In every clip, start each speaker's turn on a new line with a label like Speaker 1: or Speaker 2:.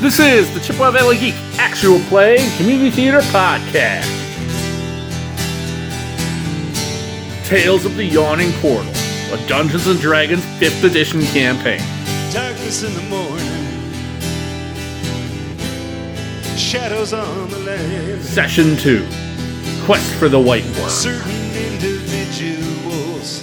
Speaker 1: This is the Chippewa Valley Geek Actual Play Community Theater Podcast. Tales of the Yawning Portal, a Dungeons and Dragons 5th Edition campaign.
Speaker 2: Darkness in the morning. Shadows on the land.
Speaker 1: Session 2 Quest for the White Worm.
Speaker 2: Certain individuals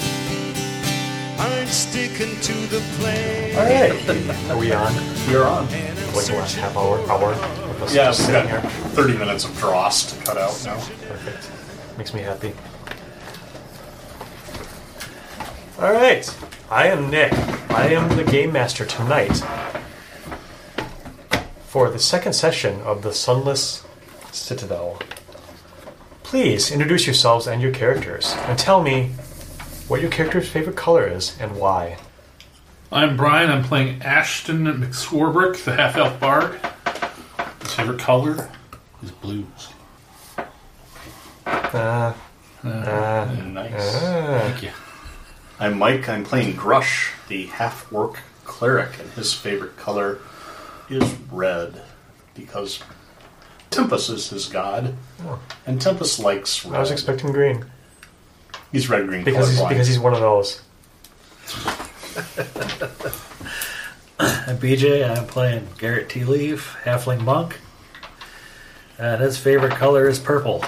Speaker 2: aren't sticking to the plan.
Speaker 3: All right. Are we on? You're on.
Speaker 2: And I'm
Speaker 3: What's the last
Speaker 2: searching
Speaker 3: half hour? Hour? Of us
Speaker 4: Yeah,
Speaker 3: just
Speaker 4: we've
Speaker 3: sitting
Speaker 4: got
Speaker 3: here.
Speaker 4: 30 minutes of dross to cut out now.
Speaker 3: Perfect. Makes me happy. All right. I am Nick. I am the game master tonight for the second session of the Sunless Citadel. Please introduce yourselves and your characters, and tell me what your character's favorite color is and why.
Speaker 5: I'm Brian. I'm playing Ashton McSwarbrick, the half elf bard. His favorite color is blues.
Speaker 3: Uh,
Speaker 4: Nice.
Speaker 3: uh,
Speaker 5: Thank you.
Speaker 4: I'm Mike. I'm playing Grush, the half orc cleric, and his favorite color is red because Tempest is his god, and Tempest likes red.
Speaker 3: Oh. I was expecting green
Speaker 4: he's red green
Speaker 3: because he's, because he's one of those.
Speaker 6: I'm BJ. I'm playing Garrett Tea Leaf, Halfling Monk. And his favorite color is purple.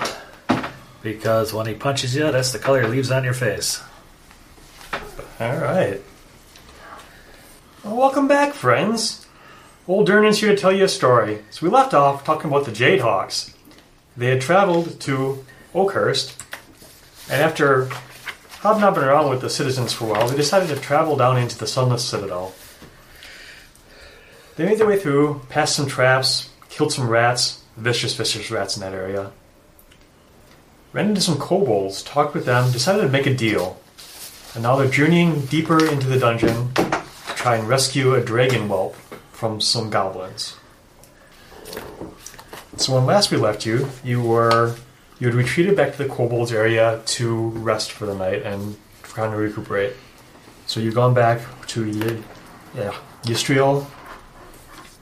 Speaker 6: Because when he punches you, that's the color he leaves on your face.
Speaker 3: All right. Well, welcome back, friends. Old Dernan's here to tell you a story. So we left off talking about the Jadehawks. They had traveled to Oakhurst, and after hobnobbing around with the citizens for a while, they decided to travel down into the Sunless Citadel. They made their way through, passed some traps, killed some rats, vicious, vicious rats in that area. Ran into some kobolds, talked with them, decided to make a deal. And now they're journeying deeper into the dungeon to try and rescue a dragon whelp from some goblins. So when last we left you, you were you had retreated back to the kobolds area to rest for the night and trying to recuperate. So you've gone back to Ye- yeah, Yistriel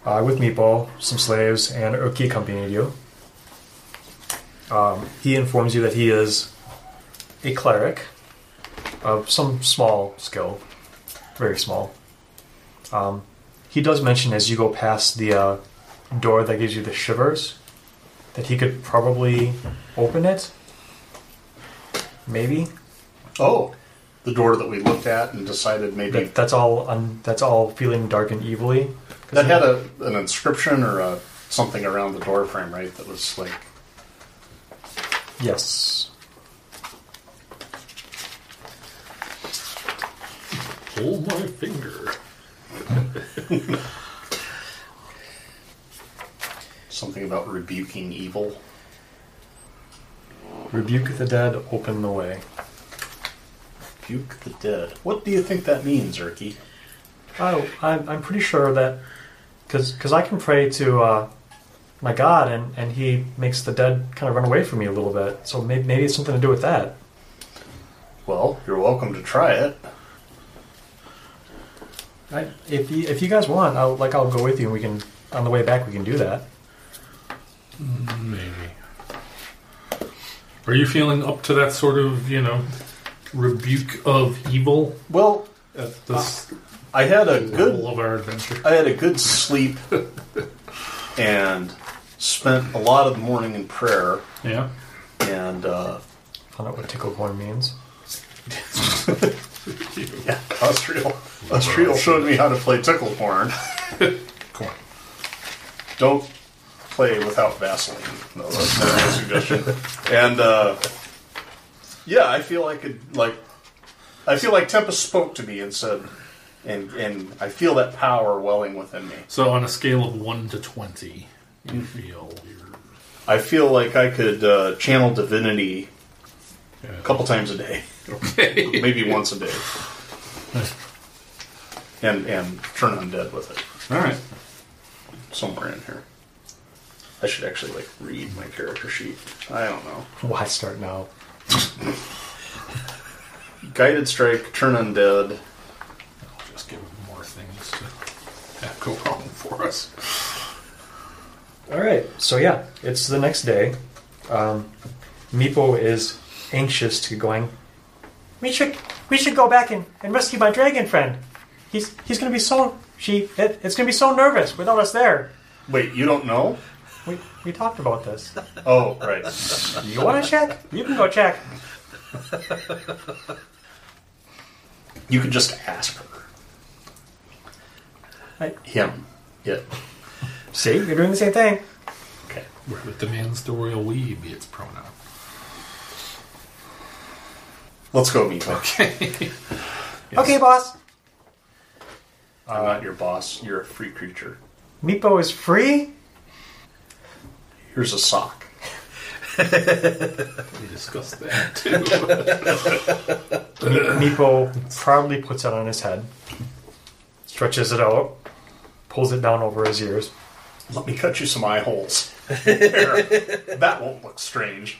Speaker 3: uh, with Meepo, some slaves, and Urki accompanied you. Um, he informs you that he is a cleric of some small skill, very small. Um, he does mention as you go past the uh, door that gives you the shivers that he could probably open it. Maybe
Speaker 4: oh, the door that we looked at and decided maybe
Speaker 3: that, that's all. Un, that's all feeling dark and evilly.
Speaker 4: That had a, an inscription or a, something around the door frame, right? That was like,
Speaker 3: Yes.
Speaker 5: Hold my finger.
Speaker 4: something about rebuking evil.
Speaker 3: Rebuke the dead. Open the way.
Speaker 4: Rebuke the dead. What do you think that means, Erky?
Speaker 3: Oh, I'm, I'm pretty sure that because I can pray to uh, my God and, and he makes the dead kind of run away from me a little bit. So may, maybe it's something to do with that.
Speaker 4: Well, you're welcome to try it.
Speaker 3: I, if you, if you guys want, I'll like I'll go with you and we can on the way back we can do that.
Speaker 5: Maybe. Are you feeling up to that sort of, you know, rebuke of evil
Speaker 4: Well,
Speaker 5: at this
Speaker 4: I had a
Speaker 5: level
Speaker 4: good
Speaker 5: of our adventure?
Speaker 4: I had a good sleep and spent a lot of the morning in prayer
Speaker 5: Yeah.
Speaker 4: and uh,
Speaker 3: Find out what tickle corn means.
Speaker 4: yeah, Austriel Austriel showed me how to play tickle horn. Don't play without Vaseline. No, that's not my suggestion. And uh, yeah, I feel I could like I feel like Tempest spoke to me and said and and I feel that power welling within me.
Speaker 5: So on a scale of one to twenty, you feel you're
Speaker 4: I feel like I could uh, channel divinity a couple times a day,
Speaker 5: okay.
Speaker 4: maybe once a day, and and turn undead with it
Speaker 5: All right.
Speaker 4: somewhere in here. I should actually like read my character sheet. I don't know.
Speaker 3: Why start now?
Speaker 4: Guided strike, turn undead.
Speaker 5: I'll just give him more things to have go wrong for us.
Speaker 3: All right. So yeah, it's the next day. Um, Meepo is anxious to going. We should we should go back and, and rescue my dragon friend. He's he's gonna be so she it, it's gonna be so nervous without us there.
Speaker 4: Wait, you don't know?
Speaker 3: We we talked about this.
Speaker 4: Oh, right.
Speaker 3: You want to check? You can go check.
Speaker 4: You can just ask her.
Speaker 3: Right.
Speaker 4: Him. Yeah.
Speaker 3: See, you're doing the same thing.
Speaker 4: Okay.
Speaker 2: Where it demands the royal we be its pronoun.
Speaker 4: Let's go, Meepo.
Speaker 3: Okay, boss.
Speaker 4: I'm not your boss. You're a free creature.
Speaker 3: Meepo is free.
Speaker 4: Here's a sock.
Speaker 2: We discussed that too.
Speaker 3: Me- Meepo proudly puts it on his head, stretches it out, pulls it down over his ears.
Speaker 4: Let me cut you some eye holes. There. that won't look strange.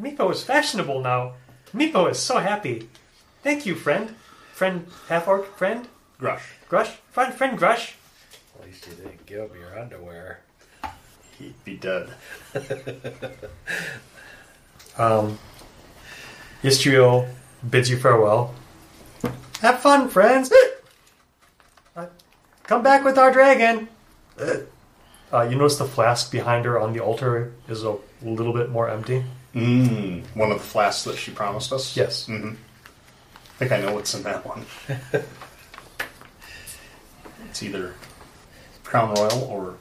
Speaker 3: Meepo is fashionable now. Meepo is so happy. Thank you, friend. Friend half orc friend?
Speaker 4: Grush.
Speaker 3: Grush? Friend friend Grush?
Speaker 7: At least you didn't give him your underwear.
Speaker 4: He'd be dead.
Speaker 3: Istriel bids you farewell. Have fun, friends. Uh, Come back with our dragon. Uh, you notice the flask behind her on the altar is a little bit more empty.
Speaker 4: Mmm. One of the flasks that she promised us?
Speaker 3: Yes.
Speaker 4: I think I know what's in that one. it's either Crown Royal or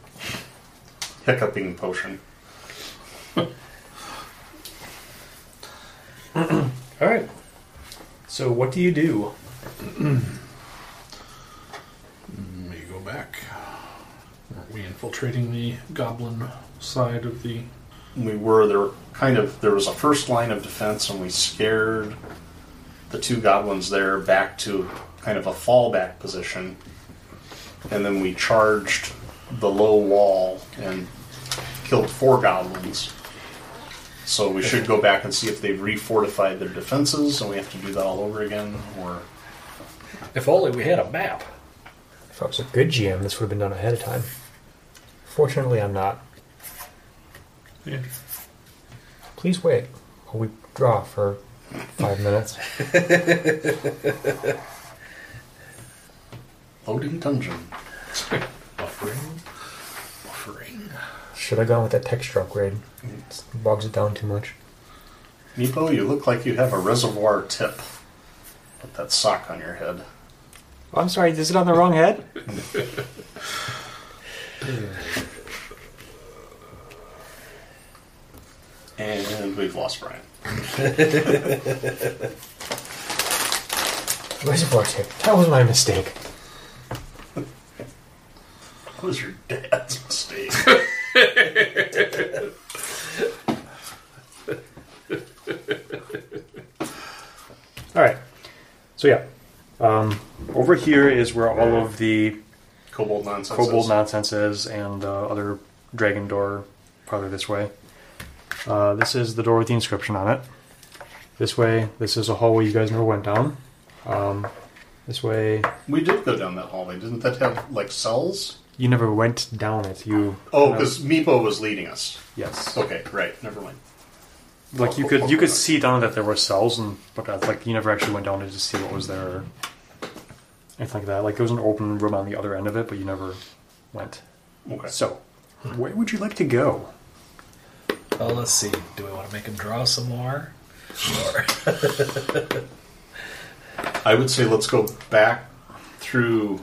Speaker 4: Hiccuping Potion.
Speaker 3: All right. So what do you do?
Speaker 2: Let me go back. Weren't we infiltrating the goblin side of the.
Speaker 4: we were there were kind of there was a first line of defense and we scared the two goblins there back to kind of a fallback position and then we charged the low wall and killed four goblins so we should go back and see if they've refortified their defenses and we have to do that all over again or
Speaker 7: If only we had a map.
Speaker 8: If I was a good GM, this would have been done ahead of time. Fortunately, I'm not.
Speaker 2: Yeah.
Speaker 8: Please wait while we draw for five minutes.
Speaker 4: loading dungeon
Speaker 2: Buffering. Buffering.
Speaker 8: Should have gone with that texture upgrade. It bogs it down too much.
Speaker 4: Meepo, you look like you have a reservoir tip with that sock on your head
Speaker 8: I'm sorry, is it on the wrong head?
Speaker 4: and we've lost brian
Speaker 8: Reservoir tape. That was my mistake.
Speaker 4: That was your dad's mistake.
Speaker 3: All right. So yeah, um, over here is where all of the
Speaker 4: Kobold nonsense.
Speaker 3: kobold nonsense is and uh, other dragon door farther this way. Uh, this is the door with the inscription on it. This way, this is a hallway you guys never went down. Um, this way,
Speaker 4: We did go down that hallway. Didn't that have like cells?
Speaker 3: you never went down it. You
Speaker 4: Oh, because Meepo was leading us.
Speaker 3: yes,
Speaker 4: Okay, right. Never mind.
Speaker 3: like you could you could see down that there were cells and but that's like you never actually went down to just see what was there or anything like that like there was an open room on the other end of it but you never went
Speaker 4: Okay.
Speaker 3: so where would you like to go
Speaker 7: Well, let's see. Do we want to make him draw some more? Or
Speaker 4: I would say let's go back through.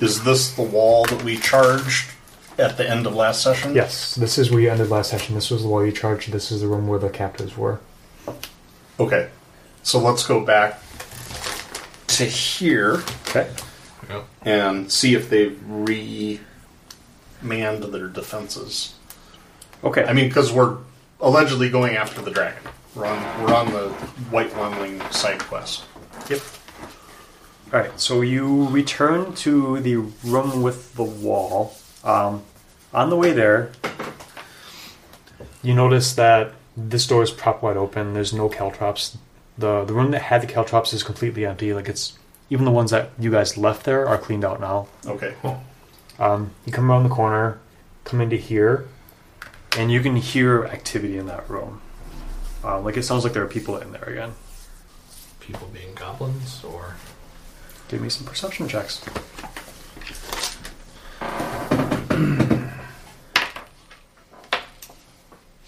Speaker 4: Is this the wall that we charged at the end of last session?
Speaker 3: yes
Speaker 8: This is where you ended last session. This was the wall you charged. This is the room where the captives were.
Speaker 4: Okay. So let's go back to here
Speaker 3: okay
Speaker 2: Yeah.
Speaker 4: and see if they've re manned their defenses.
Speaker 3: okay
Speaker 4: I mean, because we're allegedly going after the dragon. We're on, we're on the White Wandling side quest.
Speaker 3: Yep. All right, so you return to the room with the wall. Um, on the way there, you notice that this door is propped wide open. There's no caltrops. the The room that had the caltrops is completely empty. Like it's even the ones that you guys left there are cleaned out now.
Speaker 4: Okay.
Speaker 2: Oh,
Speaker 3: Um, you come around the corner. come into here, and you can hear activity in that room. Um, like it sounds like there are people in there again.
Speaker 9: People being goblins, or
Speaker 3: Give me some perception checks.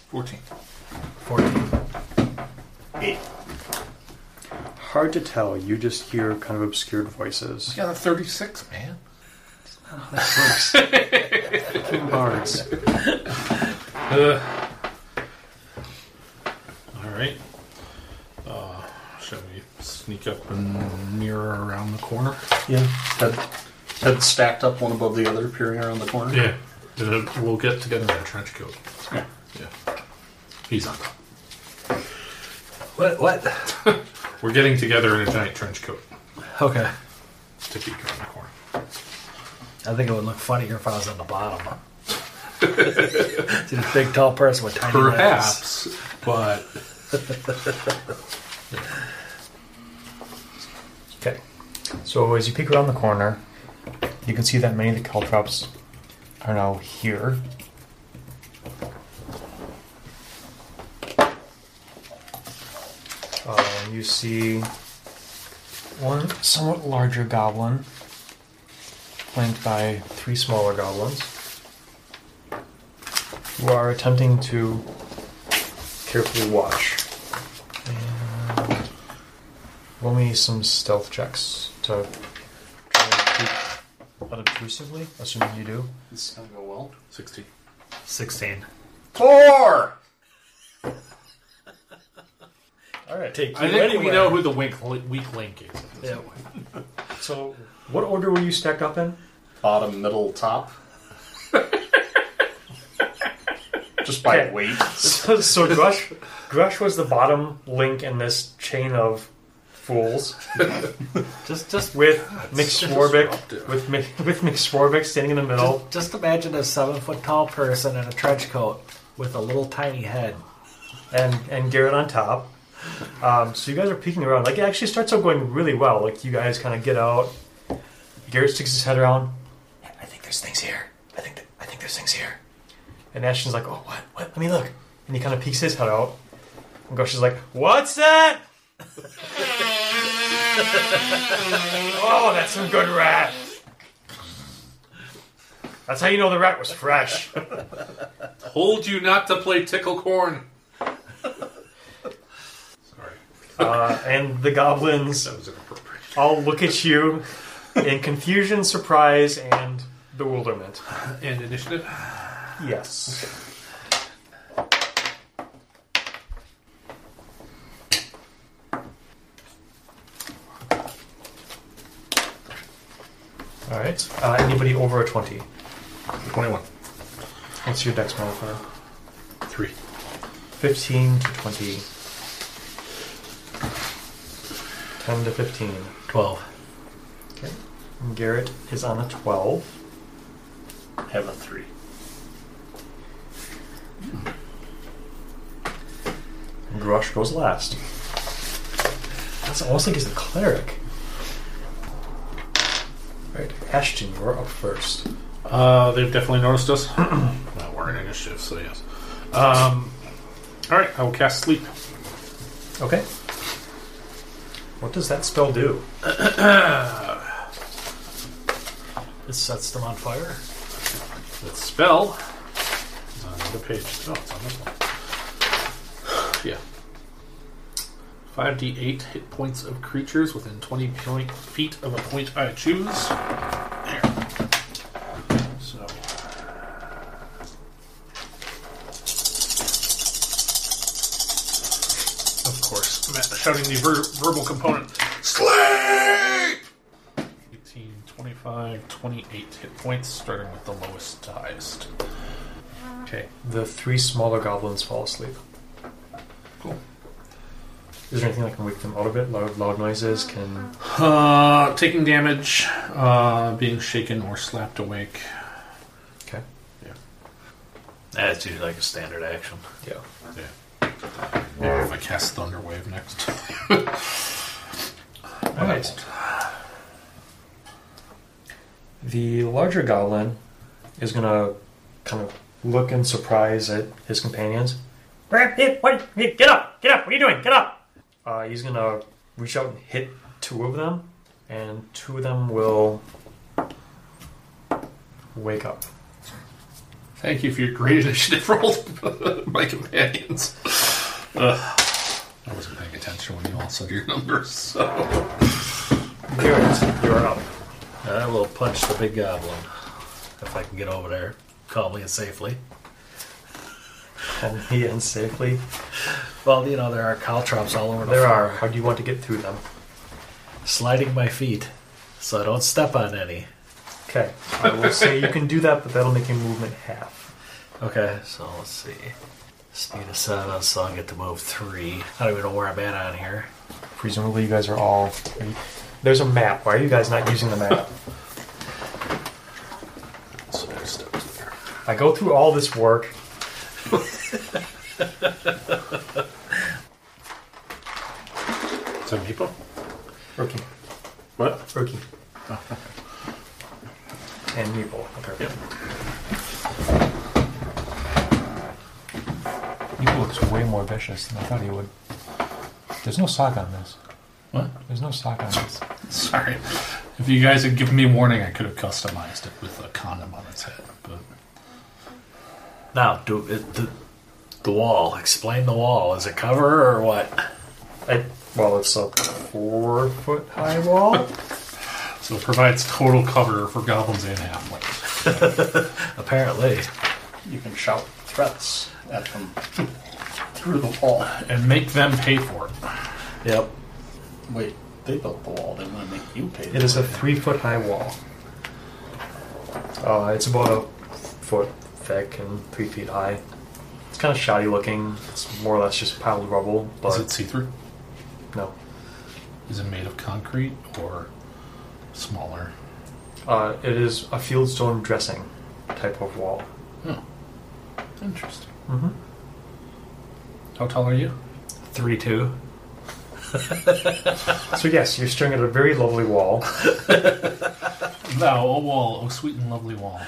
Speaker 10: Fourteen.
Speaker 9: 14.
Speaker 3: Hard to tell. You just hear kind of obscured voices.
Speaker 9: Yeah, 36, man.
Speaker 3: Fucking bards.
Speaker 10: Uh, all right. Uh, shall we sneak up and mirror around the corner?
Speaker 3: Yeah.
Speaker 4: Head, head stacked up one above the other, peering around the corner.
Speaker 10: Yeah. And then we'll get together in a trench coat. Yeah. He's on top.
Speaker 9: What? What?
Speaker 10: We're getting together in a giant trench coat
Speaker 9: Okay.
Speaker 10: to peek around the corner.
Speaker 6: I think it would look funnier if I was on the bottom. Just a big, tall person with tiny legs.
Speaker 10: Perhaps, but
Speaker 11: Okay. So as you peek around the corner, you can see that many of the caltrops are now here. Uh, you see one somewhat larger goblin, flanked by three smaller goblins, who are attempting to carefully watch. And Roll me some stealth checks to try and peek unobtrusively, assuming you do.
Speaker 4: This is gonna go well.
Speaker 10: 16.
Speaker 6: 16.
Speaker 4: Four.
Speaker 11: All right.
Speaker 6: Take
Speaker 10: I
Speaker 6: you
Speaker 10: think we
Speaker 6: anywhere.
Speaker 10: know who the wink, weak link is. at this
Speaker 6: Yeah.
Speaker 10: point.
Speaker 3: So, what order were you stacked up in?
Speaker 4: Bottom, middle, top. Just by weight.
Speaker 3: so so Grush, Grush was the bottom link in this chain of fools
Speaker 6: Just, just,
Speaker 3: with Mick Swarbrick
Speaker 10: disruptive.
Speaker 3: with Mick, with Mick Swarbrick standing in the middle.
Speaker 6: just imagine a seven foot tall person in a trench coat with a little tiny head.
Speaker 3: and and Garrett on top. Um, so you guys are peeking around. Like it actually starts out going really well. Like you guys kind of get out. Garrett sticks his head around. I think there's things here. I think th- I think there's things here. And Ashton's like, oh what what? Let me look. And he kind of peeks his head out. And Gush is like, what's that? oh, that's some good rat. That's how you know the rat was fresh.
Speaker 10: Told you not to play tickle corn. Sorry,
Speaker 3: Uh, and the goblins
Speaker 10: that was inappropriate.
Speaker 3: I'll look at you in confusion, surprise, and bewilderment.
Speaker 10: And initiative.
Speaker 3: Yes. All right. Uh, anybody over a twenty?
Speaker 10: 21.
Speaker 3: What's your dex modifier?
Speaker 10: 3.
Speaker 3: Fifteen to twenty. Ten to fifteen.
Speaker 6: 12.
Speaker 3: Okay. And Garrett is on a twelve.
Speaker 4: Have a three.
Speaker 3: Grush goes last. That's almost like he's the cleric. Right, Ashton, you're up first.
Speaker 10: Uh, they've definitely noticed us. well, we're in initiative, so yes. Um, all right, I will cast sleep.
Speaker 3: Okay. What does that spell do?
Speaker 6: It sets them on fire.
Speaker 10: That spell is on the page. Oh, it's on this one. yeah. 5d8 hit points of creatures within 20 point, feet of a point I choose. There. So. Of course, Matt shouting the ver- verbal component. Sleep! 18, 25, 28 hit points, starting with the lowest to highest.
Speaker 3: Okay, the three smaller goblins fall asleep.
Speaker 10: Cool.
Speaker 3: Is there anything that can wake them out of it? Loud, loud noises can.
Speaker 10: Uh, taking damage, uh, being shaken or slapped awake.
Speaker 3: Okay.
Speaker 6: That's usually like a standard action.
Speaker 3: Yeah.
Speaker 10: Yeah. Or if I cast Thunderwave next.
Speaker 3: All right. The larger goblin is gonna kind of look in surprise at his companions.
Speaker 8: Brad Pitt, what? Get up! Get up! What are you doing? Get up!
Speaker 3: Uh, he's gonna reach out and hit two of them, and two of them will wake up.
Speaker 1: Thank you for your great initiative rolls, my companions. Ugh. I wasn't paying attention when you all said your numbers, so.
Speaker 3: You're up.
Speaker 6: I will punch the big goblin if I can get over there calmly and safely.
Speaker 3: And he ends safely.
Speaker 6: Well, you know there are caltrops all over the
Speaker 3: There
Speaker 6: floor.
Speaker 3: are. How do you want to get through them?
Speaker 6: sliding my feet, so I don't step on any.
Speaker 3: Okay. I will say you can do that, but that'll make your movement half.
Speaker 6: Okay, so let's see. Speed of seven, so I'll get to move three. I don't even know where I'm at on here.
Speaker 3: Presumably, you guys are all. are you- There's a map. Why are you guys not using the map?
Speaker 1: So there's steps there.
Speaker 3: I go through all this work.
Speaker 1: Is that Meepo?
Speaker 3: Rookie.
Speaker 1: What?
Speaker 3: Rookie. and Meeple. Okay.
Speaker 12: He looks way more vicious than I thought he would. There's no sock on this.
Speaker 1: What?
Speaker 12: There's no sock on this.
Speaker 1: Sorry. If you guys had given me warning, I could have customized it with a condom on its head. But
Speaker 6: Now, do it, the the wall. Explain the wall. Is it cover or what?
Speaker 3: I, well, it's a four foot high wall.
Speaker 1: so it provides total cover for goblins and halflings.
Speaker 6: Apparently,
Speaker 4: You can shout threats at them through the wall.
Speaker 1: And make them pay for it.
Speaker 6: yep.
Speaker 4: Wait, they built the wall. They want to make you pay.
Speaker 3: It is a three foot high wall. Uh, it's about a foot thick and three feet high. It's kind of shoddy looking. It's more or less just piled rubble,
Speaker 1: Is
Speaker 3: but
Speaker 1: it see through?
Speaker 3: no.
Speaker 1: Is it made of concrete or smaller?
Speaker 3: Uh, it is a fieldstone dressing type of wall.
Speaker 1: Interesting.
Speaker 3: Mm-hmm.
Speaker 1: How tall are you?
Speaker 6: Three two.
Speaker 3: So yes, you're staring at a very lovely wall.
Speaker 1: Thou, a wall, oh sweet and lovely wall.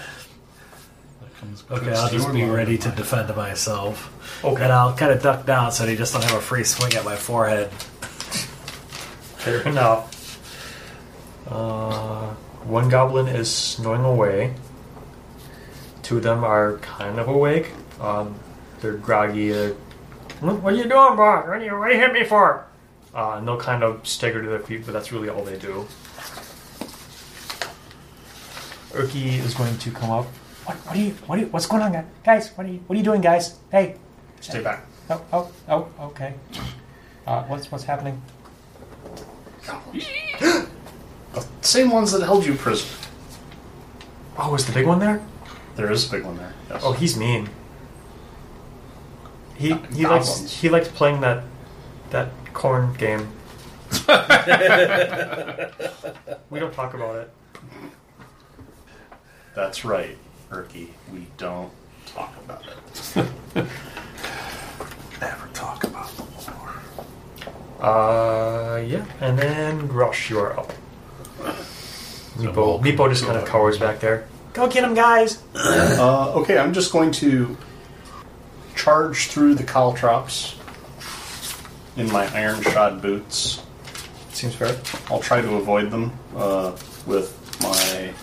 Speaker 1: That comes
Speaker 6: Okay,
Speaker 1: betwixt
Speaker 6: I'll
Speaker 1: your
Speaker 6: just be
Speaker 1: love and
Speaker 6: ready to
Speaker 1: mine.
Speaker 6: defend myself.
Speaker 3: Okay.
Speaker 6: And I'll kind of duck down so he just don't have a free swing at my forehead.
Speaker 3: Fair enough. Uh, one goblin is snoring away. Two of them are kind of awake. Um, they're groggy. They're, what what are you doing, bro? What are you, what you hit me for? Uh, and they'll kind of stagger to their feet, but that's really all they do.
Speaker 12: Urki is going to come up. What, what are you? What are you? What's going on, guy- guys? What are you? What are you doing, guys? Hey.
Speaker 4: Stay back.
Speaker 12: Oh, oh, oh. Okay. Uh, what's what's happening?
Speaker 4: Same ones that held you prisoner.
Speaker 3: Oh, is the big one there?
Speaker 4: There is a big one there. Yes.
Speaker 3: Oh, he's mean. He he
Speaker 4: Goblins.
Speaker 3: likes he likes playing that that corn game. we don't talk about it.
Speaker 4: That's right, Erky. We don't talk about it.
Speaker 1: Never talk about the war.
Speaker 3: Uh, yeah, and then Rush, you are up. Meepo, Meepo just kind of cowers back there. Go get him, guys!
Speaker 4: Uh, okay, I'm just going to charge through the caltrops in my iron shod boots.
Speaker 3: Seems fair.
Speaker 4: I'll try to avoid them uh, with my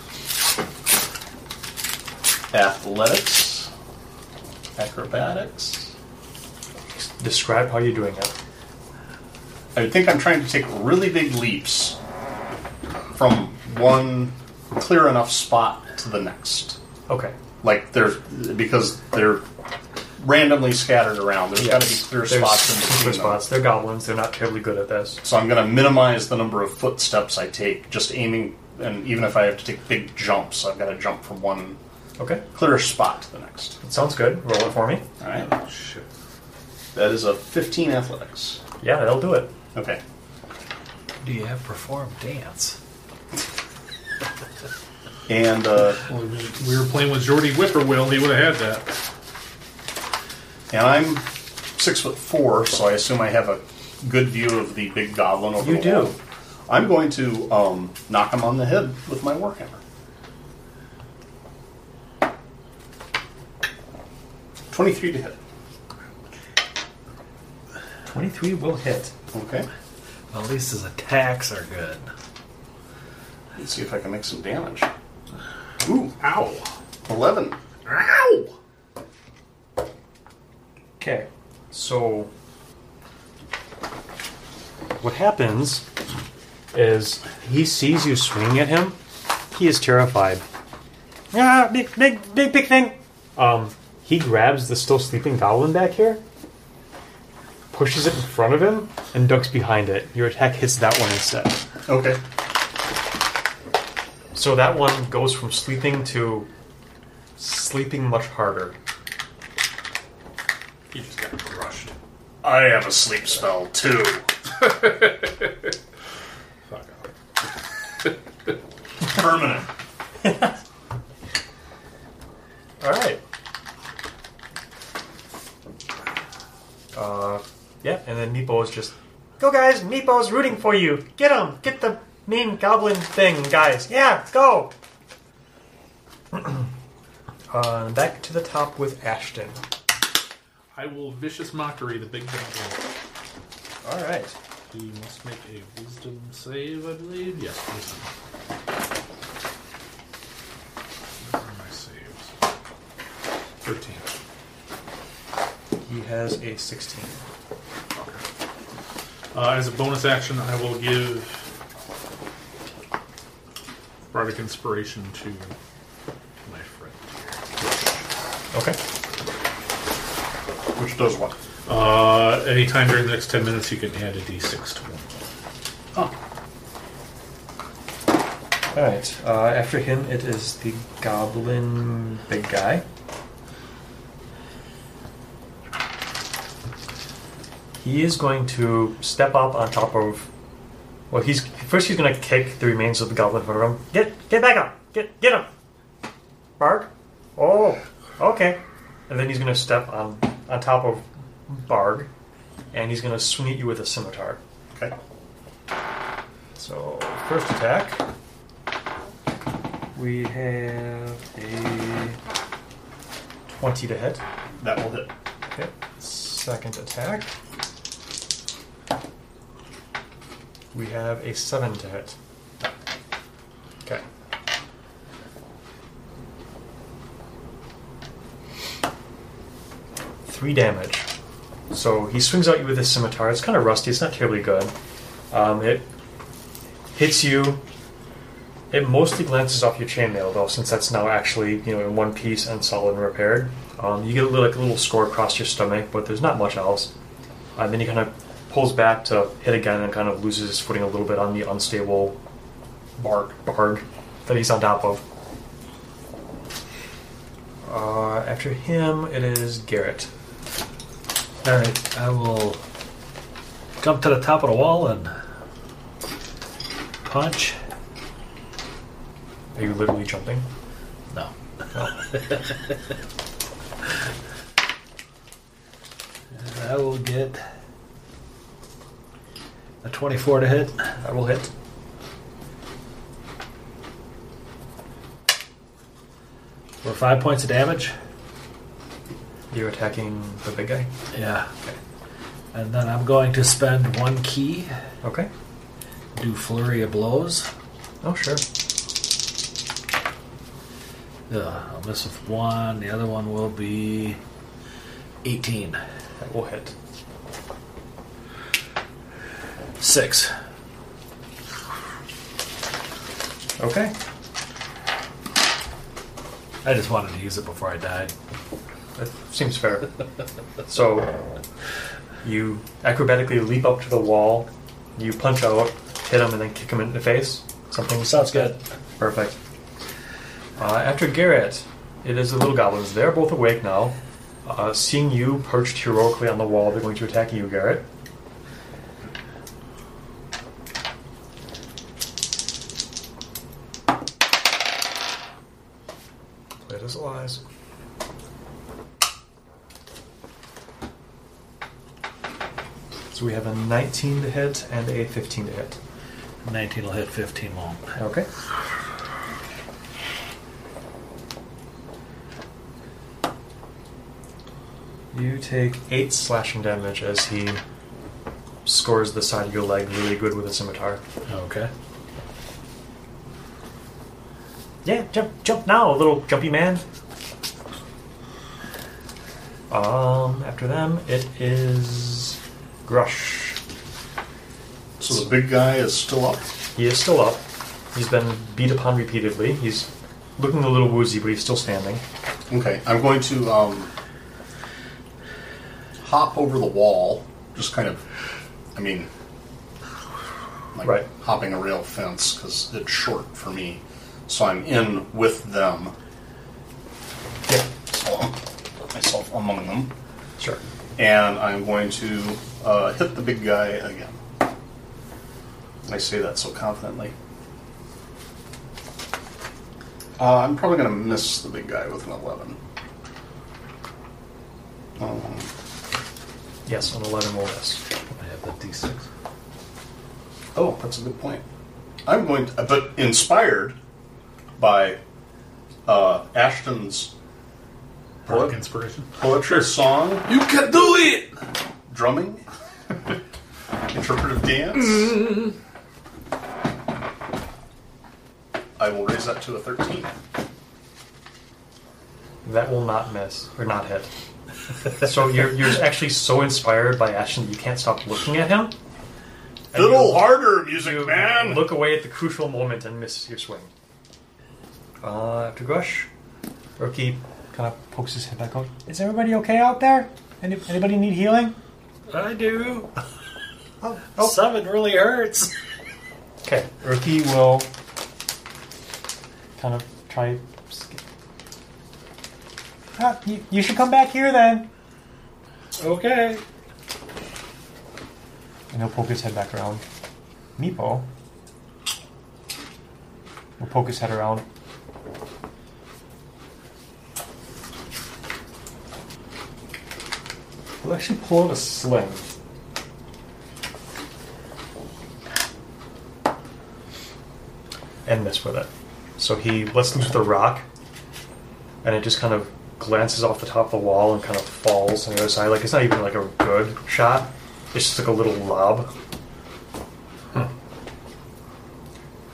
Speaker 4: athletics, acrobatics.
Speaker 3: Describe how you're doing it.
Speaker 4: I think I'm trying to take really big leaps from one clear enough spot to the next.
Speaker 3: Okay.
Speaker 4: Like they're because they're randomly scattered around. There's got to be
Speaker 3: Yes,
Speaker 4: clear
Speaker 3: there's
Speaker 4: spots in
Speaker 3: clear
Speaker 4: between them.
Speaker 3: spots. They're goblins. They're not terribly good at this.
Speaker 4: So I'm going to minimize the number of footsteps I take, just aiming, and even if I have to take big jumps, I've got to jump from one
Speaker 3: Okay.
Speaker 4: clear spot to the next.
Speaker 3: That sounds good. Roll it for me.
Speaker 4: All right. That is a 15 athletics.
Speaker 3: Yeah, that'll do it.
Speaker 4: Okay.
Speaker 6: Do you have perform dance?
Speaker 4: And uh,
Speaker 1: Well, we, we were playing with Jordy Whippoorwill, he would have had that.
Speaker 4: and I'm six foot four, so I assume I have a good view of the big goblin over
Speaker 3: You
Speaker 4: the
Speaker 3: do.
Speaker 4: wall. I'm going to um, knock him on the head with my warhammer. Twenty-three to hit.
Speaker 3: 23 will hit.
Speaker 4: Okay.
Speaker 6: Well, at least his attacks are good.
Speaker 4: Let's see if I can make some damage. Ooh, ow. 11. Ow!
Speaker 3: Okay. So what happens is he sees you swinging at him. He is terrified.
Speaker 13: Ah, big, big, big, big thing.
Speaker 3: Um, he grabs the still sleeping goblin back here, pushes it in front of him, and ducks behind it. Your attack hits that one instead.
Speaker 4: Okay.
Speaker 3: So that one goes from sleeping to sleeping much harder.
Speaker 1: He just got crushed.
Speaker 4: I have a sleep spell too.
Speaker 1: Fuck off.
Speaker 4: Permanent.
Speaker 3: All right. Uh, yeah, and then Meepo is just
Speaker 13: Go, guys. Meepo's rooting for you. Get him. Get the mean goblin thing, guys. Yeah, go.
Speaker 3: uh, back to the top with Ashton.
Speaker 1: I will vicious mockery the big goblin.
Speaker 3: All right.
Speaker 1: He must make a wisdom save, I believe. Yes, wisdom. Where are my saves? Thirteen.
Speaker 3: He has a 16.
Speaker 1: Uh, as a bonus action, I will give bardic inspiration to my friend.
Speaker 3: Okay.
Speaker 4: Which does what?
Speaker 1: Uh, anytime during the next 10 minutes, you can add a d6 to one.
Speaker 3: All right. Uh, after him, it is the goblin big guy. He is going to step up on top of. Well, he's first. He's going to kick the remains of the goblin in front of him.
Speaker 13: Get, get back up. Get, get him. Bark. Oh, okay.
Speaker 3: And then he's going to step on on top of Barg, and he's going to swing at you with a scimitar.
Speaker 4: Okay.
Speaker 3: So first attack, we have a twenty to hit.
Speaker 4: That will hit.
Speaker 3: Okay. Second attack, we have a seven to hit. Okay. Three damage. So he swings at you with his scimitar. It's kind of rusty. It's not terribly good. Um, it hits you. It mostly glances off your chainmail, though, since that's now actually you know in one piece and solid and repaired. Um, you get a little, like a little score across your stomach, but there's not much else. And then he kind of pulls back to hit again and kind of loses his footing a little bit on the unstable barg barg that he's on top of. Uh, after him, it is Garrett.
Speaker 6: All right, I will jump to the top of the wall and punch.
Speaker 3: Are you literally jumping?
Speaker 6: No. And I will get a 24 to hit.
Speaker 3: I will hit.
Speaker 6: For five points of damage.
Speaker 3: You're attacking the big guy.
Speaker 6: Yeah. And then I'm going to spend one key,
Speaker 3: Okay.
Speaker 6: do flurry of blows.
Speaker 3: Oh sure.
Speaker 6: Ugh, I'll miss with one. The other one will be 18.
Speaker 3: That will hit.
Speaker 6: Six.
Speaker 3: Okay.
Speaker 6: I just wanted to use it before I died.
Speaker 3: That seems fair. so you acrobatically leap up to the wall, you punch out, hit him, and then kick him in the face. Something sounds good. Perfect. Uh, after Garrett, it is the little goblins. They're both awake now. Uh, seeing you perched heroically on the wall, they're going to attack you, Garrett. Play it as it lies. So we have a 19 to hit and a 15 to hit.
Speaker 6: 19 will hit, 15 won't.
Speaker 3: Okay. You take eight slashing damage as he scores the side of your leg really good with a scimitar.
Speaker 6: Okay.
Speaker 12: Yeah, jump, jump now, little jumpy man.
Speaker 3: Um, after them, it is Grush.
Speaker 4: So the big guy is still up.
Speaker 3: He is still up. He's been beat upon repeatedly. He's looking a little woozy, but he's still standing.
Speaker 4: Okay, I'm going to um, hop over the wall. Just kind of, I mean, like
Speaker 3: Right.
Speaker 4: hopping a rail fence because it's short for me. So I'm in with them.
Speaker 3: Yeah,
Speaker 4: So I'll put myself among them,
Speaker 3: sure.
Speaker 4: and I'm going to uh, hit the big guy again. I say that so confidently. Uh, I'm probably going to miss the big guy with an 11. Um,
Speaker 3: Yes, an 11 will miss.
Speaker 14: I have the D6.
Speaker 4: Oh, that's a good point. I'm going to, but inspired by uh, Ashton's
Speaker 1: Bardic inspiration.
Speaker 4: poetry, song,
Speaker 15: You can do it!
Speaker 4: drumming, interpretive dance. I will raise that to a 13.
Speaker 3: That will not miss, or not hit. so you're, you're actually so inspired by Ashton that you can't stop looking at him. And you-
Speaker 4: Little harder, music
Speaker 3: you
Speaker 4: man.
Speaker 3: look away at the crucial moment and miss your swing. Uh, after Grush, Rookie kind of pokes his head back out.
Speaker 12: Is everybody okay out there? Any, anybody need healing? Oh,
Speaker 6: I do. Seven really hurts.
Speaker 3: Okay,
Speaker 12: Urki will kind of try. sk- Ah, you, you should come back here then.
Speaker 6: Okay.
Speaker 12: And he'll poke his head back around. Meepo will poke his head around.
Speaker 3: we'll actually pull out a sling. And miss with it. So he lets loose the rock, and it just kind of glances off the top of the wall and kind of falls on the other side. Like, it's not even like a good shot, it's just like a little lob.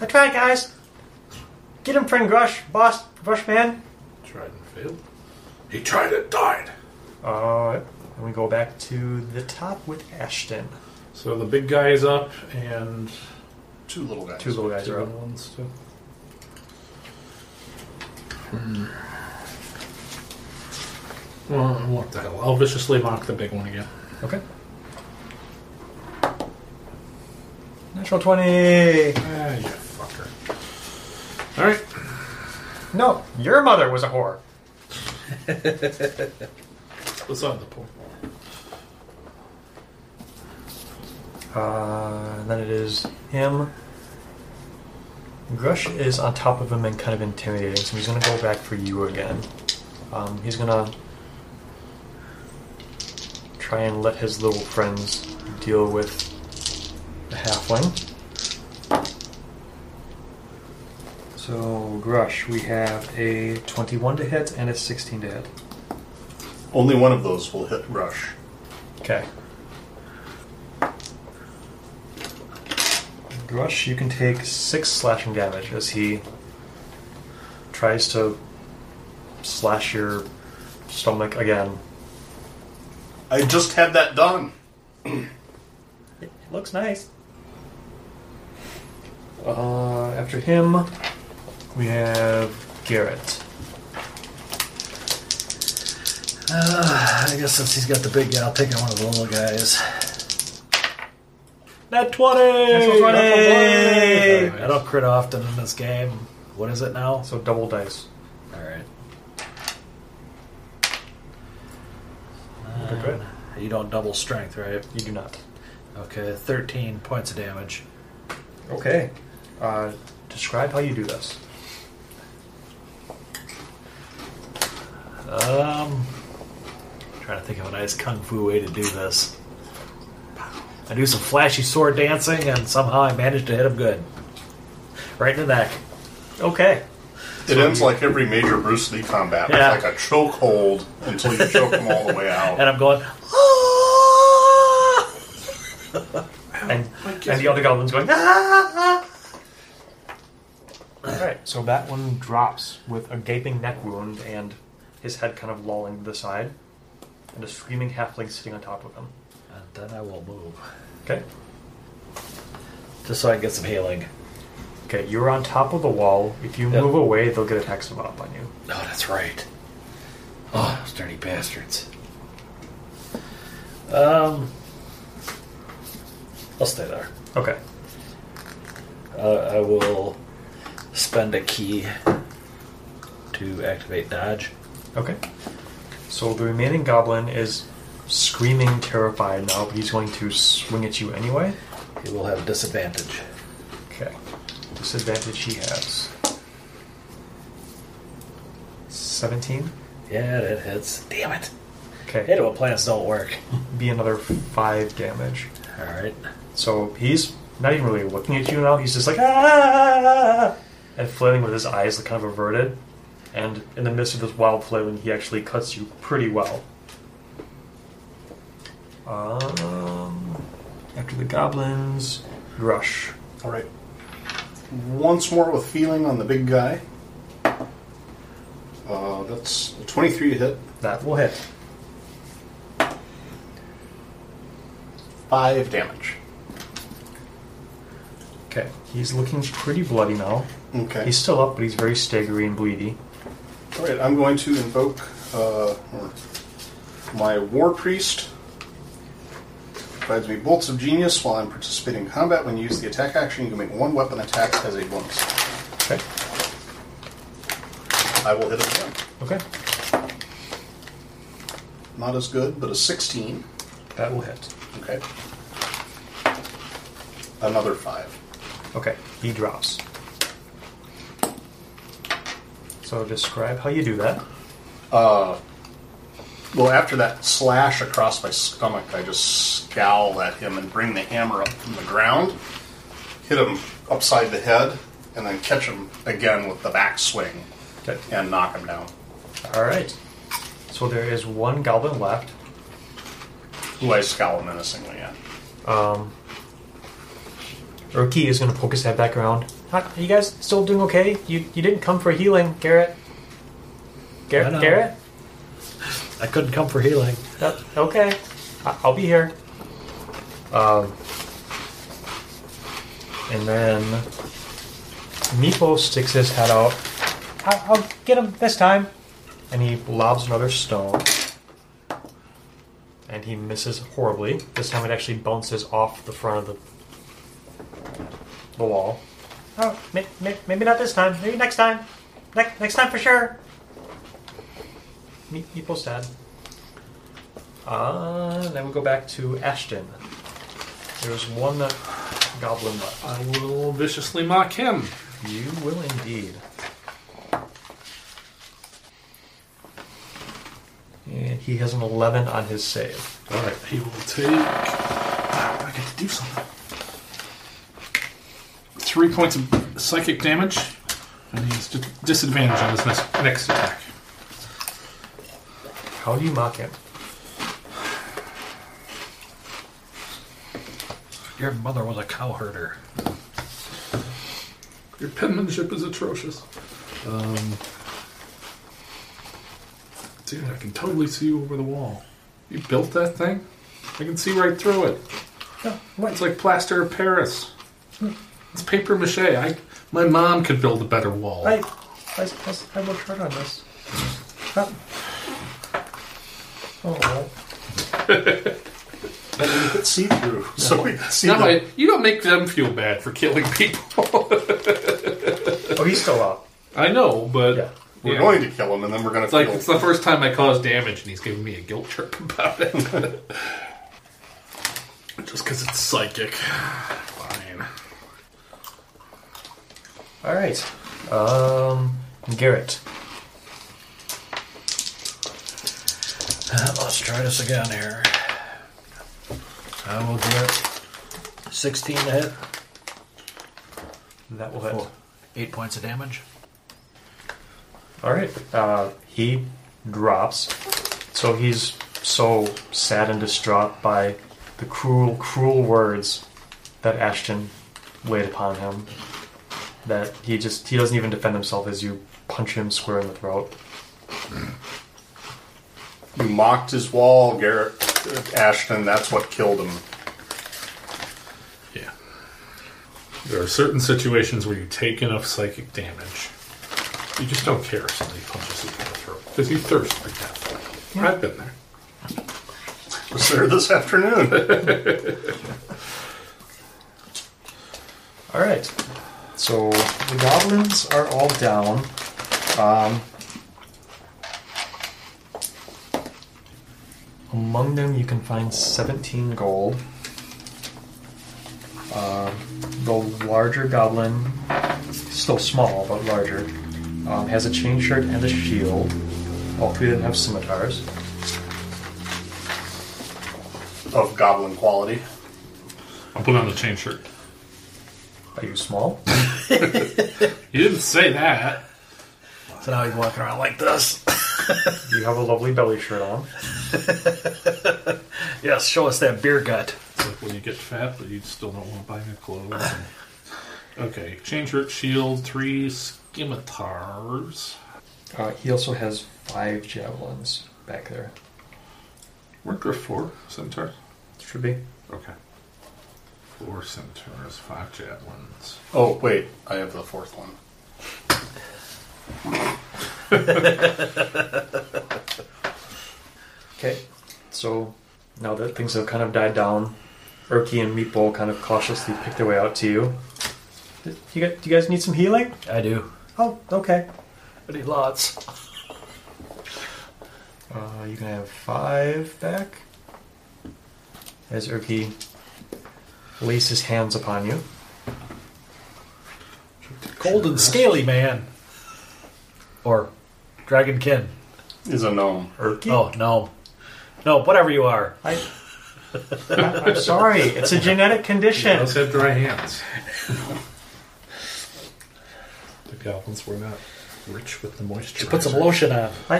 Speaker 12: I tried, guys.
Speaker 3: Get him, friend Grush, boss, Grush man.
Speaker 1: Tried and failed. He tried and died.
Speaker 3: Alright, and we go back to the top with Ashton.
Speaker 1: So the big guy is up, and
Speaker 4: Two little guys.
Speaker 3: Two little guys
Speaker 1: the
Speaker 3: are
Speaker 1: other
Speaker 3: up.
Speaker 1: ones too. Well, what the hell? I'll viciously mock the big one again.
Speaker 3: Okay. Natural 20!
Speaker 1: Ah, you fucker. All right.
Speaker 3: No, your mother was a whore.
Speaker 1: What's on the pool?
Speaker 3: Uh, and then it is him. Grush is on top of him and kind of intimidating, so he's gonna go back for you again. Um, he's gonna try and let his little friends deal with the halfling. So, Grush, we have a 21 to hit and a 16 to hit.
Speaker 4: Only one of those will hit Rush.
Speaker 3: Okay. Grush, you can take six slashing damage as he tries to slash your stomach again.
Speaker 4: I just had that done.
Speaker 3: It looks nice. Uh, after him, we have Garrett.
Speaker 6: Uh, I guess since he's got the big guy, I'll take out one of the little guys.
Speaker 3: Nat 20!
Speaker 6: I don't crit often in this game. What is it now?
Speaker 3: So double dice.
Speaker 6: All right.
Speaker 3: Okay, good.
Speaker 6: You don't double strength, right?
Speaker 3: You do not.
Speaker 6: Okay, 13 points of damage.
Speaker 3: Okay. Uh, describe how you do this.
Speaker 6: Um, trying to think of a nice kung fu way to do this. I do some flashy sword dancing, and somehow I manage to hit him good. Right in the neck.
Speaker 3: Okay.
Speaker 4: It ends like every major Bruce Lee combat.
Speaker 6: Yeah.
Speaker 4: It's like a chokehold until you choke them all the way out.
Speaker 6: And I'm going,
Speaker 3: And, and the other goblin's going, ah! Alright, so that one drops with a gaping neck wound and his head kind of lolling to the side, and a screaming halfling sitting on top of him.
Speaker 6: and then I will move.
Speaker 3: Okay?
Speaker 6: Just so I can get some healing.
Speaker 3: Okay, you're on top of the wall. If you
Speaker 6: Yep.
Speaker 3: move away, they'll get attacks of up on you.
Speaker 6: Oh, that's right. Oh, those dirty bastards. Um, I'll stay there.
Speaker 3: Okay.
Speaker 6: Uh, I will spend a key to activate dodge.
Speaker 3: Okay. So the remaining goblin is screaming terrified now, but he's going to swing at you anyway.
Speaker 6: He will have disadvantage.
Speaker 3: Okay. Disadvantage he has. 17.
Speaker 6: Yeah, that hits. Damn it.
Speaker 3: Okay.
Speaker 6: Hit it when plans don't work.
Speaker 3: be another 5 damage.
Speaker 6: All right.
Speaker 3: So he's not even really looking at you now. He's just like, ah! And flailing with his eyes, like, kind of averted. And in the midst of this wild flailing, he actually cuts you pretty well. Um, after the goblins, rush.
Speaker 4: All right. Once more with feeling on the big guy. Uh, that's a 23 to hit.
Speaker 3: That will hit.
Speaker 4: Five damage.
Speaker 3: Okay, he's looking pretty bloody now.
Speaker 4: Okay.
Speaker 3: He's still up, but he's very staggery and bleedy.
Speaker 4: All right, I'm going to invoke uh, or my War Priest. Provides me bolts of genius while I'm participating in combat. When you use the attack action, you can make one weapon attack as a bonus.
Speaker 3: Okay,
Speaker 4: I will hit it again.
Speaker 3: okay,
Speaker 4: Not as good, but a 16.
Speaker 3: that will hit.
Speaker 4: Okay. Another five.
Speaker 3: Okay, he drops. So describe how you do that.
Speaker 4: Well, after that slash across my stomach, I just scowl at him and bring the hammer up from the ground, hit him upside the head, and then catch him again with the back swing
Speaker 3: Okay.
Speaker 4: and knock him down.
Speaker 3: All right. So there is one goblin left.
Speaker 4: Who I scowl menacingly at.
Speaker 3: Urki is going to poke his head back around. Huh, Are you guys still doing okay? You you didn't come for healing, Garrett.
Speaker 6: I
Speaker 3: Garrett.
Speaker 6: know.
Speaker 3: Garrett.
Speaker 6: I couldn't come for healing.
Speaker 3: Uh, okay, I- I'll be here. Um, and then Meepo sticks his head out. I- I'll get him this time. And he lobs another stone. And he misses horribly. This time it actually bounces off the front of the, the wall. Oh, may- may- maybe not this time. Maybe next time. Ne- next time for sure. Me- Meepo's dead. Uh, then we go back to Ashton. There's one goblin left.
Speaker 10: I will viciously mock him.
Speaker 3: You will indeed. And he has an 11 on his save.
Speaker 10: All right, he will take. ah, I get to do something. Three points of psychic damage, and he's di- disadvantage on his next, next attack.
Speaker 3: How do you mock him?
Speaker 6: Your mother was a cow herder.
Speaker 10: Your penmanship is atrocious. Um, dude, I can totally see you over the wall. You built that thing? I can see right through it. It's like plaster of Paris. Hmm. It's paper mache. I, my mom could build a better wall.
Speaker 3: I, I, I, I worked hard on this. Huh. Oh, well.
Speaker 4: You could see through, so we could see
Speaker 10: Now
Speaker 4: the,
Speaker 10: I, you don't make them feel bad for killing people.
Speaker 3: oh he's still up.
Speaker 10: I know, but
Speaker 3: Yeah.
Speaker 4: we're
Speaker 10: yeah.
Speaker 4: going to kill him, and then we're going to
Speaker 10: It's like
Speaker 4: feel
Speaker 10: it's the first time I caused damage, and he's giving me a guilt trip about it. Just because it's psychic. Fine.
Speaker 3: All right. Um, Garrett.
Speaker 6: Uh, let's try this again here. I will get 16 to hit,
Speaker 3: That will hit.
Speaker 6: Oh, 8 points of damage.
Speaker 3: All right. Uh, he drops. So he's so sad and distraught by the cruel, cruel words that Ashton laid upon him that he just he doesn't even defend himself as you punch him square in the throat.
Speaker 4: You mocked his wall, Garrett Ashton. That's what killed him.
Speaker 10: Yeah. There are certain situations where you take enough psychic damage, you just don't care if somebody punches you in the throat because you thirst for death. I've been there.
Speaker 4: Was there this afternoon?
Speaker 3: All right. So the goblins are all down. Um, among them, you can find 17 gold. Um, the larger goblin, still small but larger, um, has a chain shirt and a shield. All three of them have scimitars.
Speaker 4: of goblin quality.
Speaker 10: I'll put on the chain shirt.
Speaker 3: Are you small?
Speaker 10: You didn't say that.
Speaker 6: So now he's walking around like this.
Speaker 3: you have a lovely belly shirt on.
Speaker 6: Yes, show us that beer gut.
Speaker 10: It's like when you get fat, but you still don't want to buy new clothes. okay, chain shirt, shield, three scimitars.
Speaker 3: Uh, he also has five javelins back there.
Speaker 10: Weren't there four scimitars?
Speaker 3: Should be.
Speaker 10: Okay. Four scimitars, five javelins.
Speaker 4: Oh, wait. I have the fourth one.
Speaker 3: Okay. So now that things have kind of died down, Erky and Meatball kind of cautiously pick their way out to you. Do you, gu- do you guys need some healing?
Speaker 6: I do.
Speaker 3: Oh, okay.
Speaker 6: I need lots.
Speaker 3: Uh, you can have five back. As Erky lays his hands upon you.
Speaker 6: Cold and scaly man. Or dragonkin.
Speaker 4: Is a gnome.
Speaker 3: Erky?
Speaker 6: Oh no, no, whatever you are.
Speaker 3: I, I'm sorry. It's a genetic condition.
Speaker 10: Let's have dry hands. the goblins were not rich with the moisture.
Speaker 6: Put some lotion on.
Speaker 3: I,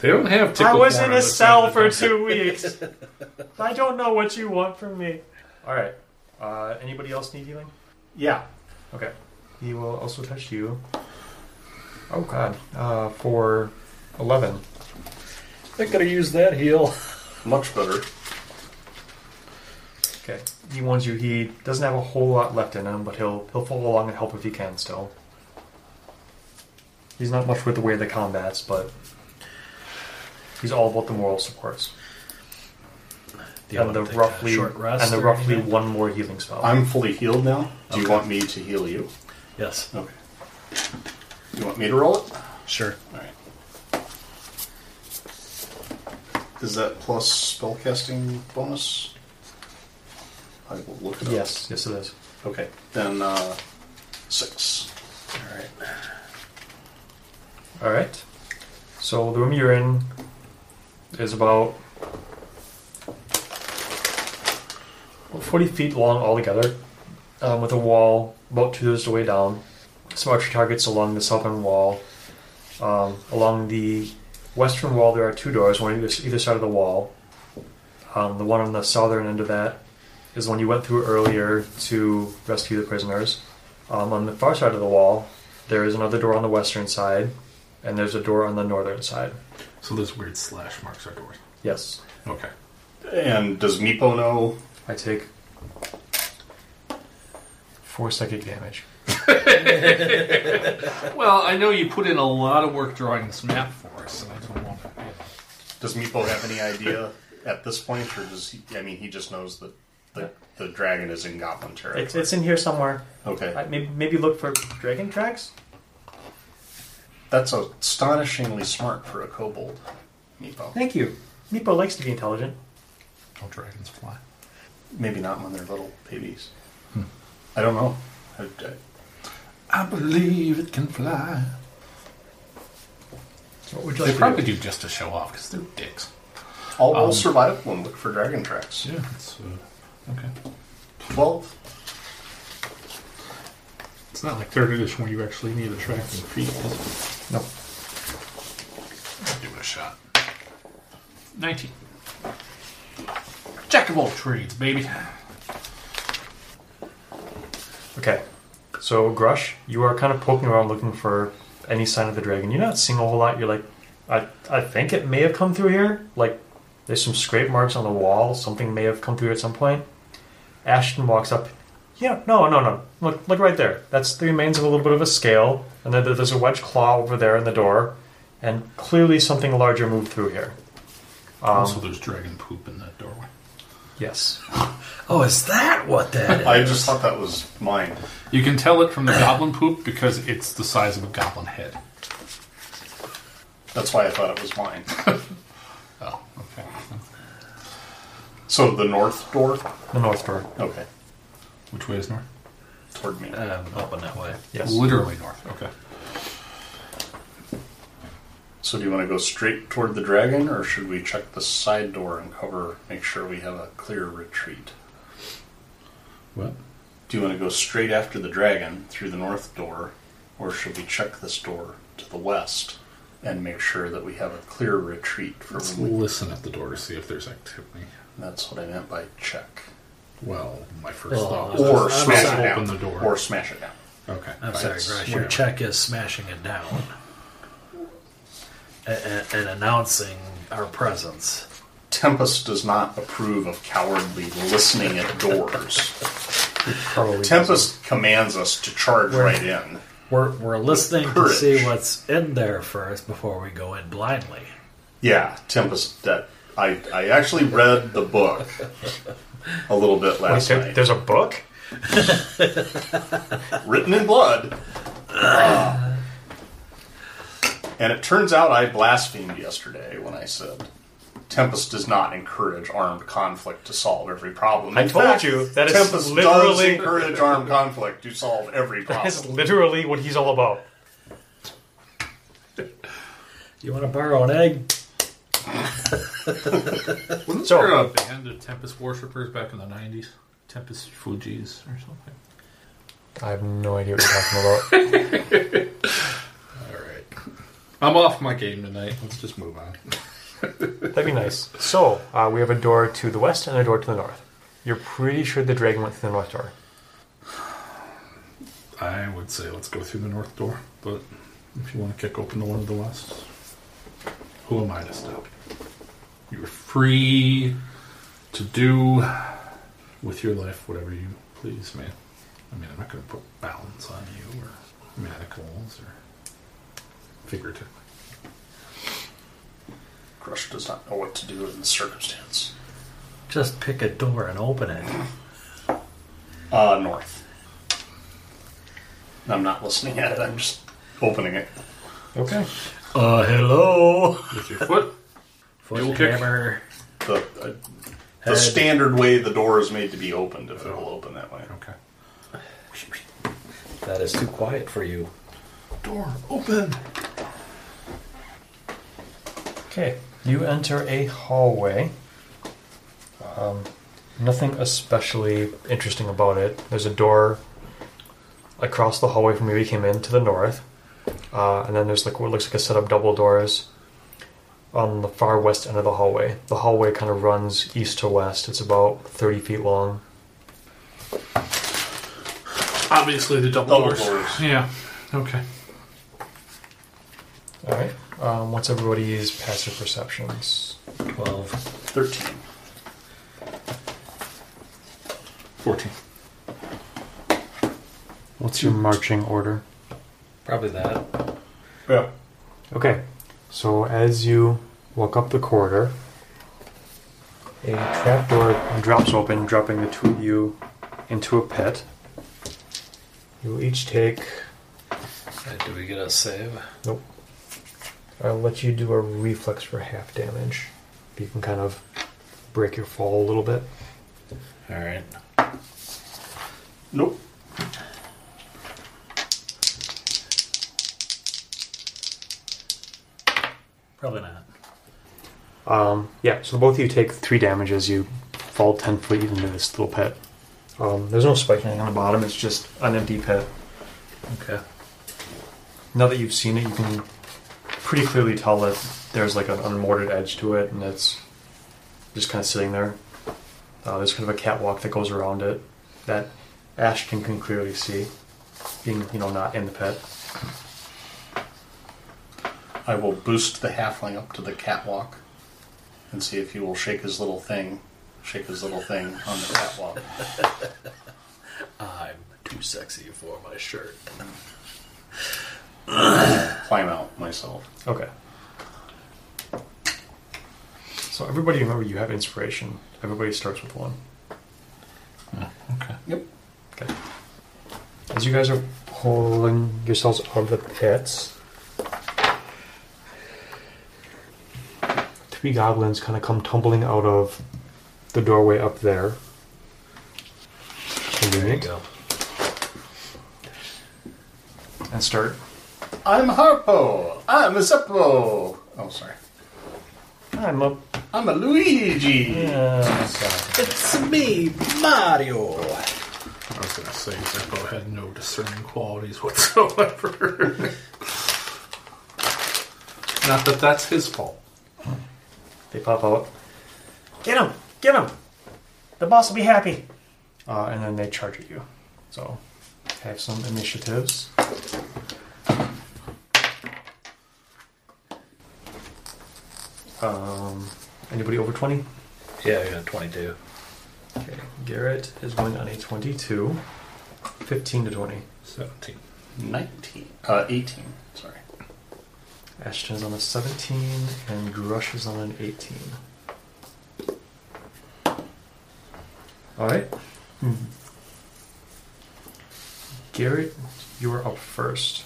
Speaker 10: They don't have tickle
Speaker 3: I was
Speaker 10: corn
Speaker 3: in
Speaker 10: on
Speaker 3: a
Speaker 10: this
Speaker 3: cell
Speaker 10: side
Speaker 3: for
Speaker 10: of the
Speaker 3: two weeks. I don't know what you want from me. All right. Uh, anybody else need healing?
Speaker 4: Yeah.
Speaker 3: Okay. He will also touch you. Oh God. Uh, for eleven.
Speaker 6: I could have used that heel.
Speaker 4: Much better.
Speaker 3: Okay. He warns you. He doesn't have a whole lot left in him, but he'll he'll follow along and help if he can. Still. He's not much with the way of the combats, but he's all about the moral supports
Speaker 6: Do you
Speaker 3: and
Speaker 6: want
Speaker 3: the
Speaker 6: to take a
Speaker 3: roughly
Speaker 6: short rest
Speaker 3: and the
Speaker 6: or
Speaker 3: roughly
Speaker 6: anything?
Speaker 3: one more healing spell.
Speaker 4: I'm fully healed now. Do you want me to heal you?
Speaker 6: Yes,
Speaker 4: Okay. You want me to roll it?
Speaker 6: sure.
Speaker 4: All right. Is that plus spellcasting bonus? I will look it up.
Speaker 3: yes. Yes, it is.
Speaker 4: Okay. Then uh, six.
Speaker 3: All right. So the room you're in is about about 40 feet long altogether, um, with a wall about two thirds of the way down. Some archer targets along the southern wall. Um, along the western wall, there are two doors, one on either, either side of the wall. Um, the one on the southern end of that is the one you went through earlier to rescue the prisoners. Um, on the far side of the wall, there is another door on the western side, and there's a door on the northern side.
Speaker 10: night. So those weird slash marks are doors.
Speaker 3: Yes,
Speaker 10: Okay.
Speaker 4: And does Meepo know?
Speaker 3: I take four psychic damage.
Speaker 10: Well, I know you put in a lot of work drawing this map for us, and I don't want to.
Speaker 4: Does Meepo have any idea at this point, or does he? I mean, he just knows that the, the dragon is in Goblin territory.
Speaker 3: It's, it's in here somewhere.
Speaker 4: okay.
Speaker 3: I, maybe, maybe look for dragon tracks.
Speaker 4: That's astonishingly smart for a kobold, Meepo.
Speaker 3: Thank you. Meepo likes to be intelligent.
Speaker 10: Oh, dragons fly.
Speaker 4: Maybe not when they're little babies.
Speaker 10: Hmm.
Speaker 4: I don't know. I, I,
Speaker 10: I believe it can fly.
Speaker 3: What would you
Speaker 10: They
Speaker 3: like to
Speaker 10: probably
Speaker 3: do?
Speaker 10: do just to show off because they're dicks.
Speaker 4: I'll roll
Speaker 10: Um,
Speaker 4: survival and look for dragon tracks.
Speaker 10: Yeah. It's, uh, okay.
Speaker 4: Twelve.
Speaker 10: It's not like third edition where you actually need a tracking feet. is
Speaker 16: No.
Speaker 10: it? Give it a shot. 19.
Speaker 6: Jack of all trades, baby.
Speaker 3: Okay. So, Grush, you are kind of poking around looking for any sign of the dragon. You're not seeing a whole lot. You're like, I, I think it may have come through here. Like, there's some scrape marks on the wall. Something may have come through at some point. Ashton walks up. Yeah, no, no, no. Look, look right there. That's the remains of a little bit of a scale. And then there's a wedge claw over there in the door. And clearly something larger moved through here.
Speaker 10: also, there's dragon poop in that doorway.
Speaker 3: Yes.
Speaker 6: Oh, is that what that is?
Speaker 4: I just thought that was mine.
Speaker 10: You can tell it from the goblin poop because it's the size of a goblin head.
Speaker 4: That's why I thought it was mine.
Speaker 10: Oh, okay.
Speaker 4: so the north door.
Speaker 3: The north door.
Speaker 4: Okay,
Speaker 10: Which way is north?
Speaker 4: toward me.
Speaker 6: Um, up and that way.
Speaker 3: Yes.
Speaker 10: Literally north. Okay.
Speaker 4: So do you want to go straight toward the dragon, or should we check the side door and cover, make sure we have a clear retreat?
Speaker 10: What?
Speaker 4: Do you want to go straight after the dragon through the north door, or should we check this door to the west and make sure that we have a clear retreat for
Speaker 10: Let's
Speaker 4: when we...
Speaker 10: listen at the door to see if there's activity.
Speaker 4: That's what I meant by check.
Speaker 10: Well, my first
Speaker 6: Oh,
Speaker 10: thought was
Speaker 4: Or
Speaker 10: let's
Speaker 4: smash it
Speaker 10: open
Speaker 4: down.
Speaker 10: the door.
Speaker 4: Or smash it down.
Speaker 10: okay.
Speaker 6: I'm
Speaker 10: fine.
Speaker 6: sorry, Grush. Your
Speaker 10: Whatever.
Speaker 6: check is smashing it down A- a- and, announcing our presence.
Speaker 4: Tempest does not approve of cowardly listening at doors.
Speaker 3: Probably.
Speaker 4: Tempest commands us to charge right in.
Speaker 6: We're, we're listening to
Speaker 4: Courage.
Speaker 6: see what's in there first before we go in blindly.
Speaker 4: Yeah, Tempest. That I I actually read the book a little bit
Speaker 3: Wait,
Speaker 4: last
Speaker 3: there-
Speaker 4: night.
Speaker 3: there's a book?
Speaker 4: written in blood.
Speaker 3: Uh.
Speaker 4: Ah. and it turns out I blasphemed yesterday when I said Tempest does not encourage armed conflict to solve every problem.
Speaker 3: I
Speaker 4: In
Speaker 3: told
Speaker 4: fact,
Speaker 3: you, that is
Speaker 4: Tempest does
Speaker 3: literally-
Speaker 4: encourage armed conflict to solve every problem.
Speaker 3: That's literally what he's all about.
Speaker 6: You want to borrow an egg?
Speaker 10: Wasn't
Speaker 3: So-
Speaker 10: there a band of Tempest worshippers back in the 90s? Tempest Fujis or something?
Speaker 16: I have no idea what you're talking about.
Speaker 10: All right. I'm off my game tonight. Let's just move on.
Speaker 3: That'd be nice. So, uh, we have a door to the west and a door to the north. You're pretty sure the dragon went through the north door.
Speaker 10: I would say let's go through the north door, but if you want to kick open the one to the west, who am I to stop? You're free to do with your life whatever you please, man. I mean, I'm not going to put bounds on you or manacles or figuratively.
Speaker 4: Crush does not know what to do in this circumstance.
Speaker 6: Just pick a door and open it.
Speaker 4: Uh, north. I'm not listening at it. I'm just opening it.
Speaker 3: Okay.
Speaker 6: Uh, hello.
Speaker 10: With your foot.
Speaker 6: Foot
Speaker 10: Mule kick.
Speaker 6: hammer.
Speaker 4: The, uh, the
Speaker 6: Head.
Speaker 4: standard way the door is made to be opened, if it will open that way.
Speaker 10: Okay.
Speaker 6: That is too quiet for you.
Speaker 10: Door open.
Speaker 3: Okay. You enter a hallway. Um, nothing especially interesting about it. There's a door across the hallway from where you came in to the north. Uh, and then there's like what looks like a set of double doors on the far west end of the hallway. The hallway kind of runs east to west. It's about 30 feet long.
Speaker 10: Obviously, the double,
Speaker 4: Double
Speaker 10: doors.
Speaker 4: doors.
Speaker 10: Yeah. Okay.
Speaker 16: All right. Um, what's everybody's passive perceptions?
Speaker 6: 12.
Speaker 4: 13.
Speaker 10: 14.
Speaker 3: What's your marching order?
Speaker 6: Probably that.
Speaker 4: Yeah.
Speaker 3: Okay. So as you walk up the corridor, a trapdoor drops open, dropping the two of you into a pit. You'll each take.
Speaker 6: Uh, Do we get a save?
Speaker 3: Nope. I'll let you do a reflex for half damage. You can kind of break your fall a little bit.
Speaker 6: All right.
Speaker 4: Nope.
Speaker 6: Probably not.
Speaker 3: Um, yeah, so both of you take three damage as you fall 10 feet into this little pit. Um, there's no spike anything on the bottom, it's just an empty pit.
Speaker 6: Okay.
Speaker 3: Now that you've seen it, you can pretty clearly tell that there's like an unmortared edge to it, and it's just kind of sitting there. Uh, there's kind of a catwalk that goes around it that Ashton can clearly see, being you know not in the pit.
Speaker 4: I will boost the halfling up to the catwalk and see if he will shake his little thing, shake his little thing on the catwalk.
Speaker 6: I'm too sexy for my shirt.
Speaker 4: Climb out myself.
Speaker 3: Okay. So everybody remember you have inspiration. Everybody starts with one.
Speaker 6: Oh,
Speaker 4: Yep.
Speaker 3: Okay. As you guys are pulling yourselves out of the pits, three goblins kind of come tumbling out of the doorway up there.
Speaker 6: There you go.
Speaker 3: And start.
Speaker 4: I'm Harpo. I'm a Zeppo. Oh, sorry.
Speaker 3: I'm up. uh,
Speaker 4: I'm a Luigi.
Speaker 6: It's me, Mario.
Speaker 1: I was going to say Zeppo had no discerning qualities whatsoever. Not that that's his fault.
Speaker 3: They pop out,
Speaker 12: Get him! Get him! The boss will be happy.
Speaker 3: uh, and then they charge at you. So have some initiatives. Um, anybody over twenty?
Speaker 6: Yeah, I got 22.
Speaker 3: Okay, Garrett is going on a 22. 15 to 20.
Speaker 1: 17.
Speaker 4: 19. Uh, 18. Sorry.
Speaker 3: Ashton is on a 17, and Grush is on an 18. Alright. Mm-hmm. Garrett, you're up first.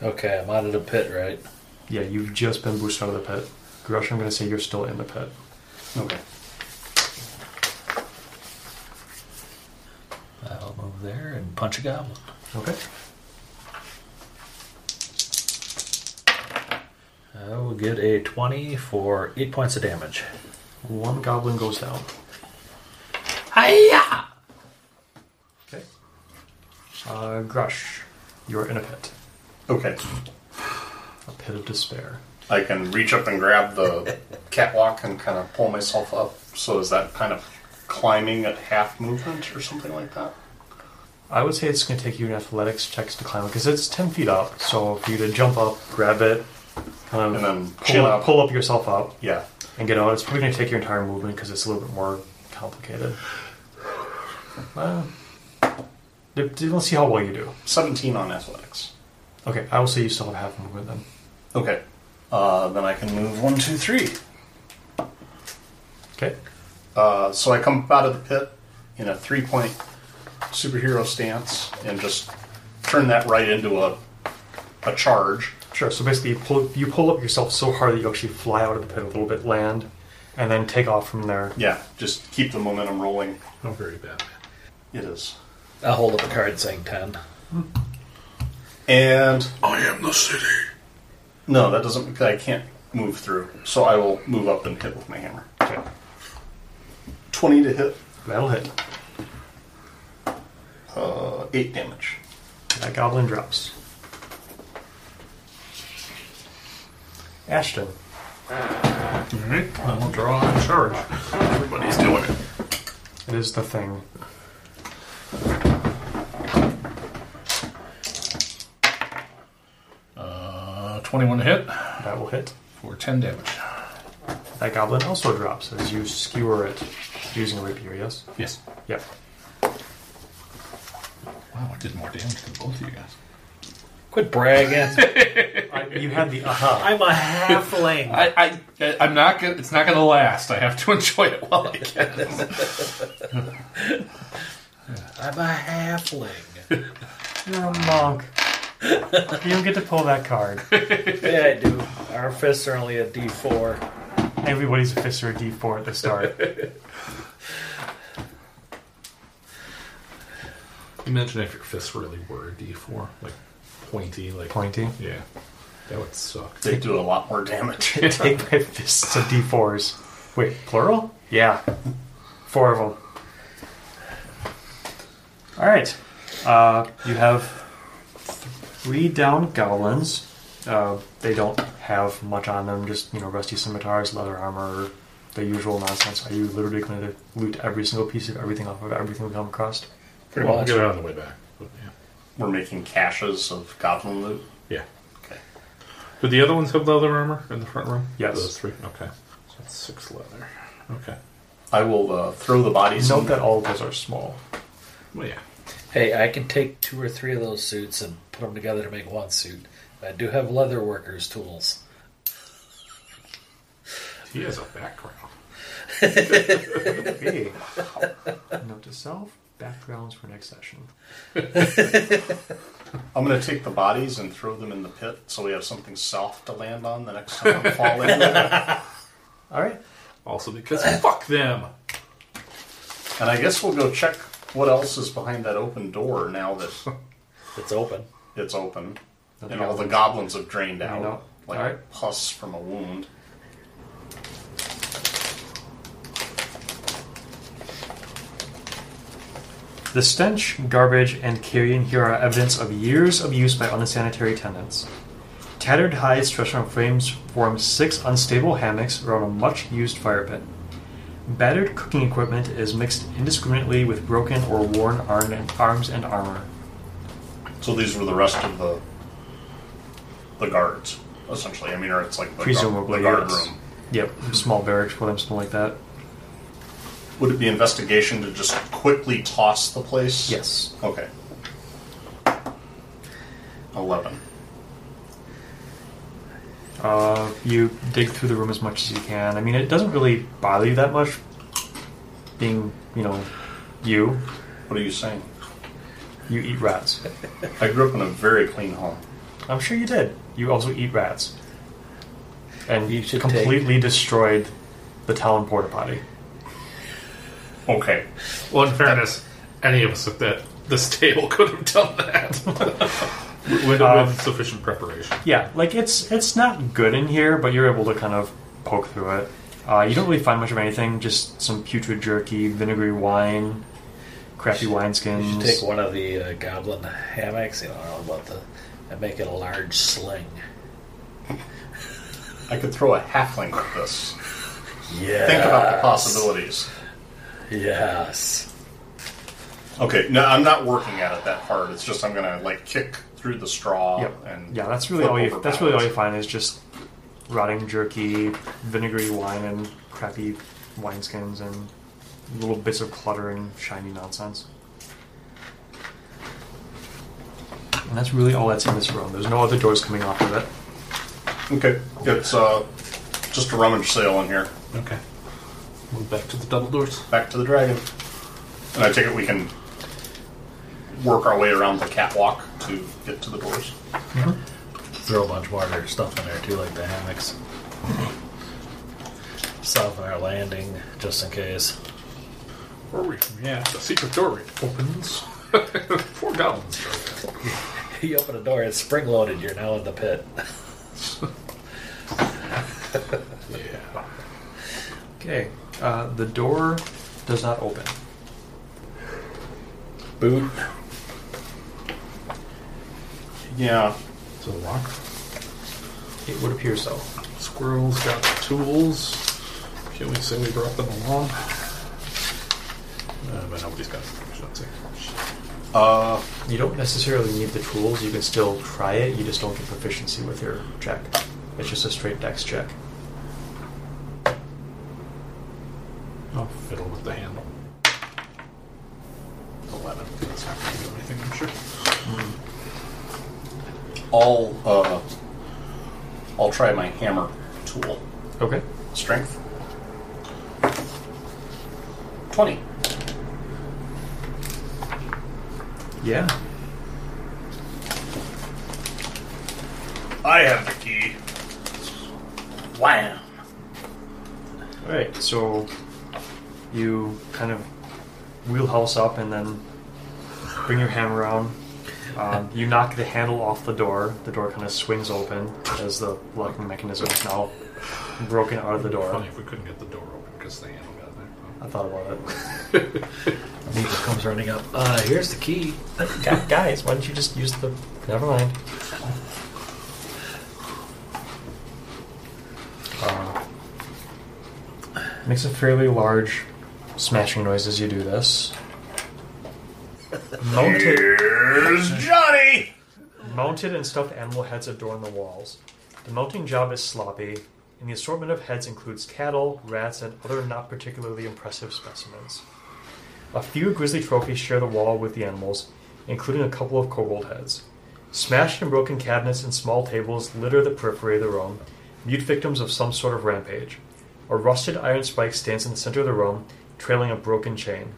Speaker 6: Okay, I'm out of the pit, right?
Speaker 3: Yeah, you've just been boosted out of the pit. Grush, I'm going to say you're still in the pit.
Speaker 4: Okay.
Speaker 6: I'll move there and punch a goblin.
Speaker 3: Okay.
Speaker 6: I will get a 20 for 8 points of damage.
Speaker 3: One goblin goes down.
Speaker 6: Hiya!
Speaker 3: Okay. Uh, Grush, you're in a pit.
Speaker 4: Okay.
Speaker 3: A pit of despair.
Speaker 4: I can reach up and grab the catwalk and kind of pull myself up. So is that kind of climbing at half movement or something like that?
Speaker 3: I would say it's going to take you an athletics checks to climb because it's 10 feet up. So for you to jump up, grab it, kind of
Speaker 4: And then
Speaker 3: pull,
Speaker 4: pull
Speaker 3: up.
Speaker 4: up.
Speaker 3: pull up yourself up,
Speaker 4: Yeah.
Speaker 3: and get out, it's probably going to take your entire movement because it's a little bit more complicated. Well, d- d- let's see how well you do.
Speaker 4: 17 on athletics.
Speaker 3: Okay, I will say you still have half movement then.
Speaker 4: Okay. Uh, then I can move one, two, three.
Speaker 3: Okay.
Speaker 4: Uh, so I come up out of the pit in a three point superhero stance and just turn that right into a, a charge.
Speaker 3: Sure. So basically, you pull you pull up yourself so hard that you actually fly out of the pit a little bit, land, and then take off from there.
Speaker 4: Yeah, just keep the momentum rolling.
Speaker 6: Oh,
Speaker 1: Not very bad, man.
Speaker 4: It is.
Speaker 6: I'll hold up a card saying 10.
Speaker 4: And
Speaker 1: I am the city.
Speaker 4: no, that doesn't. I can't move through, so I will move up and hit with my hammer.
Speaker 3: Okay.
Speaker 4: Twenty to hit,
Speaker 3: That'll hit.
Speaker 4: uh, eight damage.
Speaker 3: That goblin drops. Ashton.
Speaker 1: All right, I will draw and charge. Everybody's doing it.
Speaker 3: It is the thing.
Speaker 1: Uh, 21 to hit
Speaker 3: That will hit.
Speaker 1: for 10 damage.
Speaker 3: That goblin also drops as you skewer it using a rapier, yes?
Speaker 1: Yes.
Speaker 3: Yep.
Speaker 1: Wow, I did more damage than both of you guys.
Speaker 6: Quit bragging.
Speaker 3: You had the aha.
Speaker 6: I'm a halfling.
Speaker 1: I, I, I'm not gonna, it's not gonna last. I have to enjoy it while I can.
Speaker 6: I'm a halfling.
Speaker 12: You're a monk. you don't get to pull that card.
Speaker 6: yeah, I do. Our fists are only a d4.
Speaker 12: Everybody's a fist or a D4 at the start.
Speaker 1: Imagine if your fists really were a d4, like pointy, like
Speaker 3: Pointy.
Speaker 1: Yeah, that would suck.
Speaker 4: They do a lot more damage.
Speaker 3: Take my fists of d4s. Wait, plural? Yeah. Four of them. Alright. Uh, you have th- three down goblins. Uh, they don't have much on them, just you know, rusty scimitars, leather armor, the usual nonsense. Are you literally going to loot every single piece of everything off of everything we come across?
Speaker 10: Pretty well, we'll get it on the way back. But, yeah.
Speaker 4: We're making caches of goblin loot.
Speaker 10: yeah.
Speaker 4: Okay.
Speaker 10: Do the other ones have leather armor in the front room?
Speaker 3: Yes.
Speaker 10: Those three? Okay. So that's six leather. Okay.
Speaker 4: I will uh, throw the bodies.
Speaker 3: Note
Speaker 4: in-
Speaker 3: that all of those are small.
Speaker 10: Well, yeah.
Speaker 6: Hey, I can take two or three of those suits and put them together to make one suit. I do have leather workers' tools.
Speaker 10: He has a background.
Speaker 3: Okay. Note to self: backgrounds for next session.
Speaker 4: I'm going to take the bodies and throw them in the pit, so we have something soft to land on the next time we fall in. there.
Speaker 3: All right.
Speaker 10: Also because fuck them.
Speaker 4: And I guess we'll go check what else is behind that open door now that
Speaker 6: It's open.
Speaker 4: it's open,
Speaker 3: Nothing
Speaker 4: and all the
Speaker 3: else.
Speaker 4: goblins have drained out,
Speaker 3: know.
Speaker 4: like
Speaker 3: Alright.
Speaker 4: pus from a wound.
Speaker 3: The stench, garbage, and carrion here are evidence of years of use by unsanitary tenants. Tattered hides stretched on frames form six unstable hammocks around a much used fire pit. Battered cooking equipment is mixed indiscriminately with broken or worn arm and arms and armor.
Speaker 4: So these were the rest of the the guards, essentially. I mean, or it's like the,
Speaker 3: Presumably,
Speaker 4: guard, the guard
Speaker 3: yes.
Speaker 4: room.
Speaker 3: Yep, small barracks for them, something like that.
Speaker 4: Would it be investigation to just quickly toss the place?
Speaker 3: Yes.
Speaker 4: Okay. Eleven.
Speaker 3: Uh,
Speaker 4: Mm-hmm.
Speaker 3: you dig through the room as much as you can. I mean, it doesn't really bother you that much, being, you know, you.
Speaker 4: What are you saying?
Speaker 3: You eat rats.
Speaker 4: I grew up in a very clean home.
Speaker 3: I'm sure you did. You also eat rats. And
Speaker 6: You should
Speaker 3: completely destroyed the town porta potty.
Speaker 4: Okay.
Speaker 10: Well, in fairness, any of us at that this table could have done that with,
Speaker 3: Um,
Speaker 10: with sufficient preparation.
Speaker 3: Yeah, like it's it's not good in here, but you're able to kind of poke through it. Uh, you don't really find much of anything, just some putrid jerky, vinegary wine, crappy
Speaker 6: You should
Speaker 3: wineskins.
Speaker 6: take one of the uh, goblin hammocks, you know, all about the, and make it a large sling.
Speaker 4: I could throw a halfling at this.
Speaker 6: Yeah.
Speaker 4: Think about the possibilities.
Speaker 6: Yes.
Speaker 4: Okay, no, I'm not working at it that hard. It's just I'm gonna like kick through the straw
Speaker 3: Yep.
Speaker 4: and
Speaker 3: yeah, that's really
Speaker 4: flip
Speaker 3: all you
Speaker 4: over
Speaker 3: that's really all you
Speaker 4: backwards.
Speaker 3: find is just rotting jerky, vinegary wine, and crappy wineskins and little bits of clutter and shiny nonsense. And that's really all that's in this room. There's no other doors coming off of it.
Speaker 4: Okay, it's uh, just a rummage sale in here.
Speaker 10: Okay. Move back to the double doors.
Speaker 4: Back to the dragon. And I take it we can work our way around the catwalk to get to the doors.
Speaker 6: Throw a bunch more of their stuff in there too, like the hammocks. Soften our landing, just in case.
Speaker 10: Or we, yeah, the secret door opens. Four goblins.
Speaker 6: You open a door, it's spring loaded, you're now in the pit.
Speaker 10: Yeah.
Speaker 3: Okay. Uh, the door does not open.
Speaker 6: Boot.
Speaker 4: Yeah,
Speaker 10: So the lock.
Speaker 3: It would appear so.
Speaker 10: Squirrels got the tools. Can we say we brought them along? Uh, but nobody's got information. That's it.
Speaker 3: You don't necessarily need the tools. You can still try it. You just don't get proficiency with your check. It's just a straight dex check.
Speaker 6: Oh,
Speaker 10: I'll fiddle with the handle. Eleven. That's not going to do anything. I'm sure.
Speaker 4: I'll uh, I'll try my hammer tool.
Speaker 3: Okay.
Speaker 4: Strength. Twenty.
Speaker 3: Yeah.
Speaker 4: I have the key. Wham!
Speaker 3: All right. So you kind of wheelhouse up and then bring your hammer around. Um, you knock the handle off the door. The door kind of swings open as the locking mechanism is now broken out of the door.
Speaker 10: Funny if we couldn't get the door open because the handle got there.
Speaker 8: I thought about it.
Speaker 6: He just comes running up. Uh, here's the key.
Speaker 3: Gu- Guys, why don't you just use the. Never mind. Uh, makes a fairly large smashing noise as you do this.
Speaker 8: Mounted,
Speaker 4: Here's Johnny!
Speaker 8: mounted and stuffed animal heads adorn the walls. The mounting job is sloppy, and the assortment of heads includes cattle, rats, and other not particularly impressive specimens. A few grizzly trophies share the wall with the animals, including a couple of kobold heads. Smashed and broken cabinets and small tables litter the periphery of the room, mute victims of some sort of rampage. A rusted iron spike stands in the center of the room, trailing a broken chain.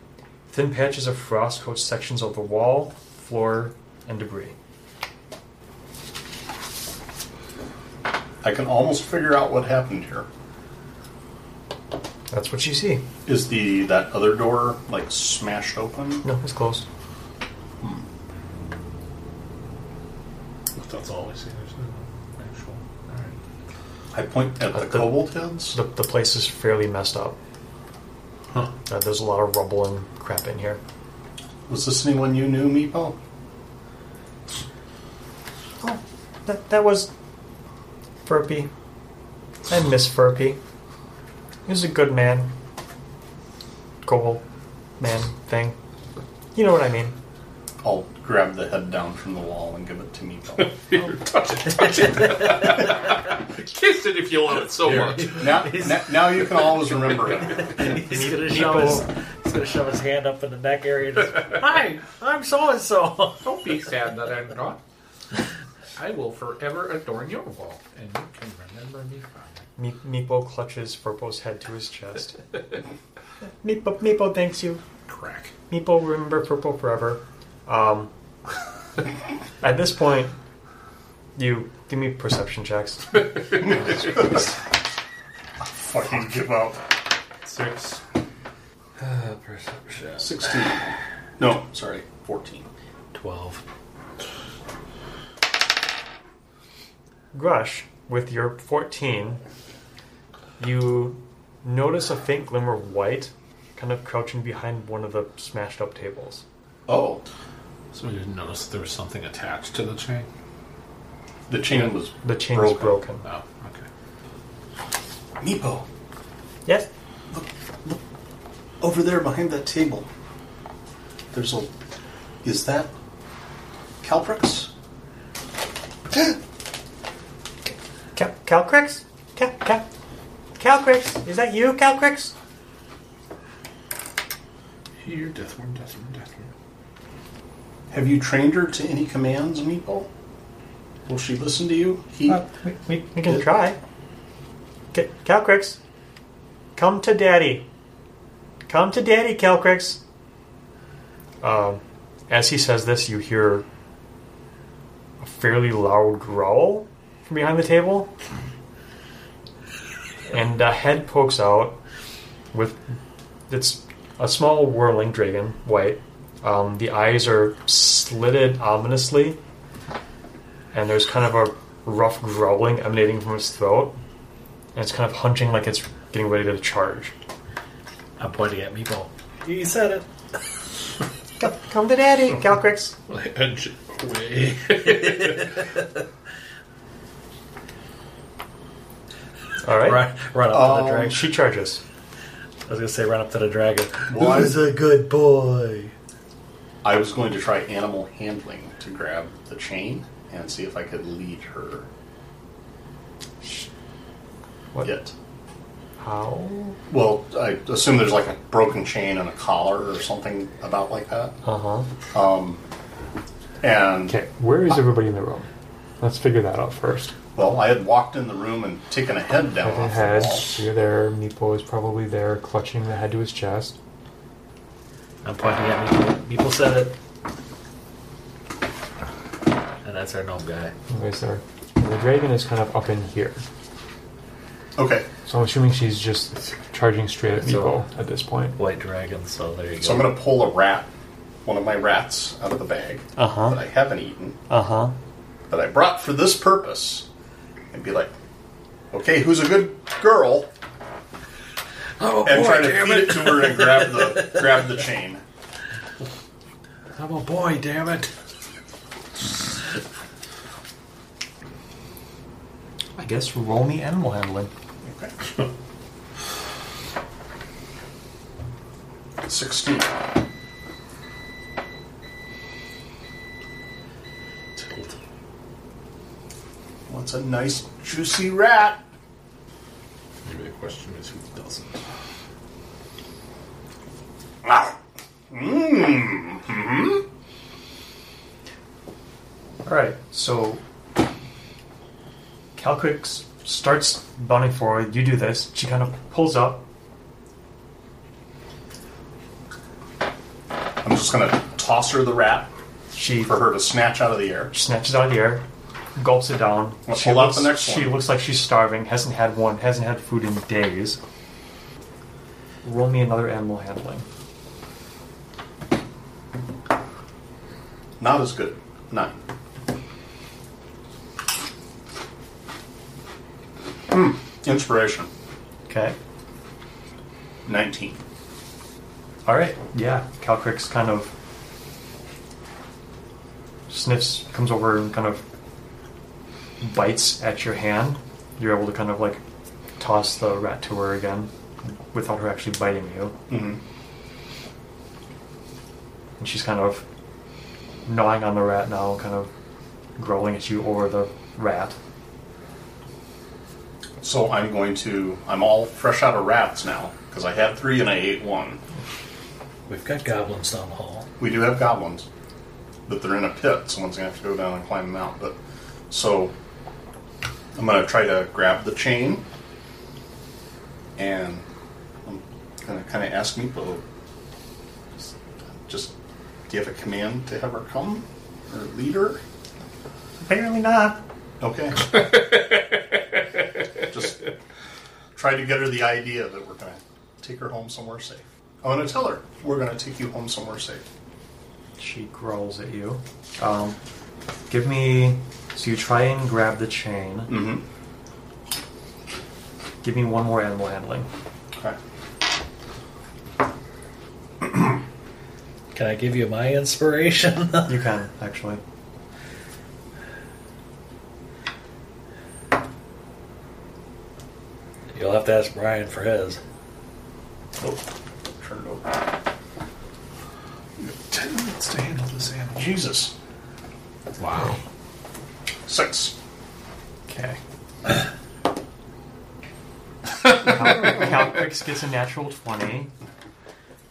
Speaker 8: Thin patches of frost coat sections of the wall, floor, and debris.
Speaker 4: I can almost figure out what happened here.
Speaker 3: That's what you see.
Speaker 4: Is the that other door like smashed open?
Speaker 3: No, it's closed.
Speaker 1: That's all I see. There's no actual. All right.
Speaker 4: I point at the
Speaker 3: the-
Speaker 4: kobold heads.
Speaker 3: The, the place is fairly messed up.
Speaker 1: Huh.
Speaker 3: Uh, there's a lot of rubble and crap in here.
Speaker 4: Was this anyone you knew, Meepo?
Speaker 3: Oh, that, that was Furpy. I miss Furpy. He was a good man. Goal man thing. You know what I mean.
Speaker 4: I'll grab the head down from the wall and give it to Meepo.
Speaker 1: Here, touch it, touch it. Kiss it if you love it so much.
Speaker 4: now, now, now you can always remember it.
Speaker 6: He's gonna, shove his, he's gonna shove his hand up in the neck area. and Just, Hi, I'm so and so.
Speaker 1: Don't be sad that I'm not. I will forever adorn your wall, and you can remember me fondly.
Speaker 3: Me- Meepo clutches Furpo's head to his chest. Meepo, Meepo thanks you.
Speaker 1: Crack.
Speaker 3: Meepo will remember Purple forever. Um, at this point, you give me perception checks.
Speaker 4: Fucking give up.
Speaker 3: Six.
Speaker 6: Perception.
Speaker 4: 16. No, sorry, 14.
Speaker 6: Twelve.
Speaker 3: Grush, with your 14, you notice a faint glimmer of white kind of crouching behind one of the smashed up tables.
Speaker 4: Oh,
Speaker 1: So we didn't notice that there was something attached to the chain.
Speaker 4: the chain was
Speaker 3: The chain is broken.
Speaker 1: Oh, okay.
Speaker 4: Meepo,
Speaker 3: Yes?
Speaker 4: over there behind that table. There's a. Is that. Calprix?
Speaker 3: Cal- Calcrix? Cal- Cal- Calcrix? Is that you, Calcrix?
Speaker 1: Here, Deathworm, Deathworm, Deathworm.
Speaker 4: Have you trained her to any commands, Meepo? Will she listen to you? He.
Speaker 3: Uh, we, we, we can try. Ca- Calcrix, come to daddy. Come to daddy, Calcrix. Um, as he says this, you hear a fairly loud growl from behind the table. And a head pokes out with. It's a small whirling dragon, white. Um, the eyes are slitted ominously and there's kind of a rough growling emanating from its throat, and it's kind of hunching like it's getting ready to charge.
Speaker 6: I'm pointing at Meepo. He said it.
Speaker 3: Come, come to daddy, Calcrix.
Speaker 1: Well, I edge it away.
Speaker 3: All right.
Speaker 6: Run, run up to the dragon.
Speaker 3: She charges.
Speaker 6: I was gonna say run up to the dragon.
Speaker 4: Well, I-
Speaker 6: Who's a good boy?
Speaker 4: I was going to try animal handling to grab the chain and see if I could lead her.
Speaker 3: What?
Speaker 4: Yet.
Speaker 3: How?
Speaker 4: Well, I assume there's like a broken chain and a collar or something about like that. Um,
Speaker 3: Uh huh.
Speaker 4: And
Speaker 8: Okay, where is everybody in the room? Let's figure that out first.
Speaker 4: well, I had walked in the room and taken a head down
Speaker 8: The
Speaker 4: off
Speaker 8: head,
Speaker 4: the
Speaker 8: you're there. Meepo is probably there, clutching the head to his chest.
Speaker 6: I'm pointing at Meepo. Meepo said it. And that's our gnome guy.
Speaker 8: Everybody's there. And the dragon is kind of up in here.
Speaker 4: wall. Okay,
Speaker 8: So I'm assuming she's just charging straight at
Speaker 6: So-
Speaker 8: Meepo at this point.
Speaker 6: White dragon. So there you
Speaker 4: so I'm
Speaker 6: go.
Speaker 4: going to pull a rat, one of my rats, out of the bag
Speaker 3: Uh-huh.
Speaker 4: that I haven't eaten,
Speaker 3: Uh huh.
Speaker 4: that I brought for this purpose, and be like, okay, who's a good girl?
Speaker 17: Oh,
Speaker 4: and
Speaker 17: boy,
Speaker 4: try to
Speaker 17: damn
Speaker 4: feed it to her and grab the grab the chain.
Speaker 17: I'm a boy, damn it.
Speaker 18: I guess roll me animal handling.
Speaker 4: Sixteen.
Speaker 19: Tilt.
Speaker 4: What's a nice juicy rat?
Speaker 19: Maybe the question is who doesn't.
Speaker 3: All right, so Calquick s- starts bounding forward. You do this. She kind of pulls up.
Speaker 4: I'm just gonna toss her the rat
Speaker 3: She
Speaker 4: for her to snatch out of the air.
Speaker 3: snatches it out of the air, gulps it down.
Speaker 4: I'll pull out
Speaker 3: looks,
Speaker 4: the next
Speaker 3: She
Speaker 4: one.
Speaker 3: looks like she's starving. Hasn't had one. Hasn't had food in days. Roll me another animal handling.
Speaker 4: Not as good. Nine. Hmm. Inspiration.
Speaker 3: Okay.
Speaker 4: Nineteen.
Speaker 3: All right. Yeah. Calcrix kind of sniffs, comes over and kind of bites at your hand. You're able to kind of like toss the rat to her again without her actually biting you.
Speaker 4: Mm-hmm.
Speaker 3: And she's kind of gnawing on the rat now, kind of growling at you over the rat.
Speaker 4: So I'm going to. I'm all fresh out of rats now because I had three and I ate one.
Speaker 6: We've got goblins down the hall.
Speaker 4: We do have goblins, but they're in a pit. Someone's gonna have to go down and climb them out. But so I'm gonna try to grab the chain, and I'm gonna kind of ask me, well, just, just do you have a command to have her come or lead her?
Speaker 3: Apparently not.
Speaker 4: Okay. Just try to get her the idea that we're going to take her home somewhere safe. I'm going to tell her we're going to take you home somewhere safe.
Speaker 3: She growls at you. Um, give me. So you try and grab the chain.
Speaker 4: Mm-hmm.
Speaker 3: Give me one more animal handling.
Speaker 4: Okay.
Speaker 6: Can I give you my inspiration?
Speaker 3: You can, actually.
Speaker 6: You'll have to ask Brian for his.
Speaker 4: Oh, turn it over.
Speaker 19: Ten minutes to handle this animal.
Speaker 4: Jesus.
Speaker 19: Wow.
Speaker 4: Six.
Speaker 3: Okay. Calcrix gets a natural 20.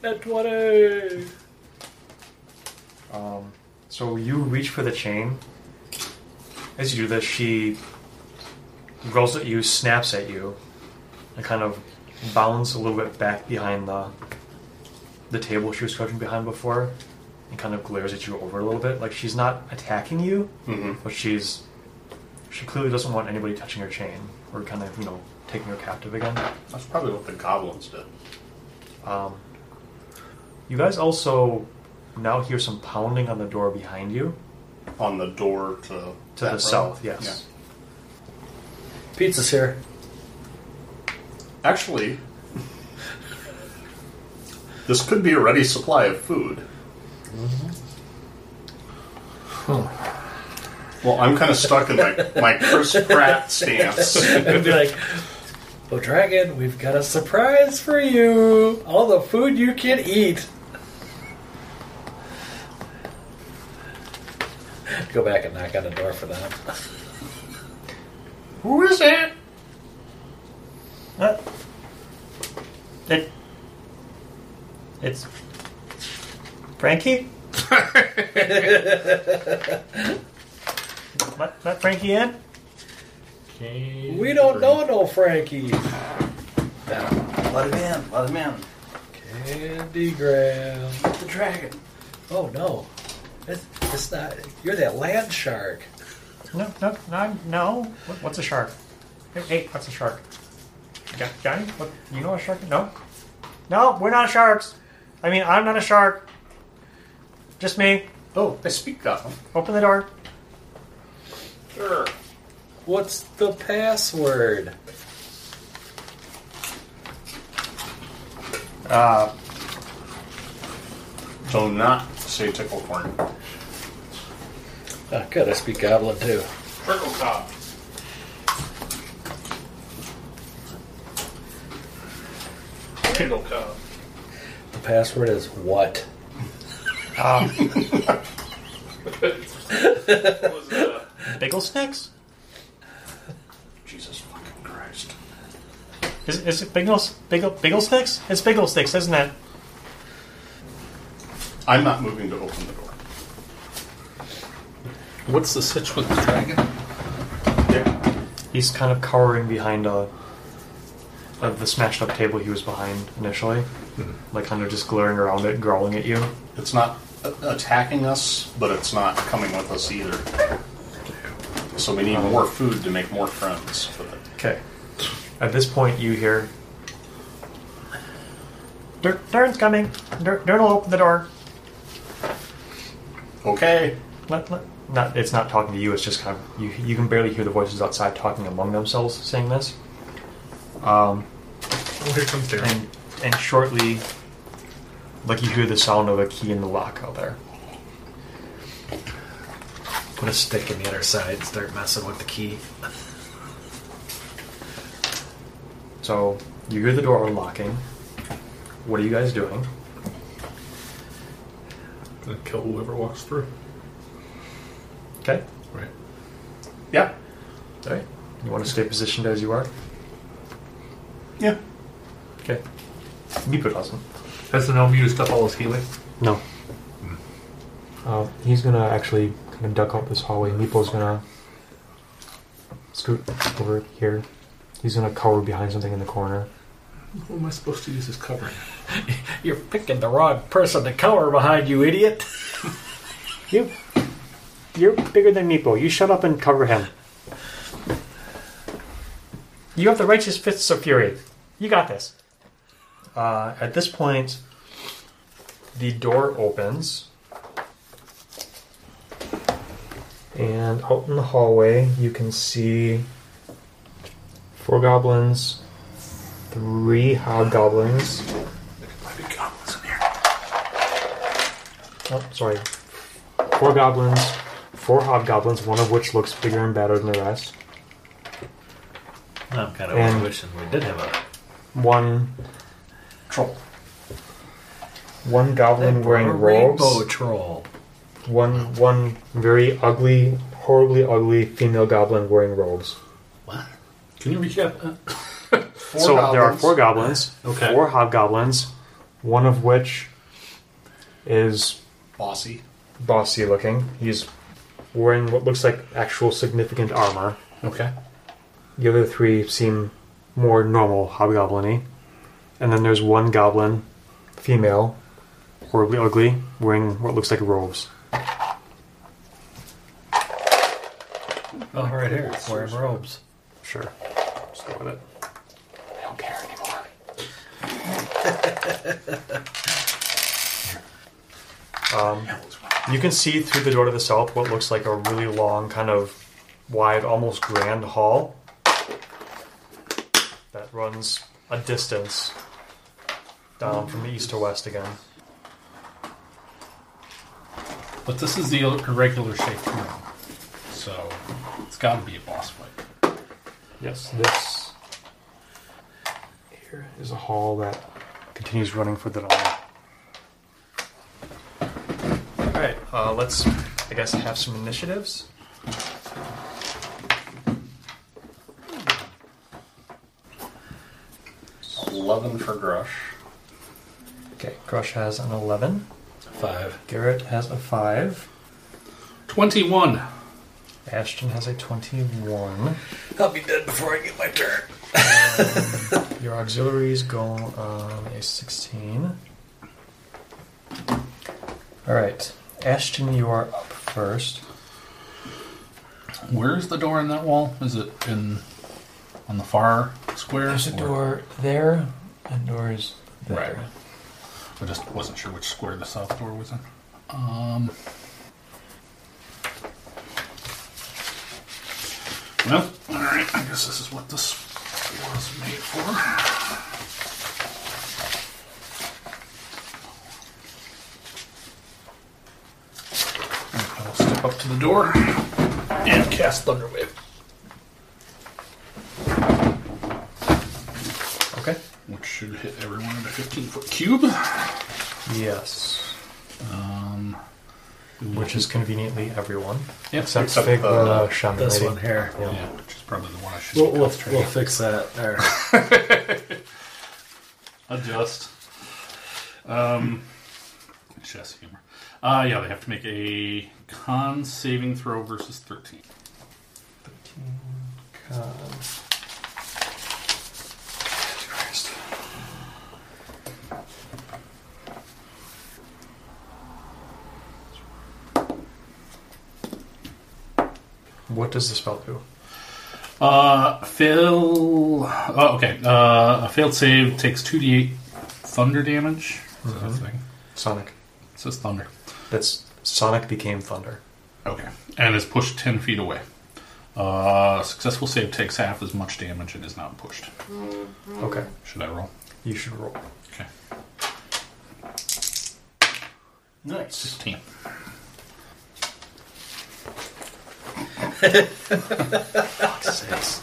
Speaker 6: At 20!
Speaker 3: Um, so you reach for the chain. As you do this, she rolls at you, snaps at you, and kind of bounds a little bit back behind the the table she was crouching behind before, and kind of glares at you over a little bit. Like she's not attacking you,
Speaker 4: Mm-hmm.
Speaker 3: but she's she clearly doesn't want anybody touching her chain or kind of you know taking her captive again.
Speaker 4: That's probably what the goblins did.
Speaker 3: Um, you guys also now hear some pounding on the door behind you
Speaker 4: On the door to
Speaker 3: to the south. Yes.
Speaker 6: Pizza's here.
Speaker 4: Actually, this could be a ready supply of food.
Speaker 3: Mm-hmm.
Speaker 4: Well, I'm kind of stuck in my, my Chris Pratt stance.
Speaker 6: It'd be like, well, Dragon, we've got a surprise for you. All the food you can eat. Go back and knock on the door for that.
Speaker 4: Who is it?
Speaker 3: Uh, it, it's Frankie? let, let Frankie in?
Speaker 6: We don't know no Frankie.
Speaker 20: Let him in. Let him in.
Speaker 6: Candy Graham.
Speaker 20: The dragon.
Speaker 6: Oh no, it's, it's not. You're that land shark.
Speaker 3: No, no, no. no. What, what's a shark? Hey, hey, what's a shark? Jo- Johnny, what, you know what a shark is? No? No, we're not sharks. I mean, I'm not a shark. Just me.
Speaker 4: Oh, I speak Gotham.
Speaker 3: Open the door.
Speaker 4: Sure.
Speaker 6: What's the password?
Speaker 4: Uh, so not say tickle corn.
Speaker 6: Oh, good, I speak goblin too.
Speaker 4: Prickle top.
Speaker 15: Tickle cow.
Speaker 6: The password is what? Um.
Speaker 3: Bagel snacks?
Speaker 4: Jesus fucking Christ.
Speaker 3: Is, is it bagels? Bagel, bagel sticks? It's bagel sticks, isn't it?
Speaker 4: I'm not moving to open the door.
Speaker 1: What's the sitch with the dragon?
Speaker 3: He's kind of cowering behind a, of the smashed up table he was behind initially, like kind of just glaring around it, growling at you.
Speaker 4: It's not a- attacking us, but it's not coming with us either. So we need more food to make more friends with it.
Speaker 3: Okay. At this point, you hear. "Dur- Durn's coming. Dur- Durn will open the door.
Speaker 4: Okay.
Speaker 3: Let, let, not, it's not talking to you. It's just kind of you. You can barely hear the voices outside talking among themselves, saying this. Um,
Speaker 1: Oh, here comes Darren.
Speaker 3: and and shortly, like you hear the sound of a key in the lock out there.
Speaker 6: Put a stick in the other side and start messing with the key.
Speaker 3: So you hear the door unlocking. What are you guys doing?
Speaker 1: Gonna kill whoever walks through.
Speaker 3: Okay.
Speaker 1: Right.
Speaker 4: Yeah.
Speaker 3: All right. You want to stay positioned as you are.
Speaker 4: Yeah.
Speaker 3: Okay. Meepo doesn't.
Speaker 1: Has the gnome used up all Hmm. his healing?
Speaker 3: No. Uh, he's gonna actually kind of duck out this hallway. Meepo's gonna scoot over here. He's gonna cower behind something in the corner.
Speaker 1: Who am I supposed to use as covering?
Speaker 6: You're picking the wrong person to cover behind, you idiot.
Speaker 3: You, you're bigger than Meepo. You shut up and cover him. You have the righteous fists of fury. You got this. Uh, at this point, the door opens, and out in the hallway, you can see four goblins, three hobgoblins. Oh, sorry. Four goblins, four hobgoblins, one of which looks bigger and badder than the rest.
Speaker 6: I'm kind of
Speaker 3: And-
Speaker 6: wishing we did have a
Speaker 3: One troll. One goblin wearing
Speaker 6: a
Speaker 3: robes.
Speaker 6: rainbow troll.
Speaker 3: One one very ugly, horribly ugly female goblin wearing robes.
Speaker 1: Can you recap that?
Speaker 4: Four
Speaker 3: so there are
Speaker 4: goblins.
Speaker 3: four goblins,
Speaker 1: Okay.
Speaker 3: four hobgoblins, one of which is
Speaker 4: Bossy.
Speaker 3: bossy looking. He's wearing what looks like actual significant armor.
Speaker 1: Okay.
Speaker 3: The other three seem more normal hobgoblin-y. And then there's one goblin, female, horribly ugly, wearing what looks like robes.
Speaker 6: Oh, right here, it's wearing robes.
Speaker 3: Sure. Just go with it. I don't care anymore. um, you can see through the door to the south what looks like a really long, kind of wide, almost grand hall that runs a distance down from east to west again.
Speaker 1: But this is the irregular shaped room. So it's gotta be a boss fight.
Speaker 3: Yes, this here is a hall that continues running for the dawn. All right, uh, let's, I guess, have some initiatives.
Speaker 4: Eleven for Grush.
Speaker 3: Okay, Crush has an 11.
Speaker 6: Five.
Speaker 3: Garrett has a 5.
Speaker 1: 21.
Speaker 3: Ashton has a 21.
Speaker 6: I'll be dead before I get my turn.
Speaker 3: Your auxiliaries go on a 16. All right, Ashton, you are up first.
Speaker 1: Where's the door in that wall? Is it in on the far square?
Speaker 12: There's a
Speaker 1: or-
Speaker 12: door there, and doors there.
Speaker 1: Right. I just wasn't sure which square the south door was in. Um. Well, all right. I guess this is what this was made for. up to the door and cast Thunderwave.
Speaker 3: Okay.
Speaker 1: Which should hit everyone in a 15 foot cube.
Speaker 3: Yes.
Speaker 1: Um,
Speaker 3: Which is conveniently everyone.
Speaker 1: Yep.
Speaker 3: Except,
Speaker 1: Except,
Speaker 3: Fig,
Speaker 1: uh,
Speaker 3: the shaman
Speaker 6: This
Speaker 3: lady.
Speaker 6: one here.
Speaker 3: Yeah.
Speaker 1: Yeah, which is probably the one I should
Speaker 6: We'll,
Speaker 1: be
Speaker 6: we'll,
Speaker 1: concentrating
Speaker 6: we'll fix that there.
Speaker 1: adjust. Um, chess humor. Uh, yeah, they have to make a con saving throw versus 13.
Speaker 3: What does the spell do?
Speaker 1: Uh, fail. Oh, okay. Uh, a failed save takes 2d8 thunder damage. Is that a thing?
Speaker 3: Sonic.
Speaker 1: It says thunder.
Speaker 3: That's Sonic became thunder.
Speaker 1: Okay. And is pushed 10 feet away. Uh, successful save takes half as much damage and is not pushed.
Speaker 3: Okay.
Speaker 1: Should I roll?
Speaker 3: You should roll.
Speaker 1: Okay.
Speaker 10: Nice.
Speaker 1: 16.
Speaker 3: Six.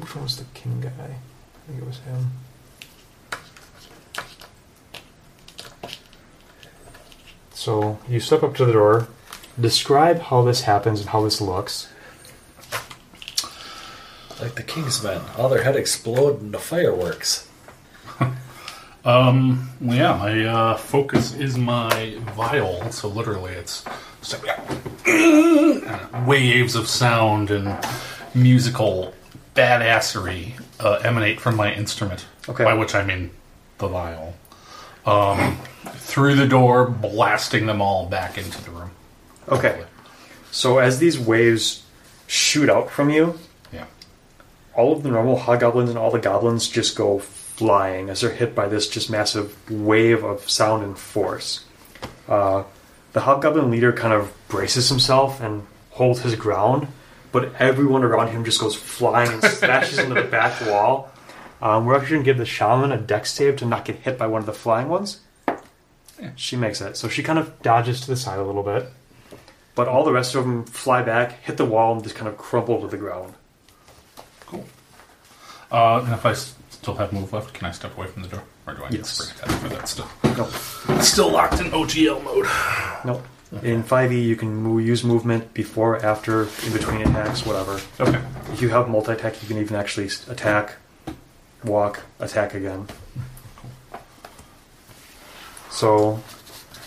Speaker 3: which one was the king guy? I think it was him. So you step up to the door. Describe how this happens and how this looks.
Speaker 6: like the King's Men. All their head explode into fireworks.
Speaker 1: Um, well, yeah, my uh, focus is my vial, so literally it's just like waves of sound and musical badassery uh, emanate from my instrument.
Speaker 3: Okay.
Speaker 1: By which I mean the vial. Um, through the door, blasting them all back into the room.
Speaker 3: Okay. So as these waves shoot out from you,
Speaker 1: Yeah.
Speaker 3: all of the normal hobgoblins and all the goblins just go flying as they're hit by this just massive wave of sound and force. Uh, the hobgoblin leader kind of braces himself and holds his ground, but everyone around him just goes flying and smashes into the back wall. Um, we're actually going to give the shaman a dex save to not get hit by one of the flying ones. She makes it, so she kind of dodges to the side a little bit. But all the rest of them fly back, hit the wall, and just kind of crumble to the ground.
Speaker 1: Cool. Uh, and if I s- still have move left, can I step away from the door? Or do I need
Speaker 3: Yes.
Speaker 1: to spring attack for that stuff?
Speaker 3: Nope.
Speaker 1: Still locked in OGL mode.
Speaker 3: Nope. In 5e, you can mo- use movement before, after, in between attacks, whatever.
Speaker 1: Okay.
Speaker 3: If you have multi attack, you can even actually s- attack, walk, attack again. So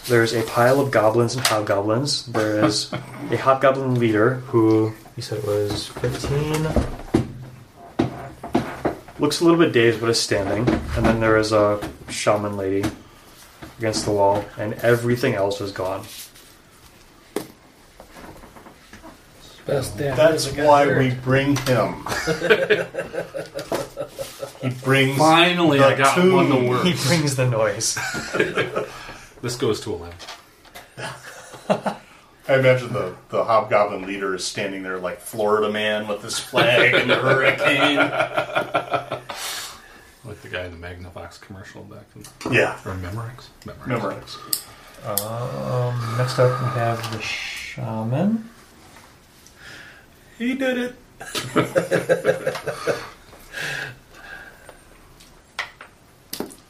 Speaker 3: there's a pile of goblins and hobgoblins. There is a hobgoblin leader who you said it was 15. Looks a little bit dazed, but is standing. And then there is a shaman lady against the wall, and everything else is gone.
Speaker 14: Best damn
Speaker 4: That's
Speaker 14: music I've
Speaker 4: why
Speaker 14: heard.
Speaker 4: we bring him. he brings.
Speaker 1: Finally, I
Speaker 4: The
Speaker 1: got one to
Speaker 4: tune.
Speaker 1: work.
Speaker 3: He brings the noise.
Speaker 1: This goes to 11.
Speaker 4: I imagine the, the hobgoblin leader is standing there like Florida man with his flag and the hurricane.
Speaker 1: Like the guy in the Magnavox commercial back in
Speaker 4: Yeah.
Speaker 1: Or Memorex? Memorex.
Speaker 4: Memorex.
Speaker 3: Um, next up, we have the shaman.
Speaker 6: He did it.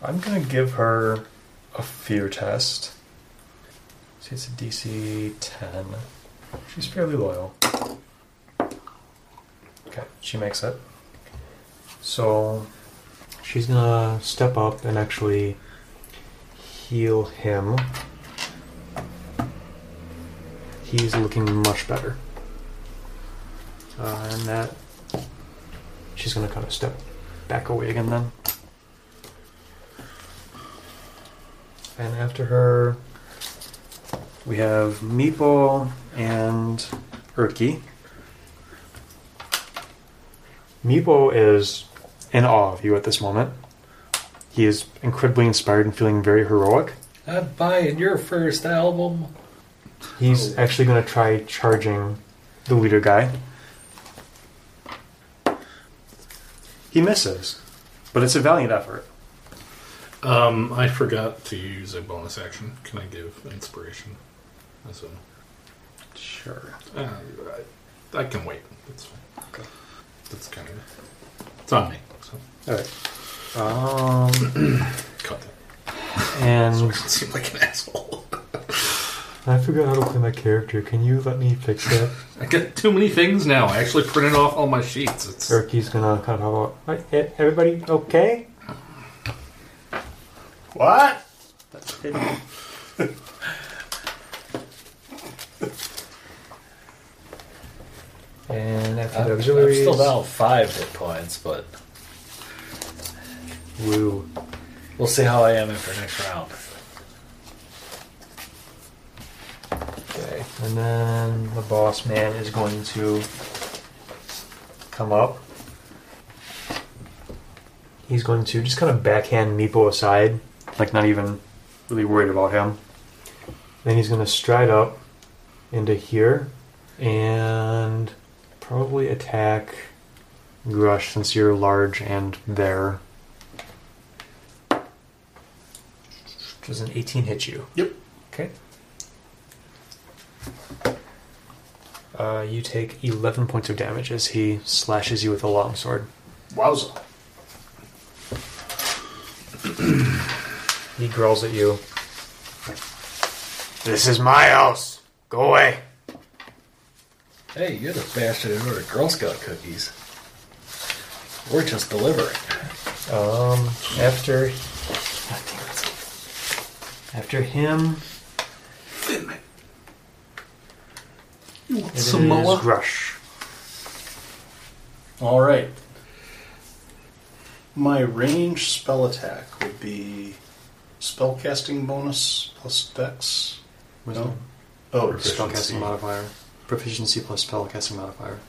Speaker 3: I'm gonna give her a fear test. See, it's a DC 10. She's fairly loyal. Okay, she makes it. So she's gonna step up and actually heal him. He's looking much better. Uh, and that she's gonna kind of step back away again then. And after her, we have Meeple and Erky. Meeple is in awe of you at this moment. He is incredibly inspired and feeling very heroic.
Speaker 14: I'm buying your first album.
Speaker 3: He's actually going to try charging the leader guy. He misses, but it's a valiant effort.
Speaker 1: Um, I forgot to use a bonus action. Can I give inspiration? As a,
Speaker 3: Sure.
Speaker 1: uh, I, I can wait. That's fine. Okay. That's kind of it's on me. So
Speaker 3: All right. Um,
Speaker 1: cut that.
Speaker 3: and
Speaker 1: Don't seem like an asshole.
Speaker 3: I forgot how to play my character. Can you let me fix that?
Speaker 1: I got too many things now. I actually printed off all my sheets. It's
Speaker 3: Erky's
Speaker 8: uh,
Speaker 3: gonna kind of help out. Right, e- Everybody okay?
Speaker 4: What?
Speaker 3: And after
Speaker 14: I'm,
Speaker 3: the
Speaker 14: I'm
Speaker 3: auxiliaries,
Speaker 14: still down five hit points, but
Speaker 3: Woo.
Speaker 14: we'll see how I am after next round.
Speaker 3: Okay. And then the boss man is going to come up. He's going to just kind of backhand Meepo aside, like not even really worried about him. Then he's going to stride up into here and probably attack Grush since you're large and there. Does an 18 hit you?
Speaker 4: Yep.
Speaker 3: Okay. Uh, you take 11 points of damage as he slashes you with a longsword.
Speaker 4: Wowza.
Speaker 3: He growls at you. This is my house. Go away.
Speaker 14: Hey, you're the bastard who ordered Girl Scout cookies. We're just delivering.
Speaker 3: Um, after after him,
Speaker 1: You want
Speaker 3: it is
Speaker 1: Samoa?
Speaker 3: Grush.
Speaker 4: All right. My range spell attack would be spellcasting bonus plus dex.
Speaker 3: Where's
Speaker 4: No. Oh,
Speaker 3: Spellcasting modifier, proficiency plus spellcasting modifier.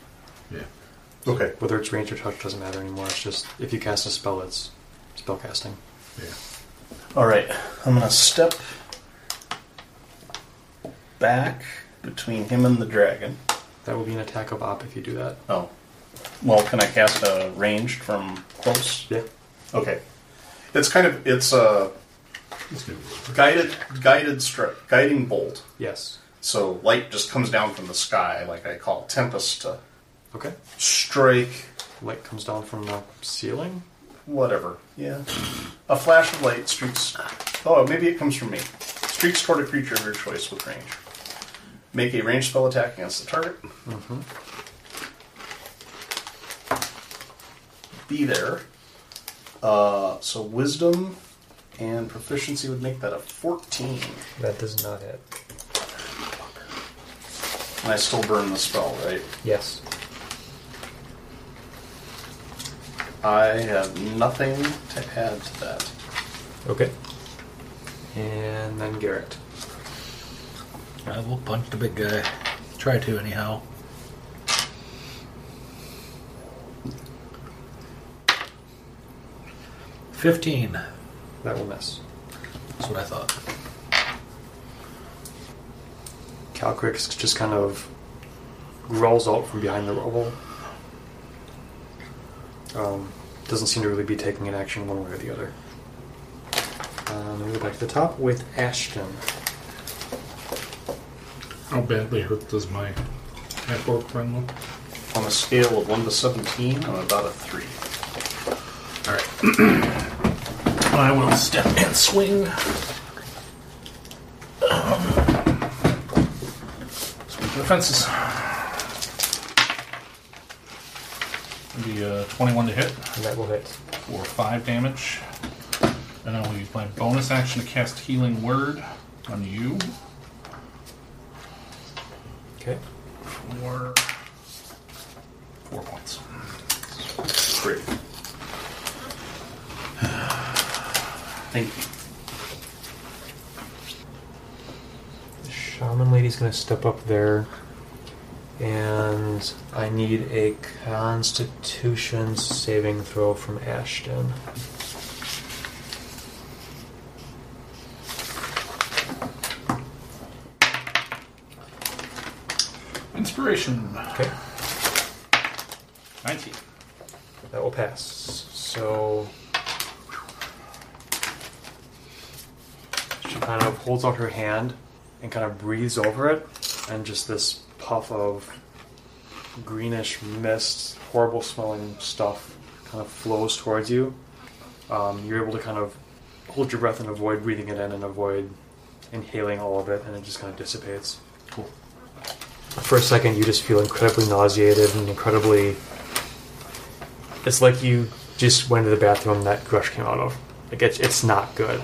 Speaker 1: Yeah.
Speaker 4: Okay.
Speaker 3: Whether it's range or touch doesn't matter anymore. It's just if you cast a spell, it's spellcasting.
Speaker 1: Yeah.
Speaker 4: All right. I'm going to step back between him and the dragon.
Speaker 3: That will be an attack of op if you do that.
Speaker 4: Oh. Well, can I cast a ranged from close?
Speaker 3: Yeah.
Speaker 4: Okay. It's kind of it's a guided guided stri- guiding bolt.
Speaker 3: Yes.
Speaker 4: So light just comes down from the sky, like I call tempest to
Speaker 3: Okay.
Speaker 4: strike
Speaker 3: Light comes down from the ceiling.
Speaker 4: whatever. Yeah. A flash of light streaks. Oh, maybe it comes from me. Streaks toward a creature of your choice with range. Make a ranged spell attack against the target. Mm-hmm. Be there. Uh, so wisdom and proficiency would make that a 14.
Speaker 3: That does not hit.
Speaker 4: And I still burn the spell, right?
Speaker 3: Yes.
Speaker 4: I have nothing to add to that.
Speaker 3: Okay. And then Garrett.
Speaker 14: I will punch the big guy. Try to, anyhow. Fifteen.
Speaker 3: That will miss.
Speaker 14: That's what I thought.
Speaker 3: Calcrix just kind of rolls out from behind the rubble. Um, doesn't seem to really be taking an action one way or the other. Um, we go back to the top with Ashton.
Speaker 1: How badly hurt does my half orc friend look?
Speaker 4: On a scale of 1 to 17, I'm about a 3.
Speaker 1: I will step and swing. Swing for the fences.
Speaker 10: Be uh, 21 to hit
Speaker 3: And that will hit.
Speaker 10: for 5 damage. And I will use my bonus action to cast Healing Word on you
Speaker 3: Okay.
Speaker 10: for 4 points.
Speaker 4: Great. Thank you.
Speaker 3: The shaman lady's going to step up there. And I need a constitution saving throw from Ashton.
Speaker 10: Inspiration
Speaker 3: Okay.
Speaker 10: 19.
Speaker 3: That will pass. So kind of holds out her hand and kind of breathes over it, and just this puff of greenish mist, horrible smelling stuff, kind of flows towards you. Um, you're able to kind of hold your breath and avoid breathing it in and avoid inhaling all of it, and it just kind of dissipates.
Speaker 8: Cool.
Speaker 3: For a second, you just feel incredibly nauseated and incredibly. It's like you just went to the bathroom that Grush came out of. Like, it's, it's not good.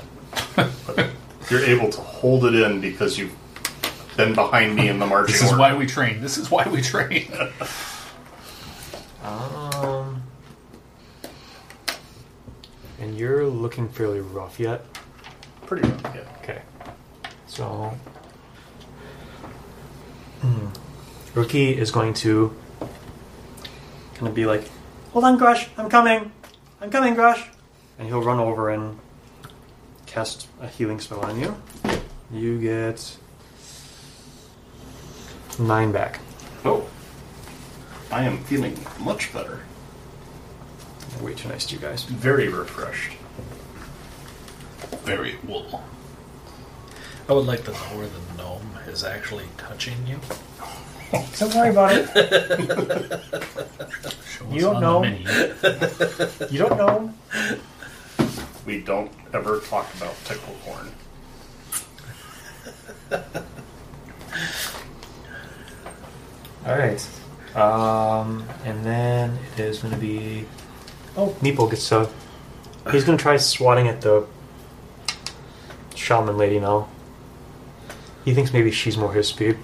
Speaker 4: You're able to hold it in because you've been behind me in the marching
Speaker 10: This is
Speaker 4: order.
Speaker 10: why we train. This is why we train.
Speaker 3: Um, and you're looking fairly rough yet.
Speaker 4: Pretty rough, yeah.
Speaker 3: Okay. So, Hmm. Rookie is going to kind of be like,
Speaker 12: Hold on, Grush. I'm coming. I'm coming, Grush.
Speaker 3: and he'll run over and cast a healing spell on you. You get nine back.
Speaker 4: Oh. I am feeling much better.
Speaker 3: Way too nice to you guys.
Speaker 4: Very refreshed.
Speaker 10: Very wool.
Speaker 14: I would like to know where the gnome is actually touching you.
Speaker 12: Don't worry about it. you don't know. You don't know.
Speaker 4: We don't ever talk about tickle corn.
Speaker 3: All right. Um, and then it is going to be. Oh, Meeple gets to. He's going to try swatting at the shaman lady now. He thinks maybe she's more his speed.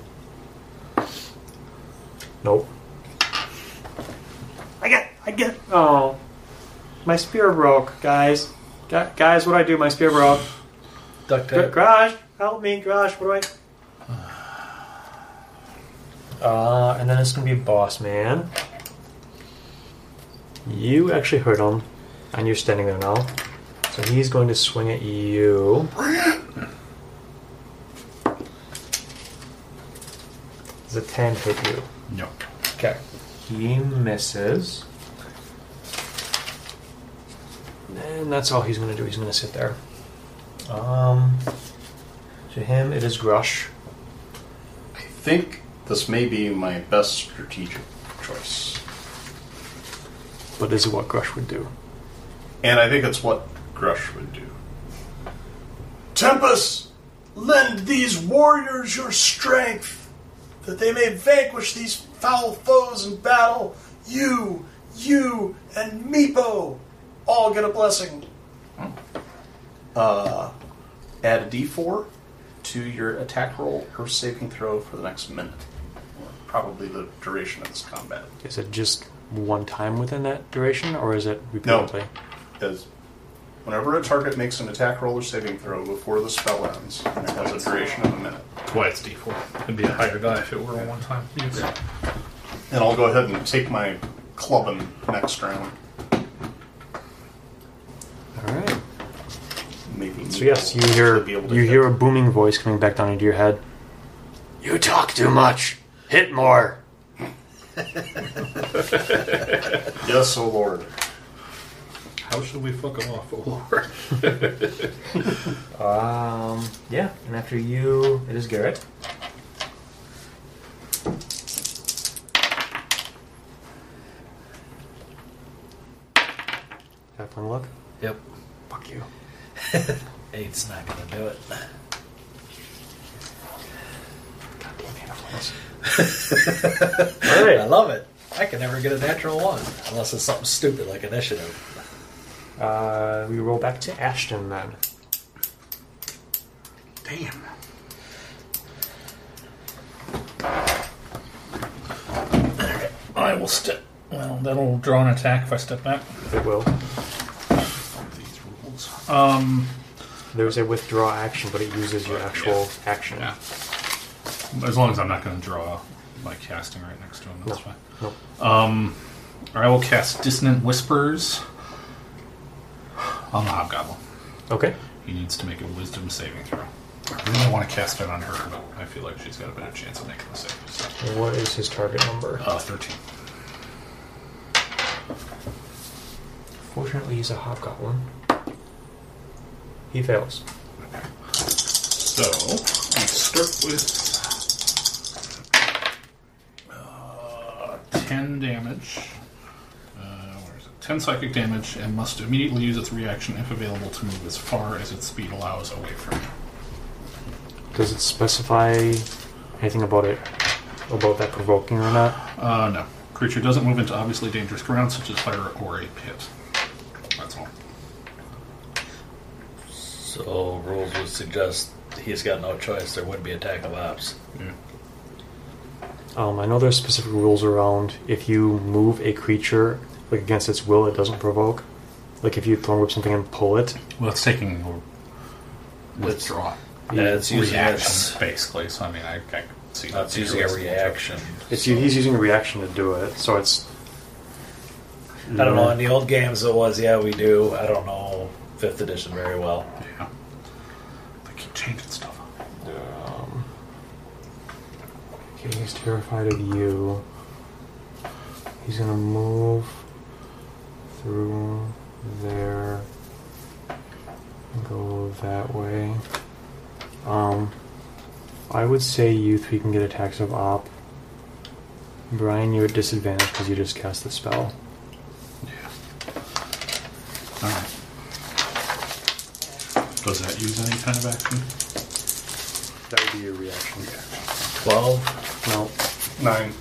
Speaker 3: Nope.
Speaker 12: I get. I get.
Speaker 3: Oh, my spear broke, guys. Gu- guys, what do I do? My spear broke.
Speaker 14: Duct
Speaker 3: Gr-
Speaker 14: tape.
Speaker 3: Garage, help me, garage. What do I? Uh, and then it's gonna be boss man. You actually hurt him, and you're standing there now. So he's going to swing at you. Does a ten hit you?
Speaker 10: No.
Speaker 3: Okay. He misses. And that's all he's going to do. He's going to sit there. Um, to him, it is Grush.
Speaker 4: I think this may be my best strategic choice.
Speaker 3: But this is what Grush would do.
Speaker 4: And I think it's what Grush would do. Tempest, lend these warriors your strength, that they may vanquish these foul foes in battle. You, you, and Meepo all get a blessing. Uh, add a d4 to your attack roll or saving throw for the next minute. Or Probably the duration of this combat.
Speaker 3: Is it just one time within that duration, or is it
Speaker 4: No.
Speaker 3: repeatedly?
Speaker 4: is whenever a target makes an attack roll or saving throw before the spell ends, and it has a duration of a minute.
Speaker 10: Twice D4. It'd be a higher die if it were a one time use.
Speaker 4: And I'll go ahead and take my clubbing next round.
Speaker 3: All right.
Speaker 4: Maybe
Speaker 3: So yes, you hear you hear a booming voice coming back down into your head. You talk too much. Hit more.
Speaker 4: Yes, oh Lord.
Speaker 10: How should we fuck him off, oh Lord?
Speaker 3: Um, yeah, and after you, it is Garrett. Have one look.
Speaker 14: Yep.
Speaker 3: Fuck you.
Speaker 14: Eight's not gonna do it.
Speaker 3: All
Speaker 14: I
Speaker 3: right.
Speaker 14: love it. I can never get a natural one unless it's something stupid like initiative.
Speaker 3: Uh, we roll back to Ashton then.
Speaker 10: Damn. I will step. Well, that'll draw an attack if I step back.
Speaker 3: It will.
Speaker 10: These rules. Um,
Speaker 3: There's a withdraw action, but it uses your actual action.
Speaker 10: yeah. As long as I'm not going to draw by casting right next to him, that's fine. Um,
Speaker 3: Nope.
Speaker 10: Or I will cast Dissonant Whispers on the Hobgoblin.
Speaker 3: Okay.
Speaker 10: He needs to make a Wisdom saving throw. I really want to cast that on her, but I feel like she's got a better chance of making the save. So,
Speaker 3: What is his target number?
Speaker 10: uh, 13.
Speaker 3: Fortunately, he's a hobgoblin. He fails.
Speaker 10: So, we start with uh, 10 damage. Uh, where is it? 10 psychic damage and must immediately use its reaction if available to move as far as its speed allows away from you.
Speaker 3: Does it specify anything about it, about that provoking or not?
Speaker 10: Uh, no. Creature doesn't move into obviously dangerous ground such as fire or a pit. That's all.
Speaker 6: So rules would suggest he's got no choice. There would be attack of ops.
Speaker 3: Um, I know there's specific rules around if you move a creature like against its will, it doesn't provoke. Like if you throw whip something and pull it,
Speaker 10: Well, it's taking your withdraw.
Speaker 6: Yeah, it's using its,
Speaker 10: Reaction, basically. So, I mean, I, I can see
Speaker 6: that's
Speaker 10: that
Speaker 6: using a reaction.
Speaker 3: it's he's using a reaction to do it. So it's
Speaker 10: Mm-hmm.
Speaker 6: I don't know. In the old games, it was yeah, we do. I don't know fifth edition very well.
Speaker 10: Yeah. They keep changing stuff.
Speaker 3: Um, okay, he's terrified of you. He's gonna move through there and go that way. Um, I would say you three can get attacks of op. Brian, you're at disadvantage because you just cast the spell.
Speaker 10: All right. Does that use any kind of action?
Speaker 3: That would be your reaction.
Speaker 6: Twelve.
Speaker 3: No,
Speaker 4: Nine.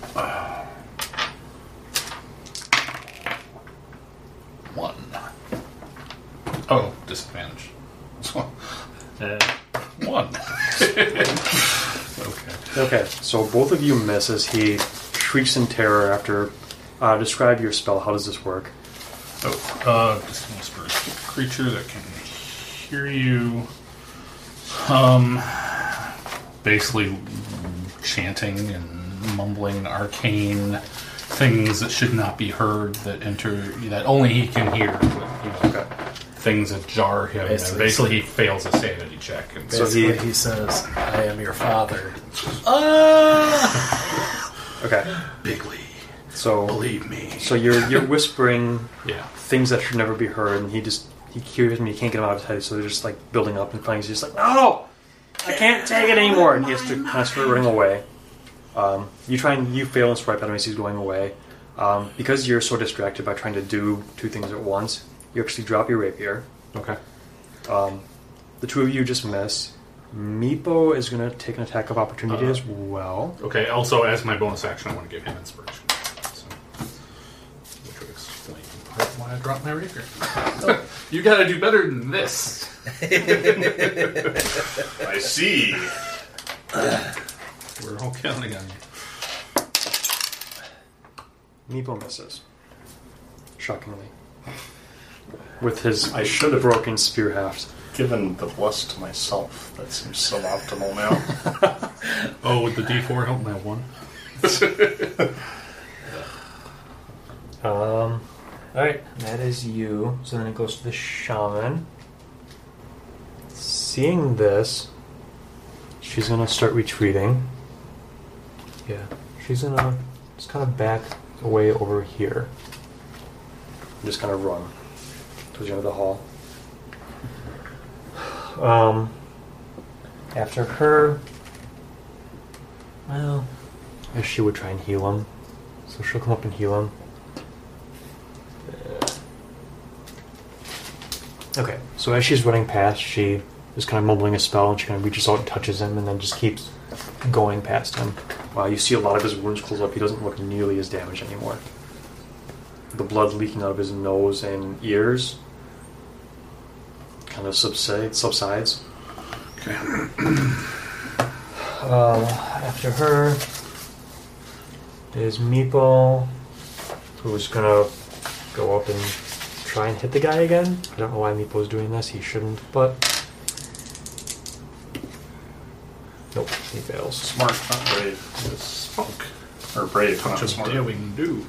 Speaker 10: One. Oh, disadvantage.
Speaker 6: Uh,
Speaker 10: One. okay.
Speaker 3: Okay, so both of you miss as he shrieks in terror after. Uh, describe your spell. How does this work?
Speaker 10: Oh, uh, just gonna whisper. Creature that can hear you. Um, basically chanting and mumbling arcane things that should not be heard that enter that only he can hear. But, you know, Things that jar him.
Speaker 6: Basically-
Speaker 10: Basically, and basically he fails a sanity check. And so,
Speaker 3: he-
Speaker 6: basically, he says, "I am your father."
Speaker 3: Okay,
Speaker 10: bigly,
Speaker 3: so
Speaker 10: believe me.
Speaker 3: so you're you're whispering
Speaker 10: Yeah.
Speaker 3: things that should never be heard, and he just he hears them. He can't get them out of his head, so they're just like building up, and finally he's just like, "No, I can't take it anymore." And he has to kind of start running away. Um, you try and you fail and swipe at him as he's going away. Um, because you're so distracted by trying to do two things at once, you actually drop your rapier.
Speaker 10: Okay.
Speaker 3: Um, the two of you just miss. Meepo is going to take an attack of opportunity
Speaker 10: Uh,
Speaker 3: as well.
Speaker 10: Okay. Also, as my bonus action, I want to give him inspiration. So, which would explain part of why I dropped my rapier. you got to do better than this.
Speaker 4: I see.
Speaker 10: We're all counting on you.
Speaker 3: Meepo misses. Shockingly. With his I should have broken spear haft.
Speaker 4: Given the bless to myself, that seems so optimal now.
Speaker 10: Oh, would the D4 help my one?
Speaker 3: Um, Alright, that is you. So then it goes to the shaman. Seeing this, she's going to start retreating. Yeah. She's going to just kind of back away over here. Just kind of run towards the end of the hall. Um, after her, well, I guess she would try and heal him. So she'll come up and heal him. Okay, so as she's running past, she is kind of mumbling a spell and she kind of reaches out and touches him and then just keeps going past him. Wow, you see a lot of his wounds close up. He doesn't look nearly as damaged anymore. The blood leaking out of his nose and ears kind of subsides. subsides.
Speaker 10: Okay.
Speaker 3: Um, after her is Meeple, who's gonna go up and try and hit the guy again. I don't know why Meepo's doing this. He shouldn't, but nope, he fails.
Speaker 4: Smart, not brave.
Speaker 10: Spunk.
Speaker 4: Or brave, not
Speaker 10: Just
Speaker 4: smart.
Speaker 10: doing do.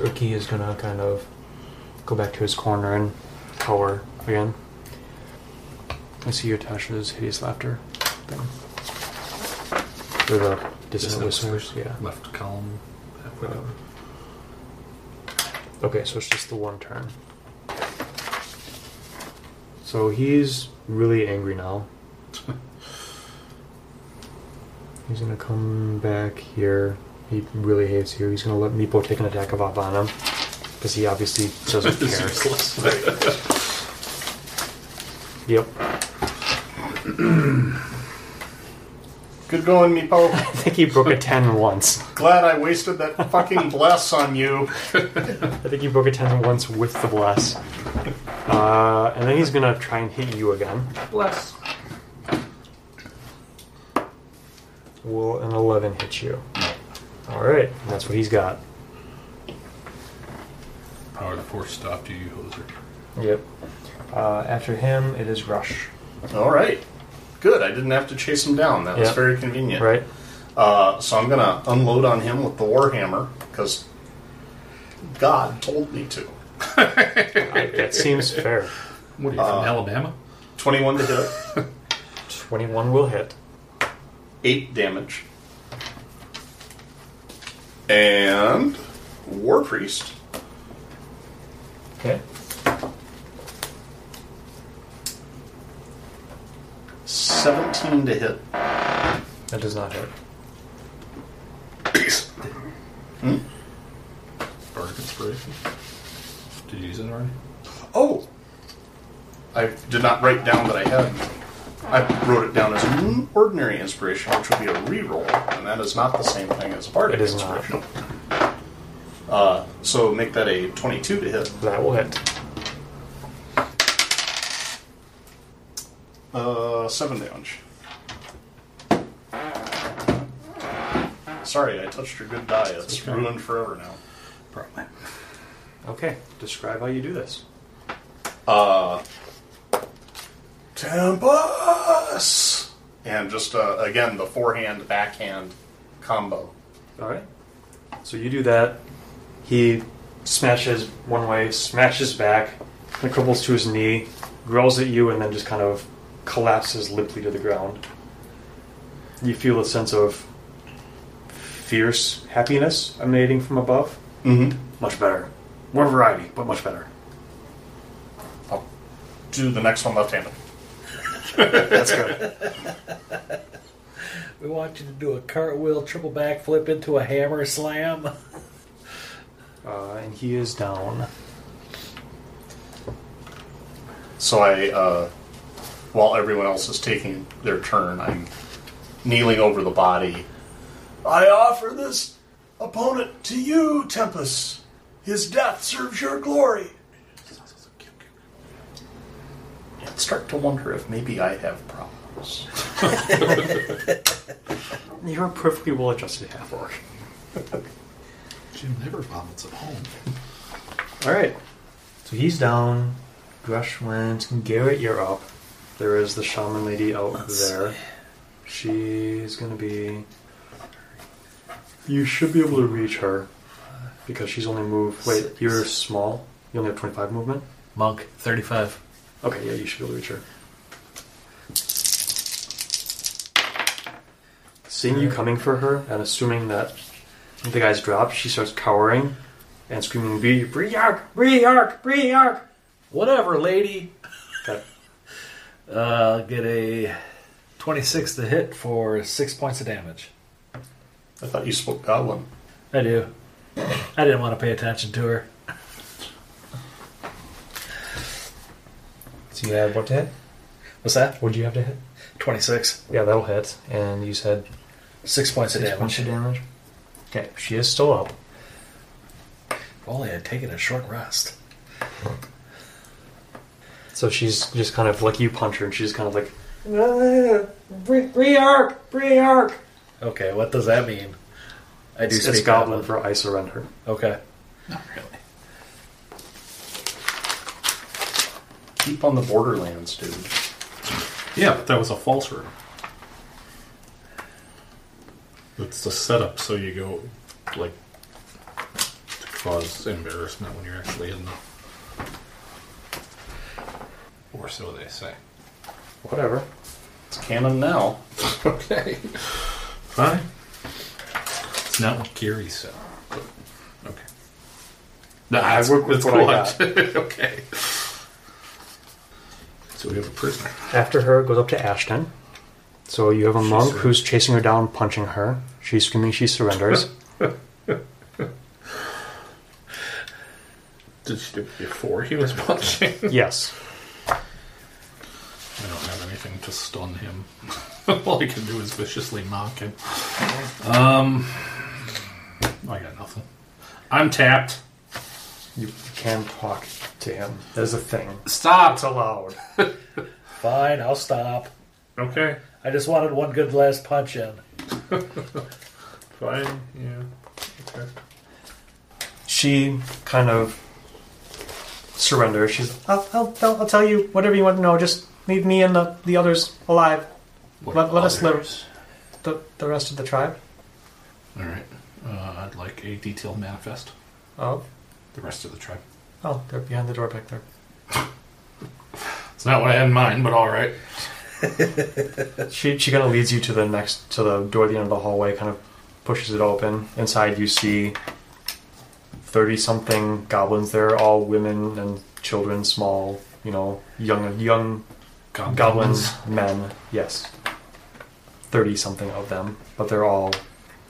Speaker 3: Urki is gonna kind of go back to his corner and cower again. I see your Tasha's hideous laughter thing. Or the dissonant
Speaker 10: Dissonant
Speaker 3: whispers, yeah.
Speaker 10: Left column. halfway down.
Speaker 3: Um, okay, so it's just the one turn. So he's really angry now. he's gonna come back here. He really hates here. He's gonna let Meepo take an attack of up on him. Because he obviously doesn't
Speaker 10: It's
Speaker 3: care.
Speaker 10: useless.
Speaker 3: Yep.
Speaker 4: Good going, Meepo.
Speaker 3: I think he broke a 10 once.
Speaker 4: Glad I wasted that fucking bless on you.
Speaker 3: I think he broke a 10 once with the bless. Uh, and then he's gonna try and hit you again.
Speaker 1: Bless.
Speaker 3: Will an 11 hit you? Alright, that's what he's got.
Speaker 10: Power of the force stopped you, you hoser.
Speaker 3: Yep. Uh, after him, it is Rush.
Speaker 4: All right. Good. I didn't have to chase him down. That was
Speaker 3: Yeah.
Speaker 4: very convenient.
Speaker 3: Right?
Speaker 4: Uh, so I'm going to unload on him with the Warhammer because God told me to.
Speaker 3: That seems fair.
Speaker 10: What are you, from Alabama?
Speaker 4: 21 to hit,
Speaker 3: 21 will hit.
Speaker 4: 8 damage. And War Priest.
Speaker 3: Okay.
Speaker 4: 17 to hit.
Speaker 3: That does not hit. Hmm?
Speaker 10: Bardic inspiration? Did you use it already?
Speaker 4: Oh! I did not write down that I had. I wrote it down as an ordinary inspiration, which would be a reroll, and that is not the same thing as a bardic
Speaker 3: It is not.
Speaker 4: inspiration. Uh, so make that a 22 to hit.
Speaker 3: That will hit.
Speaker 4: Uh, 7 damage. Sorry, I touched your good die. It's ruined forever now.
Speaker 10: Probably.
Speaker 3: Okay, describe how you do this.
Speaker 4: Tempest! And just, uh, again, the forehand, backhand combo.
Speaker 3: Alright. So you do that. He smashes one way, smashes back, then crumbles to his knee, growls at you, and then just kind of collapses limply to the ground. You feel a sense of fierce happiness emanating from above.
Speaker 4: Mm-hmm.
Speaker 3: Much better. More variety, but much better.
Speaker 4: I'll do the next one left-handed.
Speaker 3: That's good.
Speaker 14: We want you to do a cartwheel, triple backflip into a hammer slam.
Speaker 3: Uh, and he is down.
Speaker 4: So I, uh, while everyone else is taking their turn, I'm kneeling over the body. I offer this opponent to you, Tempest. His death serves your glory. And start to wonder if maybe I have problems.
Speaker 3: You're a perfectly well adjusted half orc.
Speaker 10: Jim never vomits at home.
Speaker 3: Alright. So he's down. Grush went. Garrett, you're up. There is the shaman lady out there. She's gonna be. You should be able to reach her because she's only moved. Wait, you you're small. You only have 25 movement?
Speaker 6: Monk, 35.
Speaker 3: Okay, yeah, you should be able to reach her. Seeing you coming for her and assuming that the guy's dropped, she starts cowering and screaming, Be Briark! Briark! Briark!
Speaker 6: Whatever, lady.
Speaker 3: Okay.
Speaker 6: Uh, get a 26 to hit for 6 points of damage.
Speaker 4: I thought you spoke uh, Goblin.
Speaker 6: I do. I didn't want to pay attention to her.
Speaker 3: So you had what to hit?
Speaker 6: What's that?
Speaker 3: What do you have to hit?
Speaker 6: 26.
Speaker 3: Yeah, that'll hit. And you said
Speaker 6: 6 points of
Speaker 3: six
Speaker 6: damage.
Speaker 3: points of damage. Okay, she is still up.
Speaker 6: If only I'd taken a short rest.
Speaker 3: So she's just kind of like you punch her, and she's kind of like, Briark, Briark.
Speaker 6: Okay, what does that mean? I do
Speaker 3: It's,
Speaker 6: speak
Speaker 3: it's goblin for I surrender.
Speaker 6: Okay.
Speaker 4: Keep on the borderlands, dude.
Speaker 10: Yeah, but that was a false room. It's the setup so you go, like, to cause embarrassment when you're actually in the. Or so they say.
Speaker 3: Whatever.
Speaker 4: It's canon now.
Speaker 10: Okay. Fine. It's not what Gary said. but- Okay. No,
Speaker 3: I work with
Speaker 10: that's
Speaker 3: what I
Speaker 10: okay. It's So we have a prisoner.
Speaker 3: After her goes up to Ashton. So you have a monk
Speaker 10: sur-
Speaker 3: who's chasing her down, punching her. She's screaming, she surrenders.
Speaker 10: Did she do it before he was punching?
Speaker 3: yes.
Speaker 10: I don't have anything to stun him. All I can do is viciously mock him. Um, I got nothing. I'm tapped.
Speaker 3: You can talk to him. That is a thing.
Speaker 10: Stop.
Speaker 3: It's allowed.
Speaker 21: Fine, I'll stop.
Speaker 10: Okay.
Speaker 21: I just wanted one good last punch in.
Speaker 10: Fine. Yeah. Okay.
Speaker 3: She kind of surrenders. She's, I'll, I'll, I'll I'll tell you whatever you want to know. Just leave me and the, the others alive. Let, let us live. The, the rest of the tribe.
Speaker 10: All right. Uh, I'd like a detailed manifest.
Speaker 3: Oh,
Speaker 10: The rest of the tribe.
Speaker 3: oh, they're behind the door back there.
Speaker 10: It's not what I had in mind, but all right.
Speaker 3: uh, She she kind of leads you to the next to the door at the end of the hallway. Kind of pushes it open. Inside you see thirty something goblins. There, all women and children, small, you know, young young
Speaker 10: Goblins.
Speaker 3: goblins, men. Yes, thirty something of them, but they're all.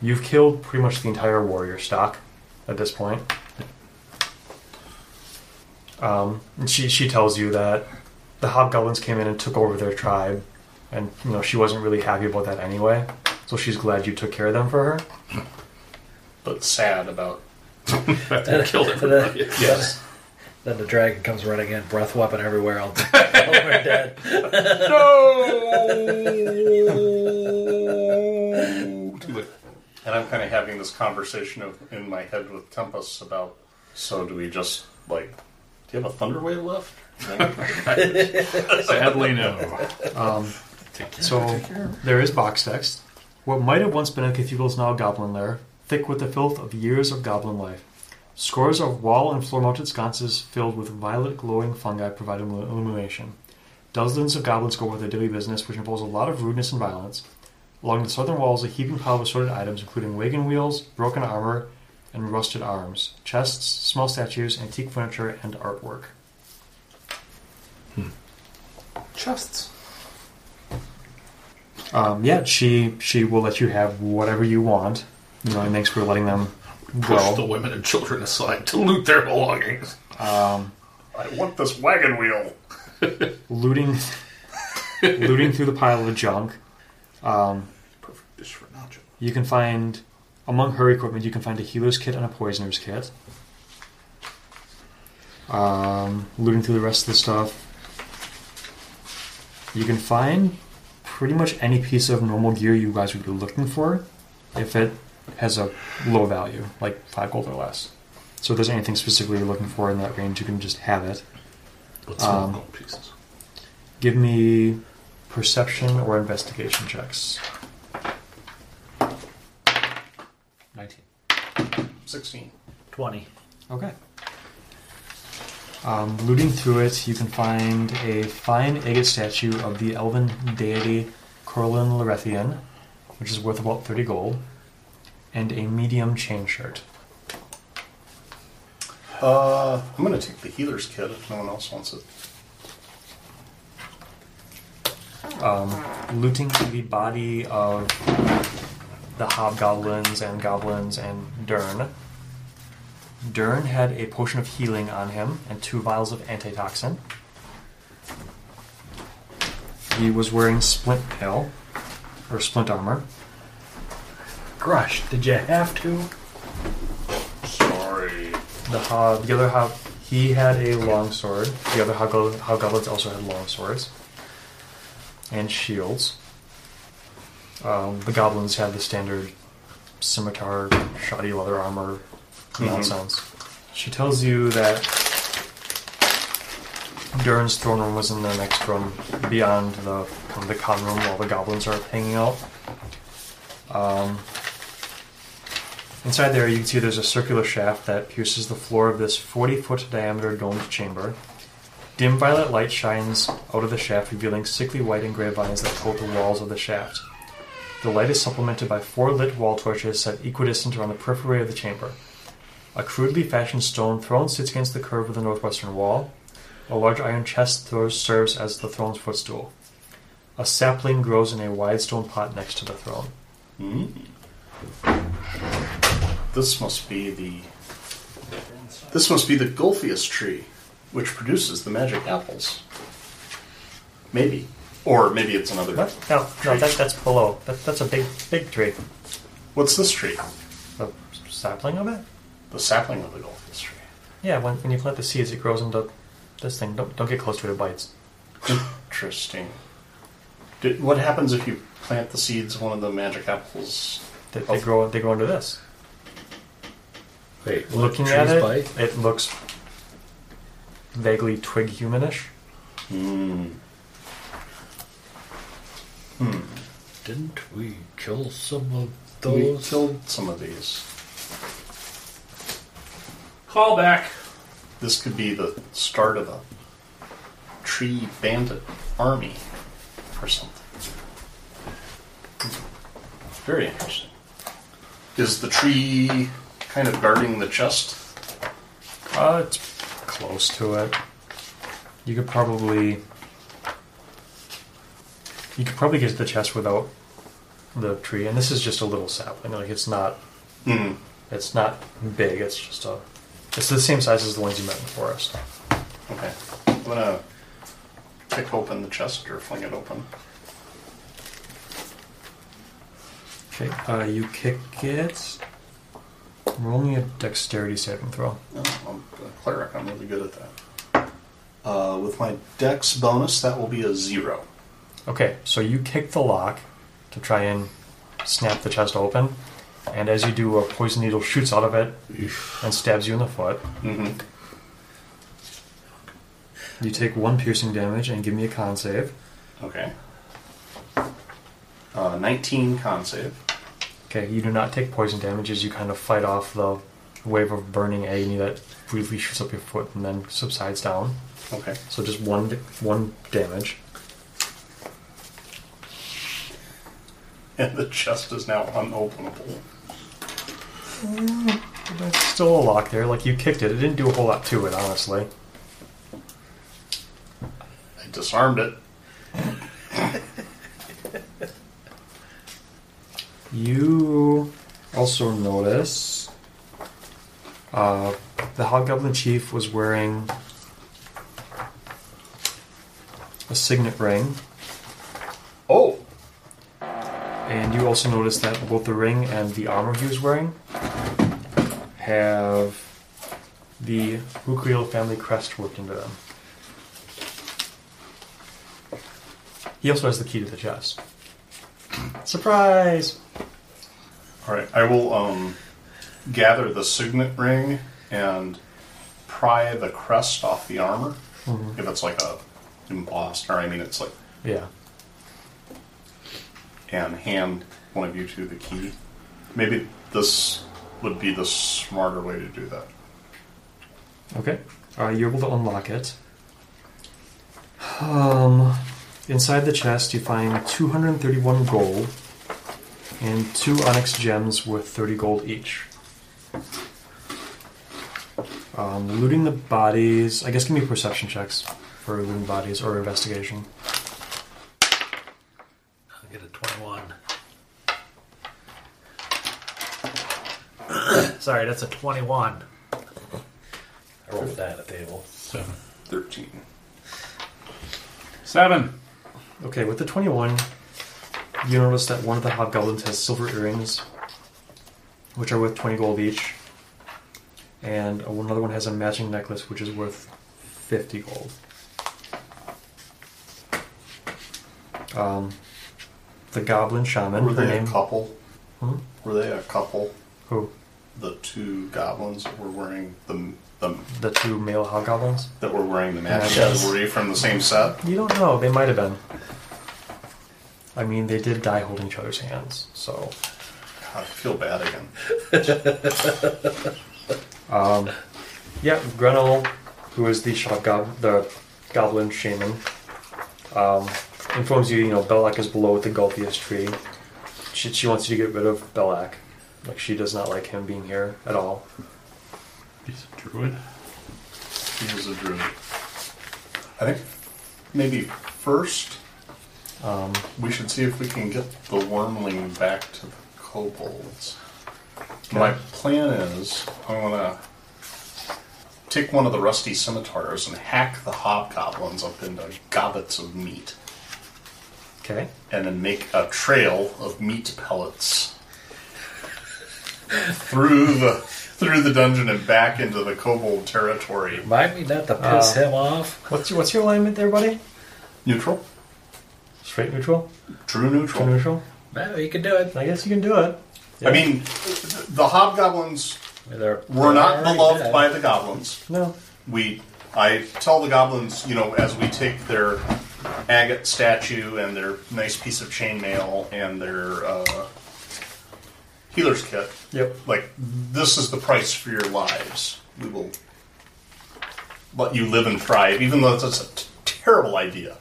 Speaker 3: You've killed pretty much the entire warrior stock at this point. Um, and she she tells you that the hobgoblins came in and took over their tribe, and you know she wasn't really happy about that anyway. So she's glad you took care of them for her.
Speaker 4: but sad about.
Speaker 10: They killed everybody.
Speaker 4: Yes.
Speaker 6: Then the dragon comes running in, breath weapon everywhere. I'll tell him we're dead.
Speaker 10: Too late.
Speaker 4: And I'm kind of having this conversation of, in my head with Tempest about. So do we just like? Do you have a thunder wave left?
Speaker 10: Sadly, no.
Speaker 3: So there is box text. What might have once been a cathedral is now a goblin lair, thick with the filth of years of goblin life. Scores of wall and floor mounted sconces filled with violet glowing fungi provide illu- illumination. Dozens of goblins go about their daily business, which involves a lot of rudeness and violence. Along the southern wall is a heaping pile of assorted items, including wagon wheels, broken armor, and rusted arms, chests, small statues, antique furniture, and artwork.
Speaker 10: Chests.
Speaker 3: Um, yeah, she she will let you have whatever you want. You know, and thanks for letting them
Speaker 10: Push the
Speaker 3: go.
Speaker 10: women and children aside to loot their belongings. Um,
Speaker 4: I want this wagon wheel.
Speaker 3: Looting, looting through the pile of junk.
Speaker 10: Perfect dish for nacho.
Speaker 3: You can find among her equipment. You can find a healer's kit and a poisoner's kit. Um, looting through the rest of the stuff. You can find pretty much any piece of normal gear you guys would be looking for, if it has a low value, like five gold or less. So if there's anything specifically you're looking for in that range, you can just have it.
Speaker 10: But small
Speaker 3: Um,
Speaker 10: gold pieces.
Speaker 3: Give me perception or investigation checks.
Speaker 10: 19.
Speaker 4: Sixteen.
Speaker 21: 20.
Speaker 3: Okay. Um, looting through it, you can find a fine agate statue of the elven deity Corlin Lorethian, which is worth about 30 gold, and a medium chain shirt.
Speaker 4: Uh, I'm gonna take the healer's kit if no one else wants it.
Speaker 3: Looting the body of the hobgoblins and goblins and Dern. Dern had a potion of healing on him and two vials of antitoxin. He was wearing splint mail, or splint armor.
Speaker 21: Grush, did you have to?
Speaker 4: Sorry.
Speaker 3: The hob, the other hob, he had a long sword. The other hobgo- hobgoblins also had long swords and shields. Um, the goblins had the standard scimitar, shoddy leather armor nonsense. She tells you that Durin's throne room was in the next room, beyond the kind of the common room, while the goblins are hanging out. Um, Inside there, you can see there's a circular shaft that pierces the floor of this 40 foot diameter domed chamber. Dim violet light shines out of the shaft, revealing sickly white and gray vines that coat the walls of the shaft. The light is supplemented by four lit wall torches set equidistant around the periphery of the chamber. A crudely fashioned stone throne sits against the curve of the northwestern wall. A large iron chest thro- serves as the throne's footstool. A sapling grows in a wide stone pot next to the throne.
Speaker 4: This must be the. This must be the Golfius tree, which produces the magic apples. Maybe, or maybe it's another.
Speaker 3: What? No, no, that, that's below. That, that's a big, big tree.
Speaker 4: What's this tree?
Speaker 3: A sapling of it?
Speaker 4: The sapling of the Golfius tree.
Speaker 3: Yeah, when, when you plant the seeds, it grows into this thing. Don't, don't get close to it, it bites.
Speaker 4: Interesting. Did, what happens if you plant the seeds of one of the magic apples?
Speaker 3: They, they grow they grow into this.
Speaker 6: Wait,
Speaker 3: Looking
Speaker 6: trees
Speaker 3: at it,
Speaker 6: bite?
Speaker 3: it looks vaguely twig humanish.
Speaker 4: Hmm.
Speaker 6: Didn't we kill some of
Speaker 4: We
Speaker 6: those?
Speaker 4: killed some of these.
Speaker 1: Call back.
Speaker 4: This could be the start of a tree bandit army or something. Very interesting. Is the tree kind of guarding the chest?
Speaker 3: Uh, it's close to it. You could probably you could probably get to the chest without the tree, and this is just a little sapling. Like it's not
Speaker 4: Hmm.
Speaker 3: it's not big. It's just a it's the same size as the ones you met in the forest.
Speaker 4: Okay. I'm gonna pick open the chest or fling it open.
Speaker 3: Okay, uh, you kick it. Roll me a dexterity saving throw.
Speaker 4: No, I'm a cleric. I'm really good at that. Uh, with my dex bonus, that will be a zero.
Speaker 3: Okay, so you kick the lock to try and snap the chest open, and as you do, a poison needle shoots out of it and stabs you in the foot.
Speaker 4: Mm-hmm.
Speaker 3: You take one piercing damage and give me a con save.
Speaker 4: Okay. Uh, 19 con save.
Speaker 3: Okay, you do not take poison damage as you kind of fight off the wave of burning agony that briefly shoots up your foot and then subsides down.
Speaker 4: Okay.
Speaker 3: So just one one damage.
Speaker 4: And the chest is now unopenable.
Speaker 3: That's still a lock there. Like you kicked it, it didn't do a whole lot to it, honestly.
Speaker 4: I disarmed it.
Speaker 3: You also notice uh, the Hobgoblin Chief was wearing a signet ring,
Speaker 4: Oh!
Speaker 3: and you also notice that both the ring and the armor he was wearing have the Ukriel family crest worked into them. He also has the key to the chest. Surprise!
Speaker 4: Alright, I will um, gather the signet ring and pry the crest off the armor.
Speaker 3: Mm-hmm.
Speaker 4: If it's like a embossed, or I mean, it's like,
Speaker 3: Yeah.
Speaker 4: and hand one of you two the key. Maybe this would be the smarter way to do that.
Speaker 3: Okay. Uh, you're able to unlock it. Um, inside the chest, you find 231 gold and two onyx gems worth 30 gold each. Um, looting the bodies. I guess give me perception checks for looting bodies or investigation.
Speaker 6: I'll get a 21. Sorry, that's a 21.
Speaker 14: I rolled that at the table.
Speaker 4: 13.
Speaker 10: Seven.
Speaker 3: Okay, with the 21, you notice that one of the hobgoblins has silver earrings, which are worth 20 gold each, and another one has a matching necklace, which is worth 50 gold. Um, the goblin shaman,
Speaker 4: Were
Speaker 3: her
Speaker 4: they a
Speaker 3: name.
Speaker 4: couple?
Speaker 3: Hmm?
Speaker 4: Were they a couple?
Speaker 3: Who?
Speaker 4: The two goblins that were wearing the, the
Speaker 3: The two male hobgoblins?
Speaker 4: that were wearing the match.
Speaker 3: Yes.
Speaker 4: Were you from the same set?
Speaker 3: You don't know, they might have been. I mean, they did die holding each other's hands, so.
Speaker 4: I feel bad again.
Speaker 3: Um, yeah, Grenell, who is the shop gob- the goblin shaman, um, informs you, you know, Belak is below with the Gulpius tree. She, she wants you to get rid of Belak. Like, she does not like him being here at all.
Speaker 10: He's a druid.
Speaker 4: He was a druid. I think maybe first um, we should see if we can get the wormling back to the kobolds. My plan is I want to take one of the rusty scimitars and hack the hobgoblins up into gobbets of meat,
Speaker 3: Okay.
Speaker 4: and then make a trail of meat pellets through the through the dungeon and back into the kobold territory.
Speaker 22: Remind me not to
Speaker 1: Uh.
Speaker 22: piss him off.
Speaker 3: What's your, what's your alignment there, buddy?
Speaker 4: Neutral,
Speaker 3: Straight neutral?
Speaker 4: true neutral.
Speaker 3: True neutral?
Speaker 22: No, you can do it.
Speaker 3: I guess you can do it.
Speaker 4: I mean, the hobgoblins
Speaker 22: They're-
Speaker 4: were not
Speaker 22: they're already
Speaker 4: beloved
Speaker 22: dead.
Speaker 4: by the goblins.
Speaker 3: No.
Speaker 4: we I tell the goblins, you know, as we take their agate statue and their nice piece of chainmail and their uh, healer's kit,
Speaker 3: Yep.
Speaker 4: like this is the price for your lives. We will let you live and thrive, even though that's a t- terrible idea.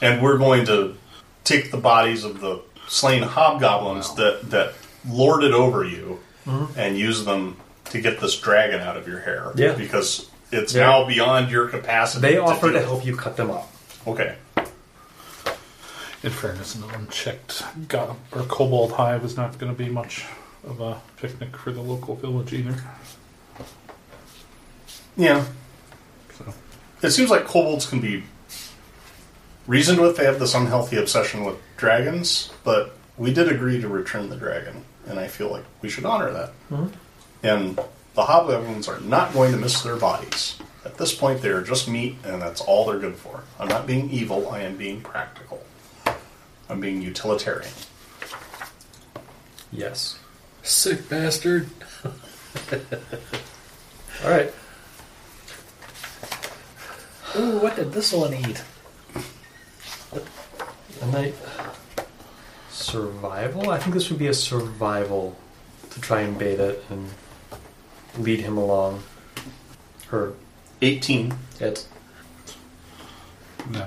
Speaker 4: and we're going to take the bodies of the slain hobgoblins that that lorded over you and use them to get this dragon out of your hair.
Speaker 3: Mm-hmm. Yeah.
Speaker 4: because it's
Speaker 3: Yeah.
Speaker 4: now beyond your capacity.
Speaker 3: They offer
Speaker 4: do
Speaker 3: to
Speaker 4: it.
Speaker 3: help you cut them up.
Speaker 4: Okay,
Speaker 10: In fairness, an unchecked go- or kobold hive is not going to be much of a picnic for the local village either.
Speaker 4: yeah.
Speaker 10: So.
Speaker 4: It seems like kobolds can be reasoned with. They have this unhealthy obsession with dragons, but we did agree to return the dragon, and I feel like we should honor that.
Speaker 3: Mm-hmm.
Speaker 4: And the hobgoblins are not going to miss their bodies. At this point, they are just meat, and that's all they're good for. I'm not being evil, I am being practical. I'm being utilitarian.
Speaker 3: Yes.
Speaker 22: Sick bastard.
Speaker 3: All right.
Speaker 22: Ooh, what did this one eat?
Speaker 3: A night. Survival? I think this would be a survival to try and bait it and lead him along. Her.
Speaker 4: 18.
Speaker 3: It.
Speaker 10: No.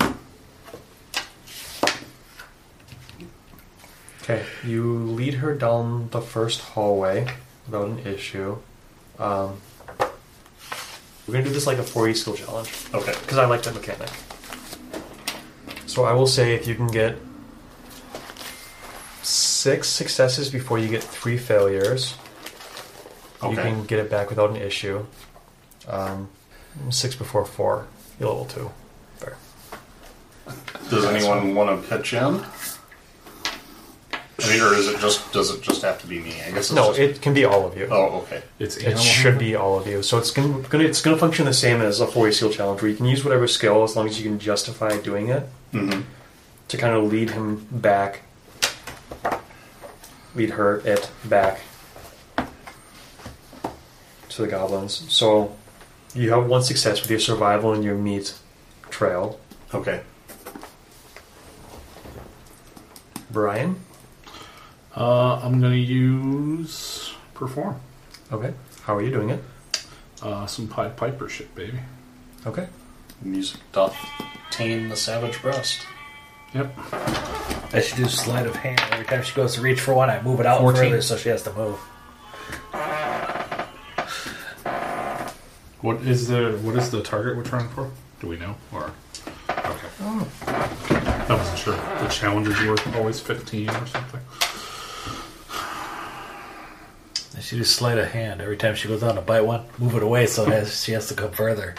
Speaker 3: Okay, you lead her down the first hallway without an issue. Um, we're gonna do this like a 4E skill challenge
Speaker 4: Okay.
Speaker 3: because I like that mechanic. So I will say if you can get six successes before you get three failures, you
Speaker 4: Okay.
Speaker 3: can get it back without an issue. Um, six before four, you're level two. There.
Speaker 4: Does anyone want to pitch in? I mean, or is it just does it just have to be me? I guess it's
Speaker 3: No,
Speaker 4: just-
Speaker 3: it can be all of you.
Speaker 4: Oh, okay.
Speaker 10: It's
Speaker 3: It
Speaker 10: animal.
Speaker 3: should be all of you. So it's gonna, gonna it's gonna function the same as a four-way seal challenge, where you can use whatever skill as long as you can justify doing it
Speaker 10: Mm-hmm.
Speaker 3: to kind of lead him back, lead her it back to the goblins. So you have one success with your survival and your meat trail,
Speaker 4: Okay.
Speaker 3: Brian.
Speaker 10: Uh, I'm going to use perform.
Speaker 3: Okay, how are you doing it?
Speaker 10: Uh, some Pied Piper shit, baby.
Speaker 3: Okay,
Speaker 4: Music doth tame the savage breast.
Speaker 10: Yep.
Speaker 6: I should do sleight of hand every time she goes to reach for one. I move it out
Speaker 3: 14.
Speaker 6: further so she has to move.
Speaker 10: What is the what is the target we're trying for? Do we know or? Okay. I wasn't sure. The challengers were always 15 or something.
Speaker 6: I should do sleight of hand every time she goes down to bite one. Move it away so it has, she has to come further.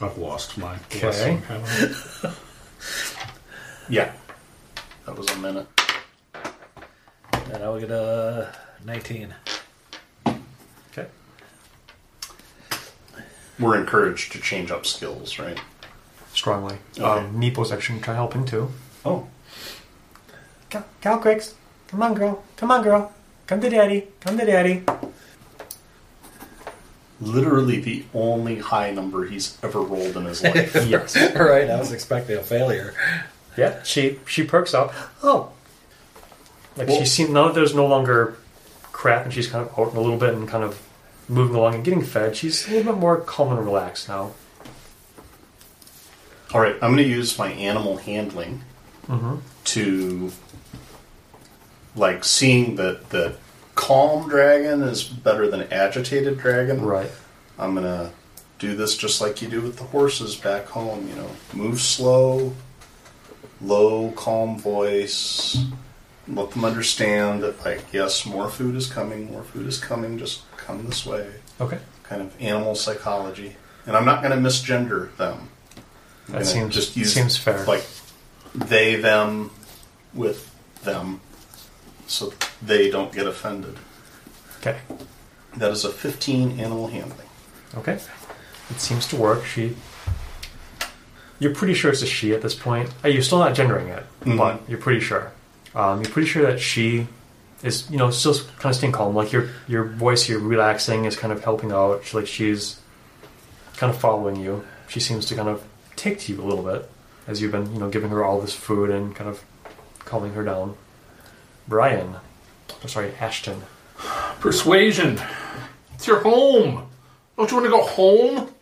Speaker 10: I've lost my
Speaker 3: Okay.
Speaker 10: blessing, haven't I?
Speaker 4: Yeah. That was a minute.
Speaker 6: And I will get a 19.
Speaker 3: okay.
Speaker 4: We're encouraged to change up skills, right?
Speaker 3: Strongly.
Speaker 4: Okay.
Speaker 3: Um, Nepo's actually gonna try helping too.
Speaker 4: Oh.
Speaker 23: Go, go, Griggs. Come on, girl. Come on, girl. Come to daddy. Come to daddy.
Speaker 4: Literally the only high number he's ever rolled in his life.
Speaker 3: Yes.
Speaker 6: Right, I was expecting a failure.
Speaker 3: Yeah, she she perks up. Oh, like
Speaker 4: Well-
Speaker 3: she's seen now that there's no longer crap, and she's kind of out in a little bit and kind of moving along and getting fed. She's a little bit more calm and relaxed now.
Speaker 4: All right, I'm going to use my animal handling to, like, seeing that the calm dragon is better than agitated dragon. I'm going to do this just like you do with the horses back home. You know, move slow, low, calm voice. Let them understand that, like, yes, more food is coming. More food is coming. Just come this way.
Speaker 3: Okay.
Speaker 4: Kind of animal psychology, and I'm not going to misgender them. I'm
Speaker 3: That
Speaker 4: gonna
Speaker 3: seems seems fair.
Speaker 4: Like they them with them, so they don't get offended.
Speaker 3: Okay.
Speaker 4: That is a 15 animal handling.
Speaker 3: Okay. It seems to work. She. You're pretty sure it's a she at this point. Uh, You're still not gendering it, but you're pretty sure. Um, you're pretty sure that she is, you know, still kind of staying calm. Like your your voice, you're relaxing, is kind of helping out. She, like she's kind of following you. She seems to kind of take to you a little bit as you've been, you know, giving her all this food and kind of calming her down. Brian, I'm sorry, Ashton.
Speaker 1: Persuasion. It's your home. Don't you want to go home?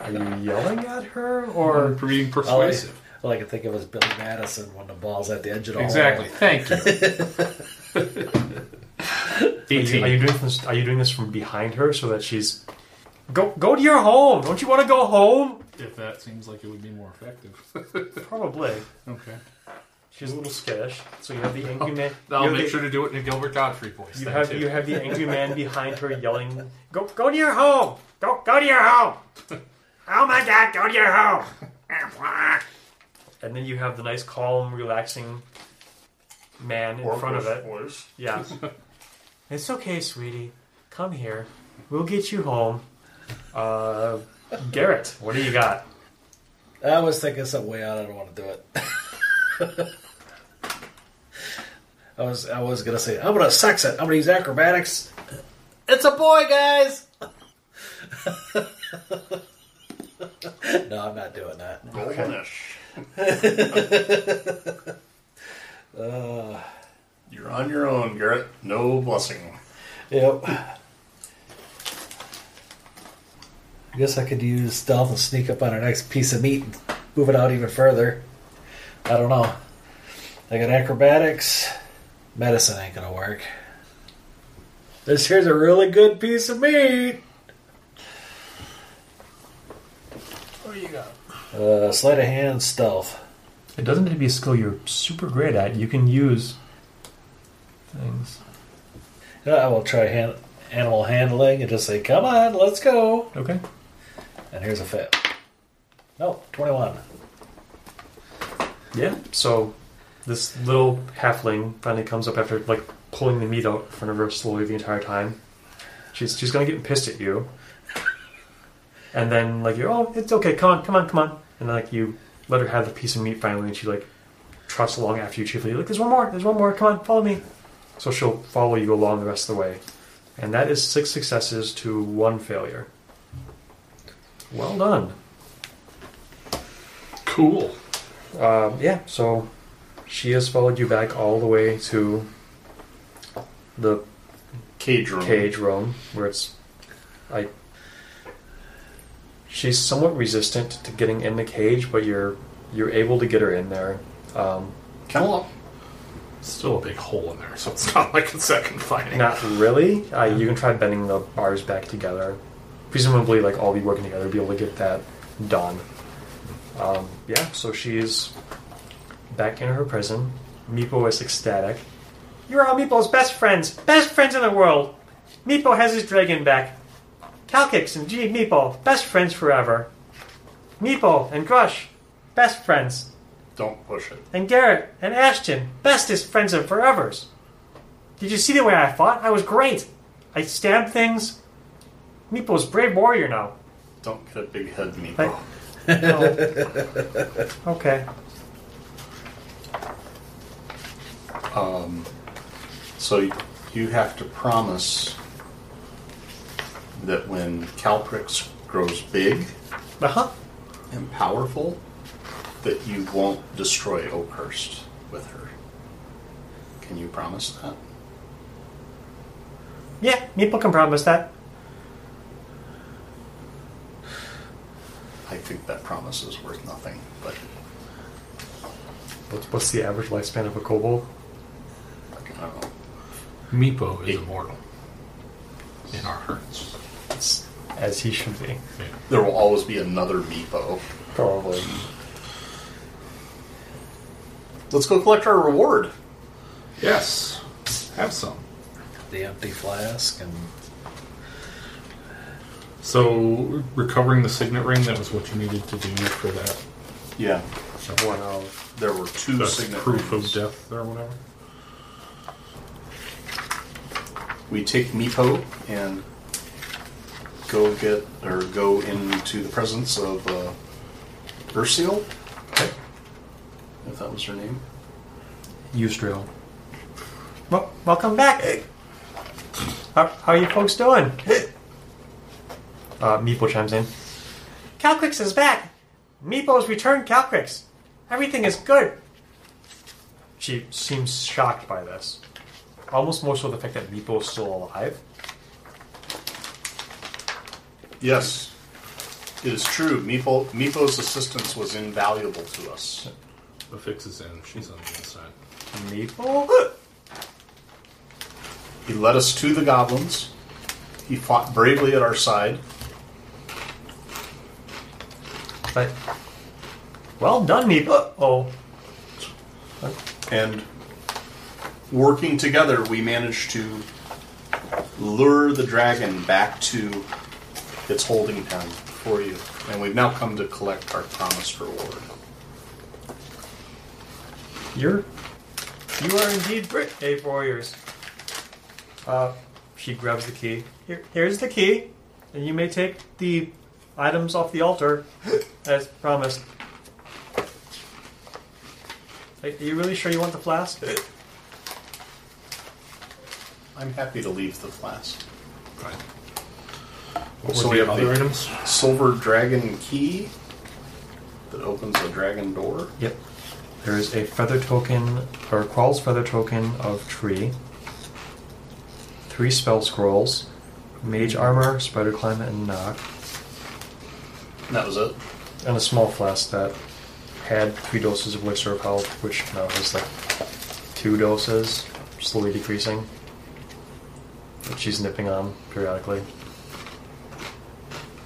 Speaker 3: Are you yelling at her
Speaker 1: Or
Speaker 3: or
Speaker 1: being
Speaker 6: All I,
Speaker 1: persuasive?
Speaker 6: all I can think of is Billy Madison when the ball's at the edge of the
Speaker 1: Exactly.
Speaker 6: hole.
Speaker 1: Thank you.
Speaker 3: Are you, are you doing this? Are you doing this from behind her so that she's go go to your home? Don't you want to go home?
Speaker 1: if that seems like it would be more effective.
Speaker 3: Probably.
Speaker 1: okay. Oh,
Speaker 3: She's a little skittish, so you have the angry man.
Speaker 1: I'll
Speaker 3: you
Speaker 1: make
Speaker 3: have
Speaker 1: sure to do it in a Gilbert Godfrey voice.
Speaker 3: the, you
Speaker 1: then,
Speaker 3: have
Speaker 1: too.
Speaker 3: you have the angry man behind her yelling, "Go go to your home! Go go to your home! Oh my God, go to your home!" And then you have the nice, calm, relaxing man in front of it.
Speaker 4: Voice.
Speaker 3: Yeah. it's okay, sweetie. Come here. We'll get you home. Uh, Garrett, what do you got?
Speaker 6: I was thinking something way out. I don't want to do it. I was I was gonna say I'm gonna sex it. I'm gonna use acrobatics. It's a boy, guys. no, I'm not doing that.
Speaker 4: Goldish.
Speaker 6: Uh,
Speaker 4: You're on your own, Garrett. No blessing.
Speaker 6: yep. I guess I could use stealth and sneak up on our next piece of meat and move it out even further. I don't know. I got acrobatics. Medicine ain't gonna work. This here's a really good piece of meat.
Speaker 3: What do you got?
Speaker 6: Uh, sleight of hand, stealth.
Speaker 3: It doesn't need to be a skill you're super great at. You can use things.
Speaker 6: Yeah, Uh, I will try hand, animal handling and just say, "Come on, let's go."
Speaker 3: Okay.
Speaker 6: And here's a fail. No, twenty-one.
Speaker 3: Yeah. So this little halfling finally comes up after like pulling the meat out in front of her slowly the entire time. She's she's gonna get pissed at you. And then like you're oh it's okay, come on, come on, come on. And then like you let her have the piece of meat finally and she like trots along after you cheerfully, like, there's one more, there's one more, come on, follow me. So she'll follow you along the rest of the way. And that is six successes to one failure. Well done.
Speaker 1: Cool.
Speaker 3: Um, yeah, so she has followed you back all the way to the
Speaker 4: Cage room.
Speaker 3: cage room where it's. I. She's somewhat resistant to getting in the cage, but you're you're able to get her in there. Um,
Speaker 4: Kennel.
Speaker 1: Still a big hole in there, so it's not like it's that confining.
Speaker 3: not really. Uh, you can try bending the bars back together. Presumably, like all be working together, to be able to get that done. Um, yeah, so she's back in her prison. Meepo is ecstatic. You're all Meepo's best friends, best friends in the world. Meepo has his dragon back. Calkix and G Meepo, best friends forever. Meepo and Grush, best friends.
Speaker 4: Don't push it.
Speaker 3: And Garrett and Ashton, bestest friends of forevers. Did you see the way I fought? I was great. I stabbed things. Meepo's brave warrior now.
Speaker 4: Don't get a big head meat.
Speaker 3: Like- No. okay.
Speaker 4: So y- you have to promise that when Calprix grows big
Speaker 3: Uh huh.
Speaker 4: and powerful, that you won't destroy Oakhurst with her. Can you promise that?
Speaker 3: Yeah, Meepo can promise that.
Speaker 4: I think that promise is worth nothing, but
Speaker 3: What's, what's the average lifespan of a kobold?
Speaker 4: I don't know.
Speaker 1: Meepo is immortal. In our hearts.
Speaker 3: It's as he should be.
Speaker 4: There will always be another Meepo.
Speaker 3: Probably.
Speaker 4: Let's go collect our reward.
Speaker 1: Yes. Have some.
Speaker 6: The empty flask and
Speaker 1: So, recovering the signet ring, that was what you needed to do for that.
Speaker 4: Yeah. One of there were two
Speaker 1: That's
Speaker 4: signet
Speaker 1: proof
Speaker 4: rings.
Speaker 1: of death or whatever.
Speaker 4: We take Meepo and go get or go into the presence of uh, Ursil. If that was her name.
Speaker 3: Eustrel. Well, welcome back. How, how you folks doing? Uh, Meepo chimes in. Calcrix is back. Meepo's returned Calcrix. Everything is good. She seems shocked by this. Almost more so the fact that Meepo's still alive.
Speaker 4: Yes. It is true. Meepo, Meepo's assistance was invaluable to us.
Speaker 1: The fix is in. She's on the inside.
Speaker 3: Meepo?
Speaker 4: He led us to the goblins. He fought bravely at our side.
Speaker 3: But, well done, Meepo. Oh,
Speaker 4: and working together, we managed to lure the dragon back to its holding pen for you. And we've now come to collect our promised reward.
Speaker 3: You're you are indeed Brit brave warriors. Uh, she grabs the key. Here, here's the key, and you may take the items off the altar as promised. Are are you really sure you want the flask?
Speaker 4: I'm happy to leave the flask.
Speaker 1: Fine.
Speaker 4: so we have other items? Silver dragon key that opens a dragon door.
Speaker 3: Yep. There is a feather token, or Qual's feather token of tree. Three spell scrolls, mage armor, spider climb, and knock.
Speaker 4: And that was it.
Speaker 3: and a small flask that had three doses of Elixir of Health, which now has like two doses, slowly decreasing. That she's nipping on periodically.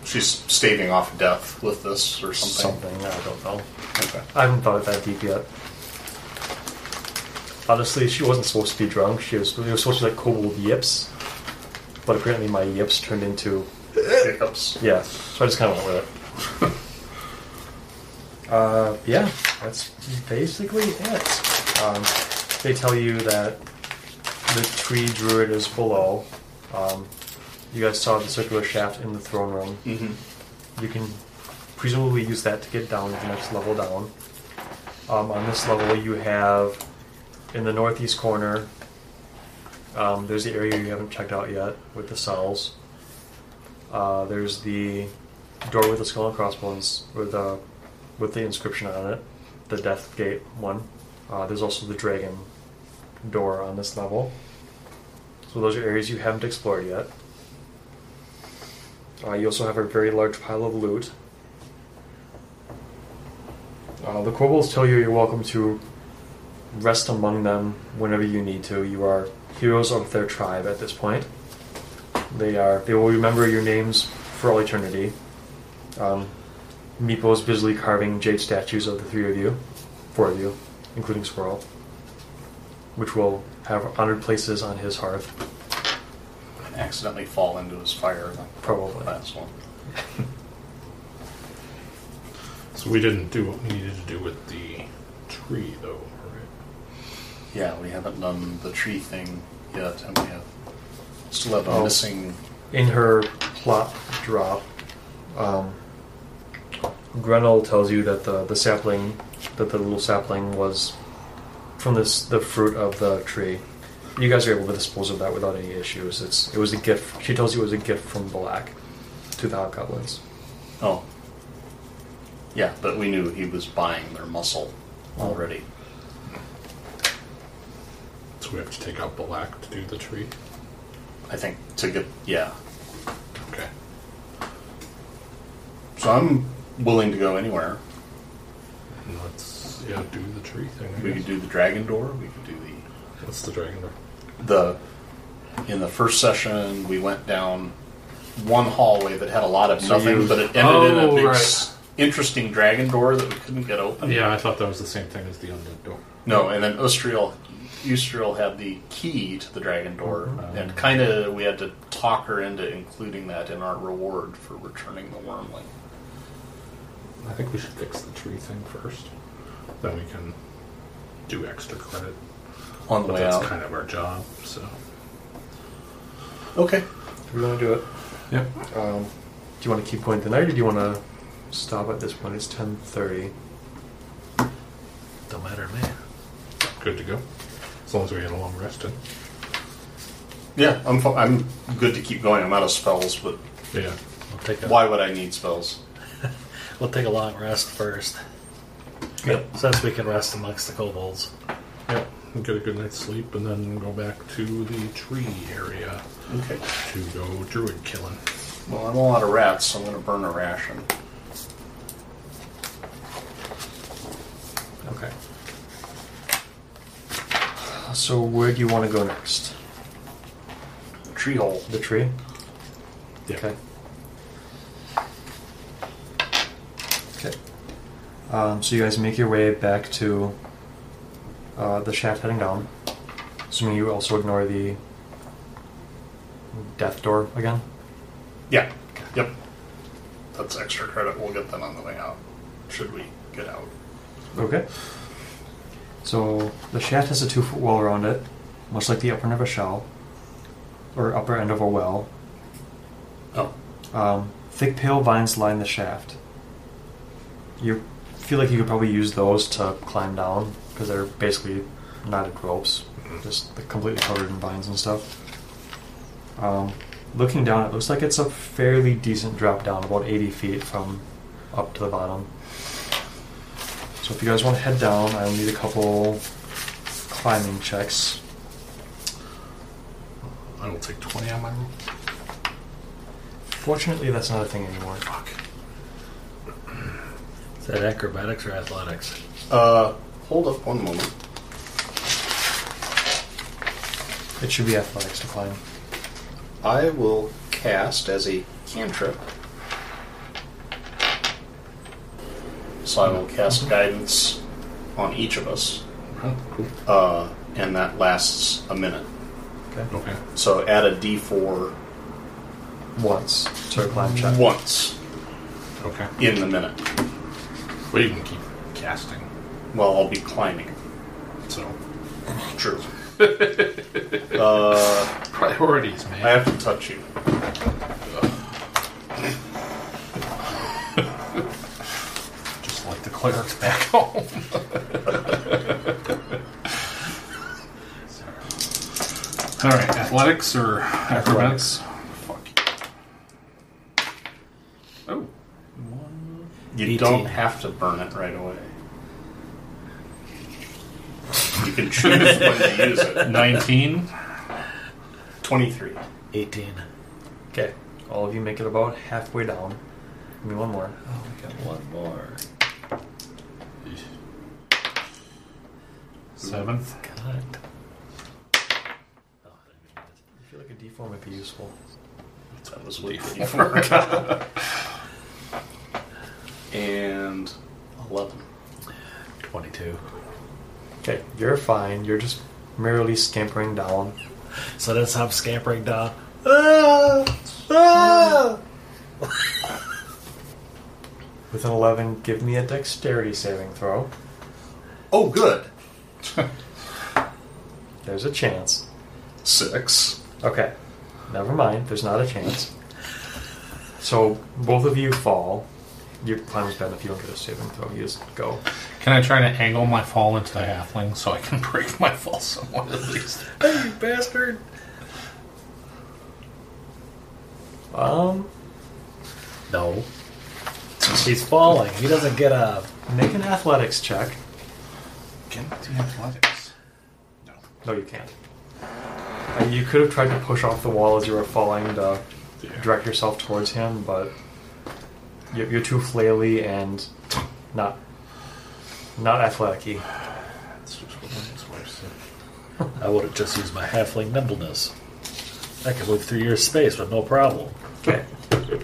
Speaker 4: She's staving off death with this or something.
Speaker 3: Something, I don't know.
Speaker 4: Okay.
Speaker 3: I haven't thought it that deep yet. Honestly, she wasn't supposed to be drunk. She was, it was supposed to be like kobold yips. But apparently my yips turned into
Speaker 4: Hiccups.
Speaker 3: Yeah, so I just kind of went with it. uh, yeah, that's basically it. Um, they tell you that the tree druid is below. Um, you guys saw the circular shaft in the throne room. Mm-hmm. You can presumably use that to get down to the next level down. Um, on this level, you have in the northeast corner. Um, there's the area you haven't checked out yet with the cells. Uh, there's the door with the skull and crossbones with uh, with the inscription on it, the death gate one. Uh, there's also the dragon door on this level. So those are areas you haven't explored yet. Uh, you also have a very large pile of loot. Uh, the kobolds tell you you're welcome to rest among them whenever you need to. You are heroes of their tribe at this point. They are. They will remember your names for all eternity. Um, Meepo is busily carving jade statues of the three of you, four of you, including Squirrel, which will have honored places on his hearth.
Speaker 4: Accidentally fall into his fire like
Speaker 3: Probably.
Speaker 4: the last one.
Speaker 1: So we didn't do what we needed to do with the tree, though, right?
Speaker 4: Yeah, we haven't done the tree thing yet, and we have still have a
Speaker 3: Oh.
Speaker 4: missing.
Speaker 3: in her plot drop, um, Grenell tells you that the, the sapling, that the little sapling was from this the fruit of the tree. You guys are able to dispose of that without any issues. It's it was a gift. She tells you it was a gift from Black to the hobgoblins.
Speaker 4: Oh, yeah, but we knew he was buying their muscle already.
Speaker 1: So we have to take out Balak to do the tree.
Speaker 4: I think to get yeah.
Speaker 1: Okay.
Speaker 4: So I'm willing to go anywhere.
Speaker 1: And let's yeah do the tree thing. I
Speaker 4: We
Speaker 1: guess.
Speaker 4: could do the dragon door. We could do
Speaker 1: What's the dragon door?
Speaker 4: the the. In the first session, we went down one hallway that had a lot of
Speaker 10: So
Speaker 4: nothing,
Speaker 10: you-
Speaker 4: but it ended in a
Speaker 10: Oh,
Speaker 4: big,
Speaker 10: right.
Speaker 4: s- interesting dragon door that we couldn't get open.
Speaker 10: Yeah, I thought that was the same thing as the undead door.
Speaker 4: No, and then Ustriel, Ustriel had the key to the dragon door,
Speaker 10: Oh.
Speaker 4: and kind of we had to talk her into including that in our reward for returning the wormling.
Speaker 10: I think we should fix the tree thing first. Then we can do extra credit.
Speaker 4: On the
Speaker 10: but
Speaker 4: way
Speaker 10: that's
Speaker 4: out.
Speaker 10: kind of our job, so.
Speaker 4: Okay.
Speaker 3: Do we want to do it?
Speaker 10: Yep.
Speaker 3: Um, do you want to keep going tonight, or do you want to stop at this point? It's ten thirty.
Speaker 6: Don't matter to me.
Speaker 10: Good to go. As long as we had a long rest. in.
Speaker 4: Yeah, I'm fi- I'm good to keep going. I'm out of spells, but
Speaker 10: Yeah.
Speaker 6: We'll take a
Speaker 4: why would I need spells?
Speaker 6: we'll take a long rest first,
Speaker 4: Yep.
Speaker 6: since we can rest amongst the kobolds.
Speaker 10: Yep. and Get a good night's sleep and then go back to the tree area
Speaker 4: Okay.
Speaker 10: to go druid killing.
Speaker 4: Well, I'm all out of rats, so I'm going to burn a ration.
Speaker 3: Okay. So where do you want to go next?
Speaker 4: Tree hole.
Speaker 3: The tree.
Speaker 10: Yeah.
Speaker 3: Okay. Okay. Um, so you guys make your way back to uh, the shaft heading down. Assuming you also ignore the death door again.
Speaker 4: Yeah. Yep. That's extra credit. We'll get that on the way out. Should we get out?
Speaker 3: Okay. So the shaft has a two foot wall around it, much like the upper end of a shell, or upper end of a well.
Speaker 4: Oh.
Speaker 3: Um, thick, pale vines line the shaft. You feel like you could probably use those to climb down because they're basically knotted ropes, just completely covered in vines and stuff. Um, looking down, it looks like it's a fairly decent drop down, about 80 feet from up to the bottom. So if you guys want to head down, I'll need a couple climbing checks.
Speaker 10: I will take 20 on my roll.
Speaker 3: Fortunately, that's not a thing anymore.
Speaker 10: Fuck.
Speaker 6: Is that acrobatics or athletics?
Speaker 4: Uh, hold up one moment.
Speaker 3: It should be athletics to climb.
Speaker 4: I will cast as a cantrip. So I will cast guidance on each of us,
Speaker 10: Huh, cool.
Speaker 4: uh, and that lasts a minute.
Speaker 10: Okay.
Speaker 4: So add a d4
Speaker 3: Once to a climb check.
Speaker 4: once
Speaker 10: Okay.
Speaker 4: in the minute.
Speaker 10: Well, you can keep casting,
Speaker 4: Well, I'll be climbing.
Speaker 10: so.
Speaker 4: True. uh,
Speaker 10: Priorities, man.
Speaker 4: I have to touch you.
Speaker 10: Just like the clerics back home. All right, athletics or acrobatics? Fuck. Oh,
Speaker 4: You
Speaker 6: 18.
Speaker 4: don't have to burn it right away. You can choose when to use it.
Speaker 10: 19.
Speaker 4: 23.
Speaker 6: 18.
Speaker 3: Okay. All of you make it about halfway down. Give me one more.
Speaker 6: Oh, we got one more.
Speaker 10: Seven.
Speaker 6: God.
Speaker 3: I feel like a D4 might be useful.
Speaker 4: That was what you forgot. And 11.
Speaker 6: 22.
Speaker 3: Okay, you're fine. You're just merrily scampering down.
Speaker 6: So that's how I'm scampering down. Ah!
Speaker 3: With an 11, give me a dexterity saving throw.
Speaker 4: Oh, good.
Speaker 3: There's a chance.
Speaker 4: Six.
Speaker 3: Okay. Never mind. There's not a chance. So both of you fall. Your climb's been if you don't get a saving throw, you just go.
Speaker 10: Can I try to angle my fall into the halfling so I can break my fall somewhat at least?
Speaker 6: You bastard!
Speaker 3: Um,
Speaker 6: No. He's falling. Oh, He doesn't get up.
Speaker 3: make an athletics check.
Speaker 10: Get the athletics. No.
Speaker 3: No, you can't. Uh, you could have tried to push off the wall as you were falling to direct yourself towards him, but you're, you're too flaily and not not athletic-y.
Speaker 10: That's just what my ex-wife said.
Speaker 6: I would have just used my halfling nimbleness. I can move through your space with no problem.
Speaker 3: Okay.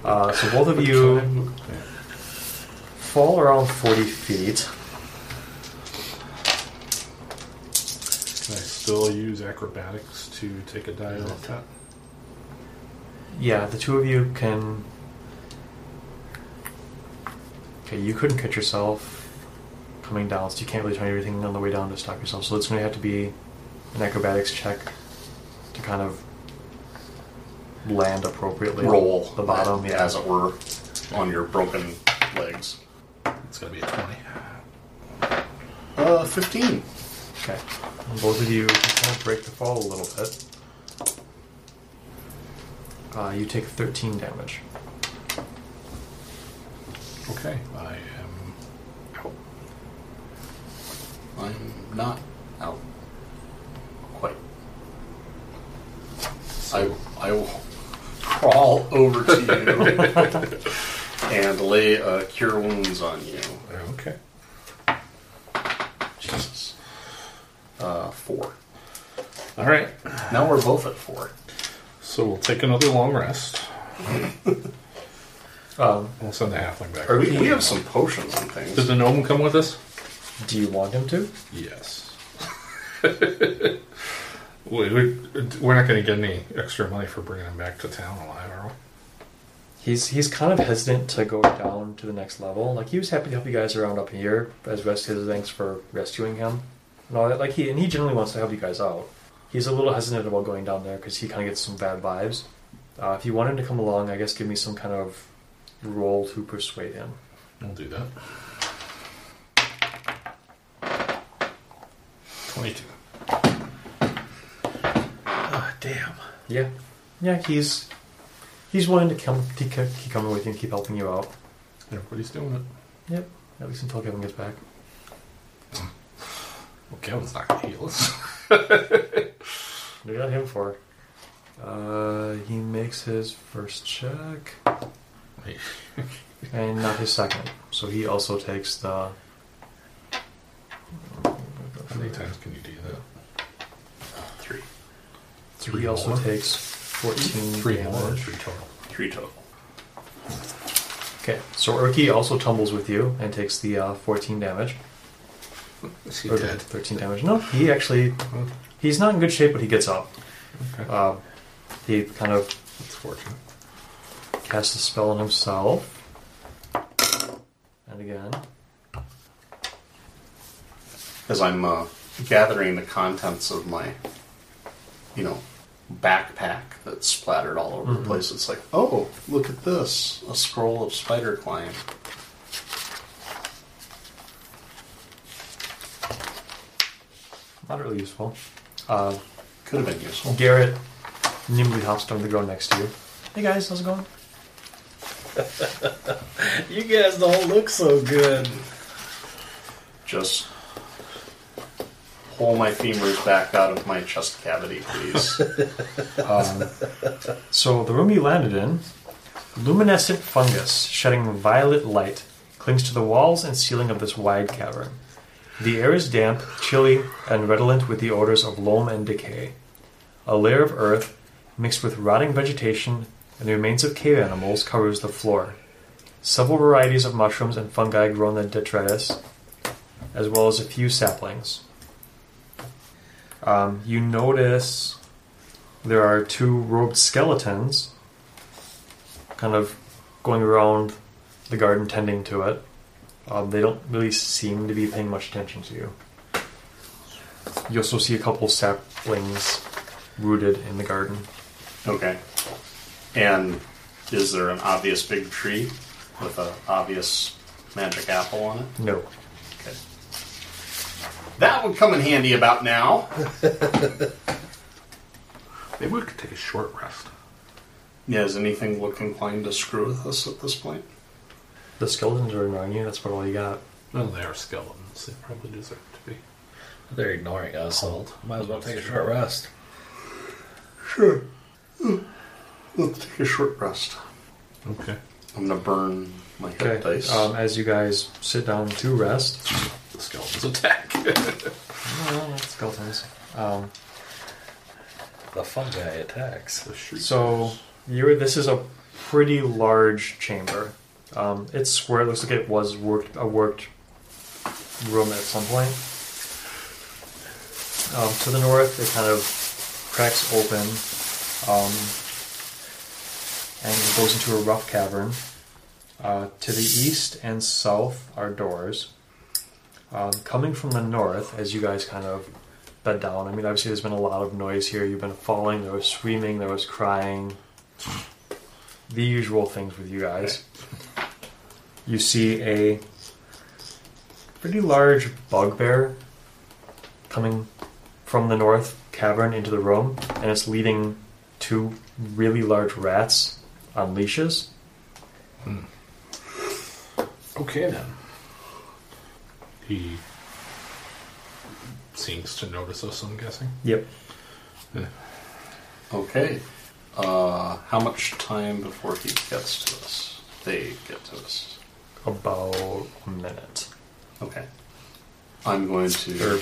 Speaker 3: Uh, so both of you fall around 40 feet.
Speaker 10: Can I still use acrobatics to take a dive off that?
Speaker 3: Yeah, the two of you can. Okay, you couldn't catch yourself coming down, so you can't really turn everything on the way down to stop yourself. So it's going to have to be an acrobatics check to kind of land appropriately.
Speaker 4: Roll
Speaker 3: the bottom, yeah.
Speaker 4: as it were, on your broken legs.
Speaker 10: It's gonna be a twenty.
Speaker 4: Uh, fifteen.
Speaker 3: Okay. And both of you can kind of break the fall a little bit. Uh, you take 13 damage.
Speaker 10: Okay, I am out.
Speaker 4: I'm not out quite. I, I will crawl over to you and lay uh, cure wounds on you.
Speaker 10: Okay.
Speaker 4: Jesus. Uh, four.
Speaker 10: All right.
Speaker 4: Now we're both at four.
Speaker 10: So we'll take another long rest.
Speaker 3: Um,
Speaker 10: We'll send the halfling back.
Speaker 4: We, we have some potions and things.
Speaker 10: Does the gnome come with us?
Speaker 3: do you want him to?
Speaker 10: Yes. we, we, we're not going to get any extra money for bringing him back to town alive, are we?
Speaker 3: He's he's kind of hesitant to go down to the next level. Like he was happy to help you guys around up here as rest his thanks for rescuing him and all that. Like he and he generally wants to help you guys out. He's a little hesitant about going down there because he kind of gets some bad vibes. Uh, if you want him to come along, I guess give me some kind of roll to persuade him.
Speaker 10: We'll do that. 22.
Speaker 6: Ah, damn.
Speaker 3: Yeah, yeah, he's he's willing to come to ke- keep coming with you and keep helping you out.
Speaker 10: Everybody's doing it.
Speaker 3: Yep, at least until Kevin gets back.
Speaker 10: Well, Kevin's not going to heal us.
Speaker 3: We got him for. Uh, he makes his first check. and not his second. So he also takes the.
Speaker 10: How many times can you do that?
Speaker 4: Three.
Speaker 3: he
Speaker 10: Three
Speaker 3: also
Speaker 10: more?
Speaker 3: takes 14
Speaker 10: Three
Speaker 3: damage.
Speaker 10: more, three total.
Speaker 4: Three total.
Speaker 3: Okay, so Urki also tumbles with you and takes the uh, 14 damage.
Speaker 10: Is he
Speaker 3: or the
Speaker 10: dead?
Speaker 3: 13 damage. No, he actually. He's not in good shape, but he gets up.
Speaker 10: Okay.
Speaker 3: Uh, he kind of
Speaker 10: That's fortunate.
Speaker 3: casts a spell on himself. And again.
Speaker 4: As I'm uh, gathering the contents of my, you know, backpack that's splattered all over the place, it's like, oh, look at this. A scroll of spider climb.
Speaker 3: Not really useful. Uh,
Speaker 4: Could have been useful.
Speaker 3: Garrett nimbly hops down to the ground next to you. Hey guys, how's it going?
Speaker 24: You guys don't look so good.
Speaker 4: Just pull my femurs back out of my chest cavity, please.
Speaker 3: Um, so the room you landed in, luminescent fungus shedding violet light clings to the walls and ceiling of this wide cavern. The air is damp, chilly, and redolent with the odors of loam and decay. A layer of earth, mixed with rotting vegetation and the remains of cave animals, covers the floor. Several varieties of mushrooms and fungi grow on the detritus, as well as a few saplings. Um, you notice there are two robed skeletons kind of going around the garden tending to it. Um, they don't really seem to be paying much attention to you. You also see a couple saplings rooted in the garden.
Speaker 4: Okay. And is there an obvious big tree with an obvious magic apple on it?
Speaker 3: No.
Speaker 4: Okay. That would come in handy about now.
Speaker 10: Maybe we could take a short rest.
Speaker 4: Yeah, does anything look inclined to screw with us at this point?
Speaker 3: The skeletons are ignoring you, that's probably all you got.
Speaker 10: No, they are skeletons. They probably deserve to be.
Speaker 6: They're ignoring us. So might as well take a short rest.
Speaker 4: Sure. Let's take a short rest.
Speaker 10: Okay.
Speaker 4: I'm gonna burn my hit dice.
Speaker 3: Um, as you guys sit down to rest,
Speaker 10: The skeletons attack.
Speaker 3: Oh, skeletons. Um,
Speaker 6: The fungi attacks.
Speaker 3: So you this is a pretty large chamber. Um, it's where it looks like it was worked a worked room at some point. Um, to the north, it kind of cracks open um, and goes into a rough cavern. Uh, to the east and south are doors. Um, coming from the north, as you guys kind of bed down, I mean, obviously there's been a lot of noise here. You've been falling, there was screaming, there was crying. The usual things with you guys. You see a pretty large bugbear coming from the north cavern into the room, and it's leading two really large rats on leashes.
Speaker 25: Okay then.
Speaker 10: He seems to notice us, I'm guessing.
Speaker 3: Yep.
Speaker 4: Okay. Uh, how much time before he gets to us? They get to us.
Speaker 3: About a minute.
Speaker 4: Okay. I'm going to.
Speaker 3: Or,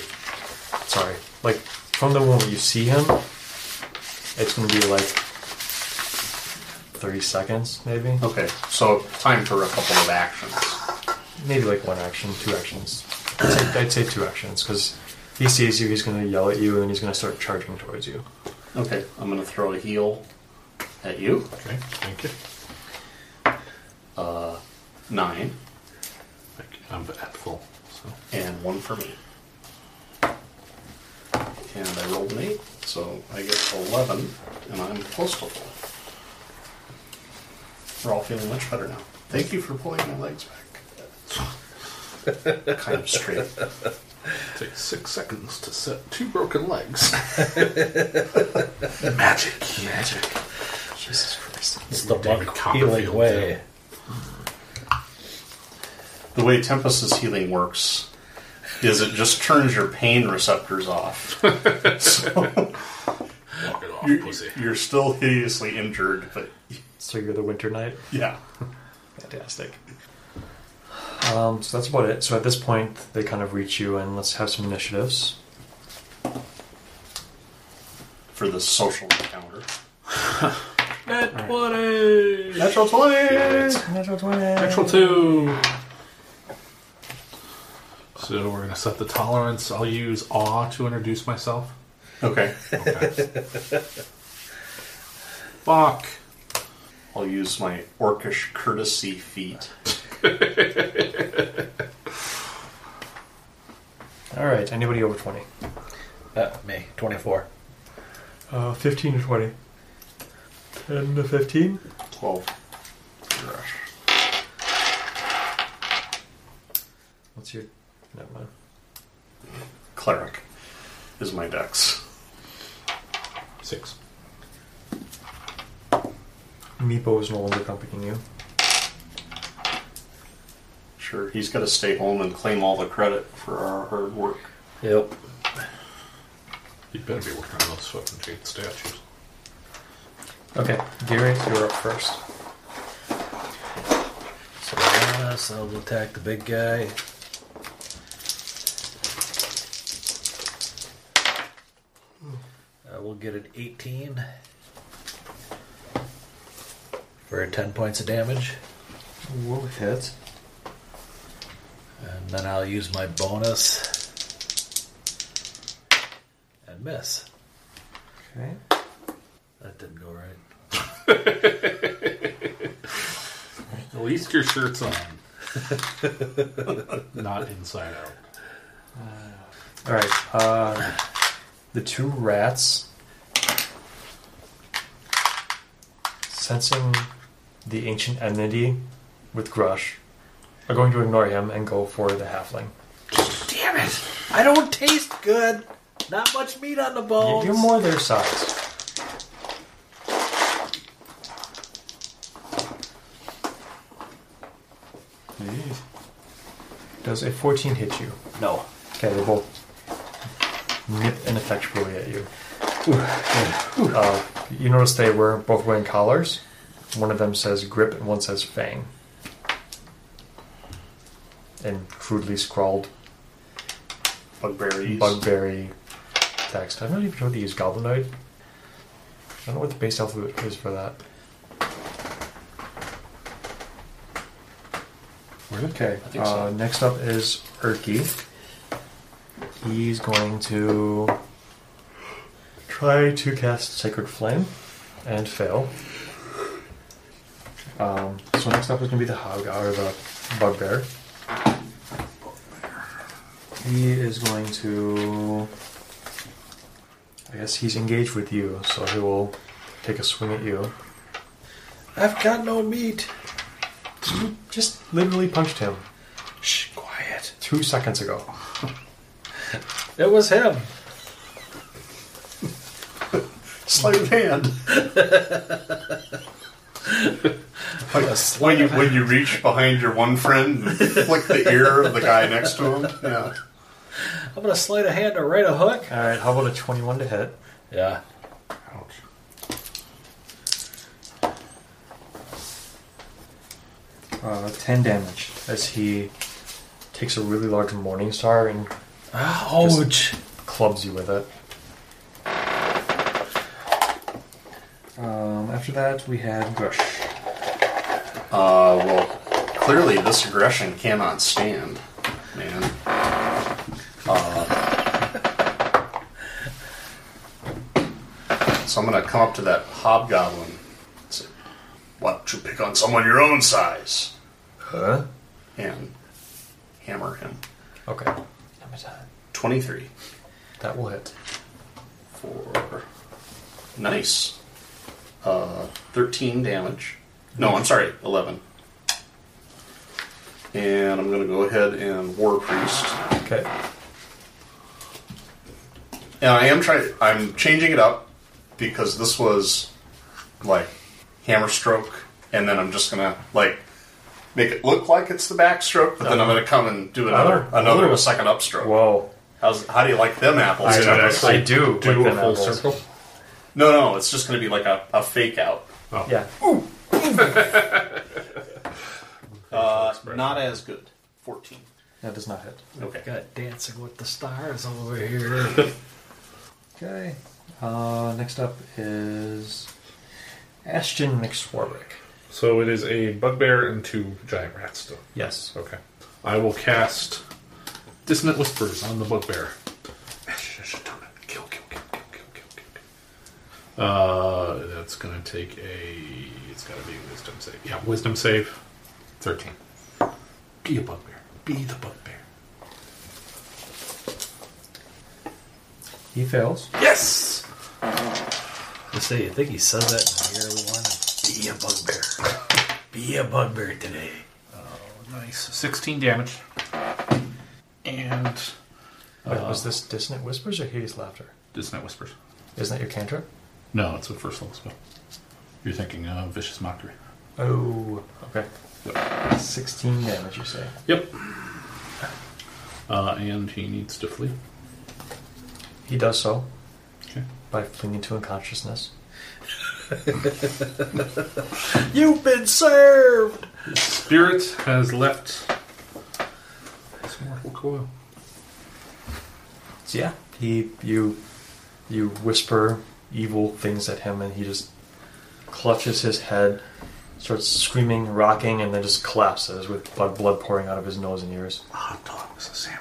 Speaker 3: sorry, like from the moment you see him, it's going to be like thirty seconds, maybe,
Speaker 4: Okay, so time for a couple of actions.
Speaker 3: maybe like one action, two actions. I'd say, I'd say two actions because he sees you, he's going to yell at you, and then he's going to start charging towards you.
Speaker 4: Okay, I'm going to throw a heel at you.
Speaker 10: Okay, thank you.
Speaker 4: Nine.
Speaker 10: Thank you. I'm at full. So
Speaker 4: and one for me. And I rolled an eight, so I get eleven, and I'm close to full. We're all feeling much better now. Thank you for pulling my legs back. kind of straight.
Speaker 10: it takes six seconds to set two broken legs. Magic.
Speaker 4: Magic.
Speaker 3: Jesus Christ!
Speaker 6: It's the
Speaker 10: David
Speaker 6: monk
Speaker 10: Copperfield
Speaker 6: healing way.
Speaker 4: The way Tempest's healing works is it just turns your pain receptors off.
Speaker 10: Knock it off,
Speaker 4: You-
Speaker 10: pussy.
Speaker 4: You're still hideously injured, but
Speaker 3: So you're the Winter Knight.
Speaker 4: yeah.
Speaker 3: Fantastic. Um, so that's about it. So at this point, they kind of reach you, and let's have some initiatives.
Speaker 4: For the social encounter.
Speaker 10: At 20!
Speaker 4: Natural 20!
Speaker 3: Natural twenty.
Speaker 10: Natural two. So we're gonna set the tolerance. I'll use awe to introduce myself.
Speaker 4: Okay.
Speaker 10: Okay. Fuck.
Speaker 4: I'll use my orcish courtesy feat.
Speaker 3: All right. Anybody over twenty?
Speaker 6: Uh, me, 24.
Speaker 3: Uh, fifteen to twenty. Ten to fifteen.
Speaker 4: 12.
Speaker 3: What's your? Never mind.
Speaker 4: Cleric is my dex.
Speaker 10: Six.
Speaker 3: Meepo is no longer accompanying you.
Speaker 4: Sure, he's got to stay home and claim all the credit for our hard work.
Speaker 6: Yep.
Speaker 10: You better be working on those fucking jade statues.
Speaker 3: Okay, Gary, you're up first.
Speaker 6: So yes, I'll attack the big guy. I will Uh, get an 18 for 10 points of damage.
Speaker 3: Will hit.
Speaker 6: And then I'll use my bonus and miss.
Speaker 3: Okay.
Speaker 6: That didn't go right.
Speaker 10: At least your shirt's on. Not inside out.
Speaker 3: All right. Uh, the two rats, sensing the ancient enmity with Grush, are going to ignore him and go for the halfling.
Speaker 6: Damn it! I don't taste good. Not much meat on the bones.
Speaker 3: You're more their size. Does a 14 hit you?
Speaker 6: No.
Speaker 3: Okay, they both nip ineffectually at you. Uh, you notice they were both wearing collars. One of them says grip and one says fang. And crudely scrawled
Speaker 4: Bugberries.
Speaker 3: bugberry text. I'm not even sure they use goblinoid. I don't know what the base alphabet is for that. Okay.
Speaker 26: think
Speaker 3: uh, Next up is Erky. He's going to try to cast Sacred Flame and fail. Um, so next up is going to be the Hog or the Bugbear. He is going to. I guess he's engaged with you, so he will take a swing at you.
Speaker 27: I've got no meat.
Speaker 3: You just literally punched him
Speaker 27: Shh, quiet.
Speaker 3: two seconds ago.
Speaker 27: It was him.
Speaker 4: Sleight of hand. Like, when you when you reach behind your one friend and flick the ear of the guy next to him. Yeah.
Speaker 27: I'm gonna slide a hand to right a hook.
Speaker 3: All right, how about a twenty-one to hit?
Speaker 27: Yeah.
Speaker 3: Uh, Ten damage as he takes a really large morning star and
Speaker 27: Ouch.
Speaker 3: clubs you with it. Um, after that, we had Grush.
Speaker 4: Uh, well, clearly this aggression cannot stand, man. Uh, so I'm gonna come up to that hobgoblin. and Say, Why don't you pick on someone your own size?
Speaker 3: Huh?
Speaker 4: And hammer him.
Speaker 3: Okay,
Speaker 4: Twenty-three
Speaker 3: that will hit.
Speaker 4: for nice. Uh, thirteen damage. No, I'm sorry, eleven. And I'm gonna go ahead and war priest.
Speaker 3: Okay.
Speaker 4: And I am trying. I'm changing it up because this was like hammer stroke, and then I'm just gonna like make it look like it's the backstroke, but then I'm gonna come and do another
Speaker 3: Another-
Speaker 4: another
Speaker 3: another-
Speaker 4: a second upstroke.
Speaker 3: Whoa.
Speaker 4: How's how do you like them apples?
Speaker 3: I
Speaker 4: Is it
Speaker 3: know,
Speaker 4: actually
Speaker 3: I do like
Speaker 4: do a
Speaker 3: them
Speaker 4: full
Speaker 3: apples.
Speaker 4: circle. No, no, it's just gonna be like a, a fake out.
Speaker 3: Yeah.
Speaker 4: Uh, not as good. Fourteen.
Speaker 3: That does not hit.
Speaker 4: Okay.
Speaker 6: Got dancing with the stars over here.
Speaker 3: Okay. Uh, next up is Ashton McSwarbrick.
Speaker 10: So it is a bugbear and two giant rats still.
Speaker 3: Yes.
Speaker 10: Okay. I will cast Dissonant Whispers on the bugbear. Ash, ash, don't Kill, kill, kill, kill, kill, kill, kill, kill. Uh, that's gonna take a. It's gotta be a wisdom save. Yeah, wisdom save. 13. Be a bugbear. Be the bugbear.
Speaker 3: He fails.
Speaker 10: Yes!
Speaker 6: You say you think he said that in the early one? Be a bugbear. Be a bugbear today.
Speaker 10: Nice. 16 damage. And.
Speaker 3: Wait,
Speaker 6: Uh,
Speaker 3: was this dissonant whispers or hideous laughter?
Speaker 10: Dissonant Whispers.
Speaker 3: Isn't that your cantrip?
Speaker 10: No, it's a first level spell. You're thinking uh, Vicious Mockery.
Speaker 3: Oh. Okay. Sixteen damage, you say?
Speaker 10: Yep. Uh, and he needs to flee.
Speaker 3: He does so
Speaker 10: Okay.
Speaker 3: by fleeing into unconsciousness.
Speaker 6: You've been served!
Speaker 10: Spirit has left this mortal coil.
Speaker 3: So yeah, he you you whisper evil things at him, and he just clutches his head, starts screaming, rocking, and then just collapses with blood, blood pouring out of his nose and ears.
Speaker 10: Hot dog was a sandwich.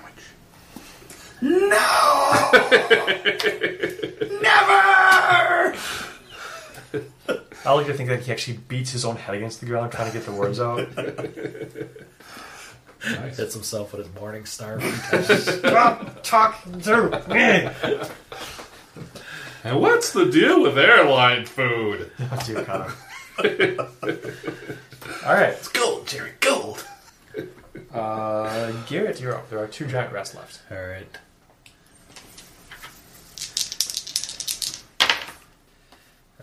Speaker 3: I like to think that he actually beats his own head against the ground, trying to get the words out.
Speaker 6: Hits himself with his morning star.
Speaker 3: Stop talking to me.
Speaker 10: And what's the deal with airline food?
Speaker 3: Oh, dear God. All right,
Speaker 4: Gold, Jerry, gold.
Speaker 3: uh, Garrett, you're up. There are two giant rats left.
Speaker 6: Alright.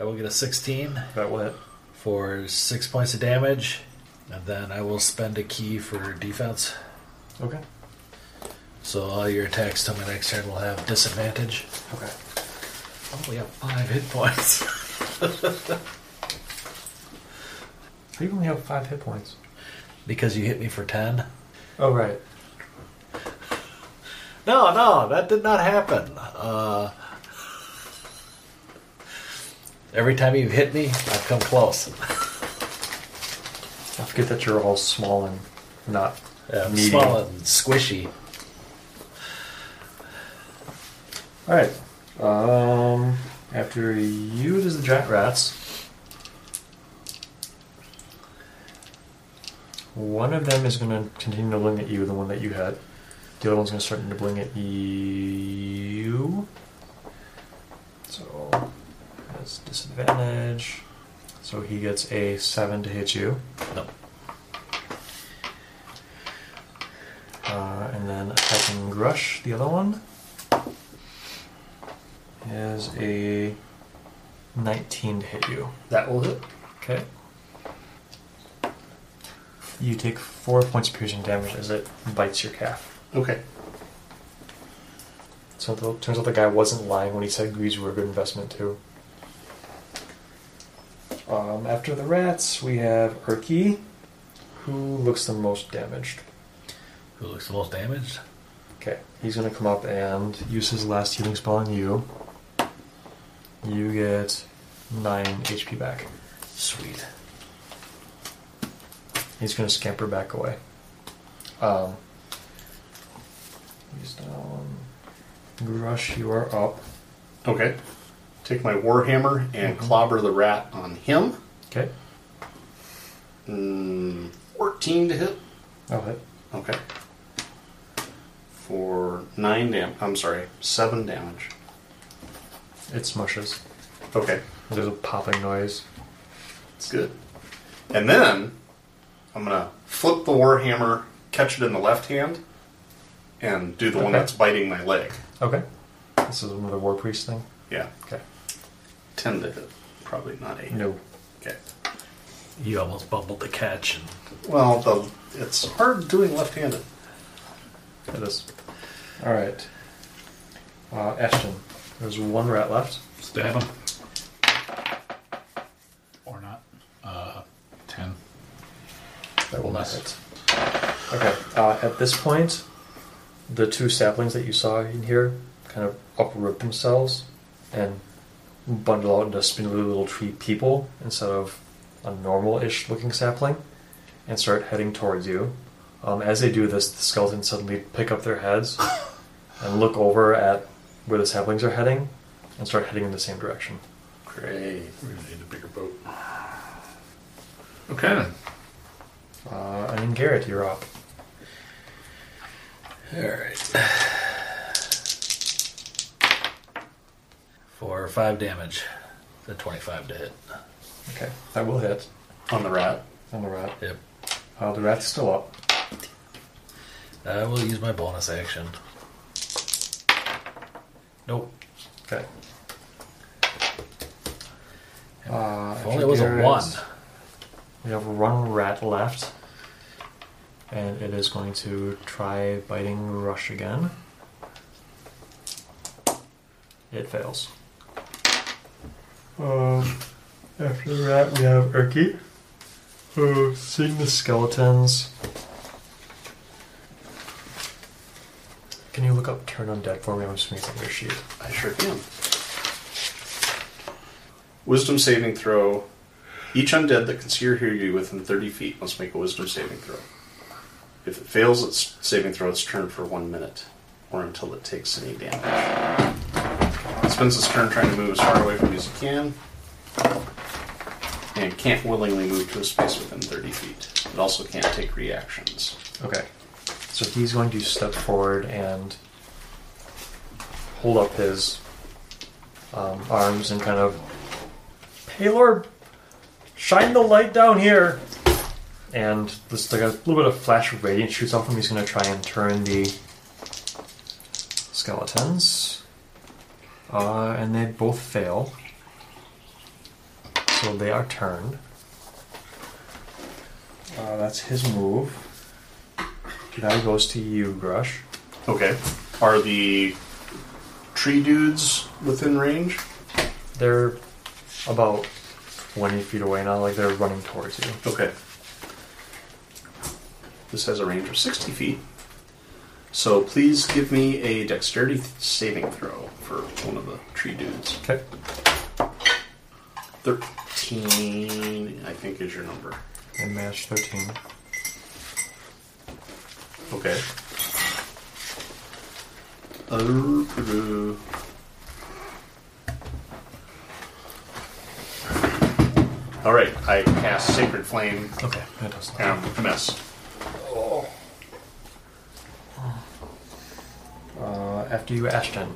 Speaker 6: I will get a 16
Speaker 3: That what?
Speaker 6: for 6 points of damage, and then I will spend a key for defense.
Speaker 3: Okay.
Speaker 6: So all your attacks till my next turn will have disadvantage.
Speaker 3: Okay.
Speaker 6: Only have 5 hit points.
Speaker 3: How do you only have five hit points?
Speaker 6: because you hit me for 10.
Speaker 3: Oh right.
Speaker 6: No, no, that did not happen. Uh, Every time you've hit me, I've come close.
Speaker 3: I forget that you're all small and not
Speaker 6: Yeah,
Speaker 3: meaty.
Speaker 6: small and squishy.
Speaker 3: All right. Um, after you, it is the giant rats. One of them is going to continue nibbling at you, the one that you had. The other one's going to start nibbling at you. So that's disadvantage. So he gets a seven to hit you.
Speaker 6: No.
Speaker 3: Uh, and then attacking Grush, the other one, is a 19 to hit you.
Speaker 4: That will hit.
Speaker 3: Okay. You take four points of piercing damage as it bites your calf.
Speaker 4: Okay.
Speaker 3: So it turns out the guy wasn't lying when he said greeds were a good investment too. Um, after the rats, we have Erky, who looks the most damaged.
Speaker 6: Who looks the most damaged?
Speaker 3: Okay, he's gonna come up and use his last healing spell on you. You get nine HP back.
Speaker 6: Sweet.
Speaker 3: He's gonna scamper back away. Um, he's down. Grush, you are up.
Speaker 4: Okay. Take my warhammer and clobber the rat on him.
Speaker 3: Okay.
Speaker 4: Mm, 14 to hit.
Speaker 3: I'll hit.
Speaker 4: Okay. For 9 damage. I'm sorry, 7 damage.
Speaker 3: It smushes.
Speaker 4: Okay.
Speaker 3: There's a popping noise.
Speaker 4: It's good. And then I'm going to flip the warhammer, catch it in the left hand, and do the one
Speaker 3: Okay.
Speaker 4: that's biting my leg.
Speaker 3: Okay. This is another war priest thing.
Speaker 4: Yeah.
Speaker 3: Okay.
Speaker 4: 10 to hit. Probably not 8.
Speaker 3: No.
Speaker 4: Okay.
Speaker 6: You almost bumbled the catch. And
Speaker 4: Well, the, it's hard doing left handed.
Speaker 3: It is. All right. Uh, Ashton, there's one rat left.
Speaker 10: Stab him. Or not. Uh, 10.
Speaker 3: That will not
Speaker 10: Nice.
Speaker 3: hit. Okay. Uh, at this point, the two saplings that you saw in here kind of uproot themselves and bundle out into spindly little tree people instead of a normal-ish looking sapling, and start heading towards you. Um, as they do this, the skeletons suddenly pick up their heads and look over at where the saplings are heading and start heading in the same direction.
Speaker 4: Great.
Speaker 10: We're going to need a bigger boat. Okay then.
Speaker 3: Uh, and then Garrett, you're up.
Speaker 6: Alright. Four or five damage. The 25 to hit.
Speaker 3: Okay, that will hit
Speaker 4: On the rat.
Speaker 3: on the rat.
Speaker 6: Yep.
Speaker 3: Uh, the rat's still up.
Speaker 6: I will use my bonus action. Nope.
Speaker 3: Okay. Uh,
Speaker 6: If only it was a
Speaker 3: Garrett,
Speaker 6: one.
Speaker 3: We have one rat left, and it is going to try biting Rush again. It fails. Um, after the rat, we have Erky, who, seeing the skeletons. Can you look up Turn Undead for me? I'm just making your sheet.
Speaker 4: I sure can. Wisdom saving throw. Each undead that can see or hear you within 30 feet must make a wisdom saving throw. If it fails its saving throw, it's turned for one minute, or until it takes any damage. It spends its turn trying to move as far away from you as it can, and can't willingly move to a space within 30 feet. It also can't take reactions.
Speaker 3: Okay. So he's going to step forward and hold up his um, arms and kind of, Paylor, shine the light down here. And this like a little bit of flash of radiance shoots off him. He's going to try and turn the skeletons, uh, and they both fail. So they are turned. Uh, that's his move. That goes to you, Grush.
Speaker 4: Okay. Are the tree dudes within range?
Speaker 3: They're about 20 feet away now, like they're running towards you.
Speaker 4: Okay. This has a range of 60 feet. So please give me a dexterity th- saving throw for one of the tree dudes.
Speaker 3: Okay.
Speaker 28: Thirteen, I think, is your number.
Speaker 3: And mash 13.
Speaker 28: Okay. Uh, All right, I cast Sacred Flame.
Speaker 3: Okay, that does not.
Speaker 28: Um, mess.
Speaker 3: Uh, after you, Ashton.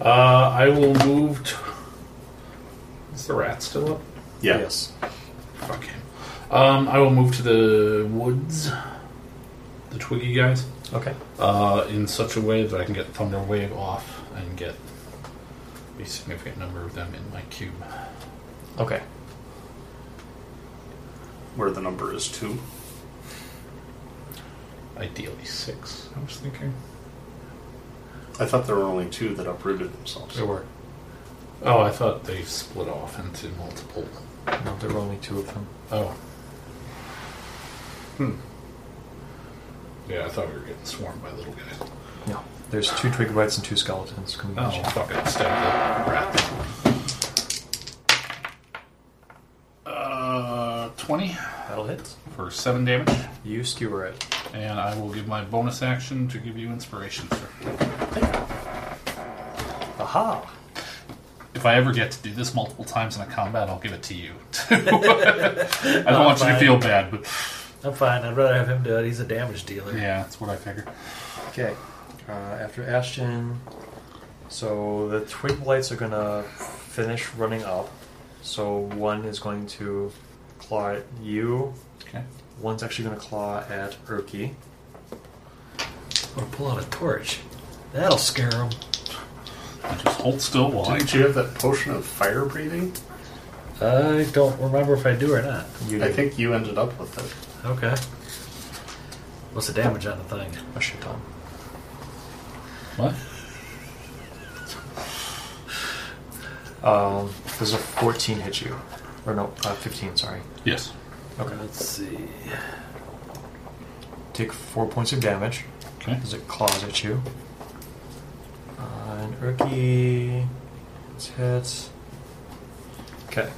Speaker 10: Uh, I will move. To... Is the rat still up?
Speaker 28: Yeah.
Speaker 3: Yes.
Speaker 10: Fuck him. Um, I will move to the woods, the twiggy guys,
Speaker 3: Okay.
Speaker 10: uh, in such a way that I can get Thunder Wave off and get a significant number of them in my cube.
Speaker 3: Okay.
Speaker 28: Where the number is two.
Speaker 10: Ideally six. I was thinking.
Speaker 28: I thought there were only two that uprooted themselves.
Speaker 3: There were.
Speaker 10: Oh, I thought they split off into multiple.
Speaker 3: No, there were only two of them.
Speaker 10: Oh. Hmm. Yeah, I thought we were getting swarmed by little guys.
Speaker 3: No. There's two twig bites and two skeletons. coming
Speaker 10: Oh,
Speaker 3: at you.
Speaker 10: fuck it. Stab the rat. Uh, 20
Speaker 3: That'll hit.
Speaker 10: for 7 damage.
Speaker 3: You skewer it.
Speaker 10: And I will give my bonus action to give you inspiration, sir.
Speaker 3: Aha!
Speaker 10: If I ever get to do this multiple times in a combat, I'll give it to you. I don't want you to
Speaker 6: fine.
Speaker 10: feel bad, but
Speaker 6: I'm fine. I'd rather have him do it. He's a damage dealer.
Speaker 10: yeah, that's what I figure.
Speaker 3: Okay. Uh, after Ashton, so the twig lights are gonna finish running up. So one is going to claw at you.
Speaker 10: Okay.
Speaker 3: One's actually gonna claw at Erky.
Speaker 6: Or pull out a torch. That'll scare him.
Speaker 10: Just hold still while I
Speaker 28: Didn't you have that potion of fire breathing?
Speaker 6: I don't remember if I do or not.
Speaker 3: You
Speaker 28: I
Speaker 3: do
Speaker 28: think you ended up with it.
Speaker 6: Okay. What's the damage on the thing?
Speaker 3: a shit ton.
Speaker 10: What?
Speaker 3: Um, does a 14 hit you? Or no, uh, 15, sorry.
Speaker 10: Yes.
Speaker 3: Okay.
Speaker 6: Let's see.
Speaker 3: Take four points of damage
Speaker 10: Okay.
Speaker 3: as it claws at you. Uh, and Urki. It's hit. Okay.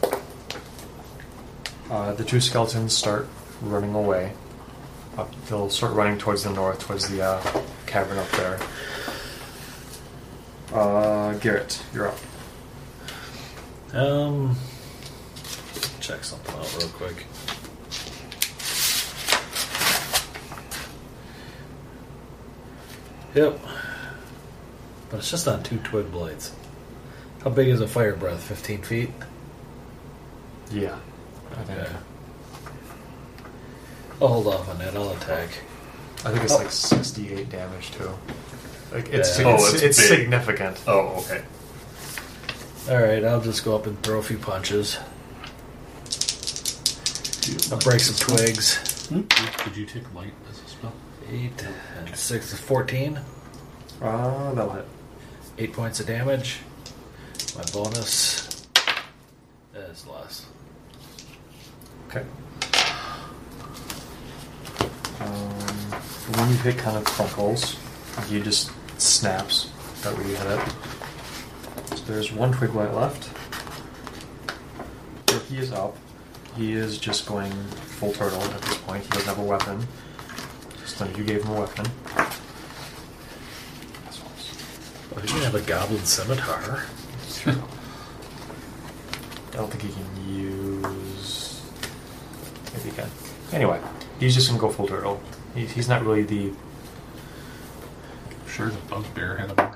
Speaker 3: Uh, the two skeletons start running away. Up, they'll start running towards the north, towards the uh, cavern up there. Uh, Garrett, you're up.
Speaker 6: Um, check something out real quick. Yep. But it's just on two twig blades. How big is a fire breath? 15 feet?
Speaker 3: Yeah. I think,
Speaker 6: Yeah. I'll hold off on that. I'll attack.
Speaker 3: I think it's like 68 damage, too. Like it's,
Speaker 6: Yeah.
Speaker 3: it's,
Speaker 28: Oh, it's
Speaker 3: it's
Speaker 28: big.
Speaker 3: significant.
Speaker 28: Oh, okay.
Speaker 6: Alright, I'll just go up and throw a few punches. I'll break some twigs.
Speaker 10: Could you take light as a spell?
Speaker 6: 8 and 6 is 14.
Speaker 3: Ah, that'll hit.
Speaker 6: Eight points of damage. My bonus is less.
Speaker 3: Okay. Um, when you hit kind of crunkles, he just snaps that where you hit it. So there's one twig light left. So he is up. He is just going full turtle at this point. He doesn't have a weapon. Just like you gave him a weapon.
Speaker 6: Oh, you have a goblin scimitar.
Speaker 3: I don't think he can use. Maybe he can. Anyway, he's just gonna go full turtle. He's, he's not really the.
Speaker 10: Sure, the bugbear had a.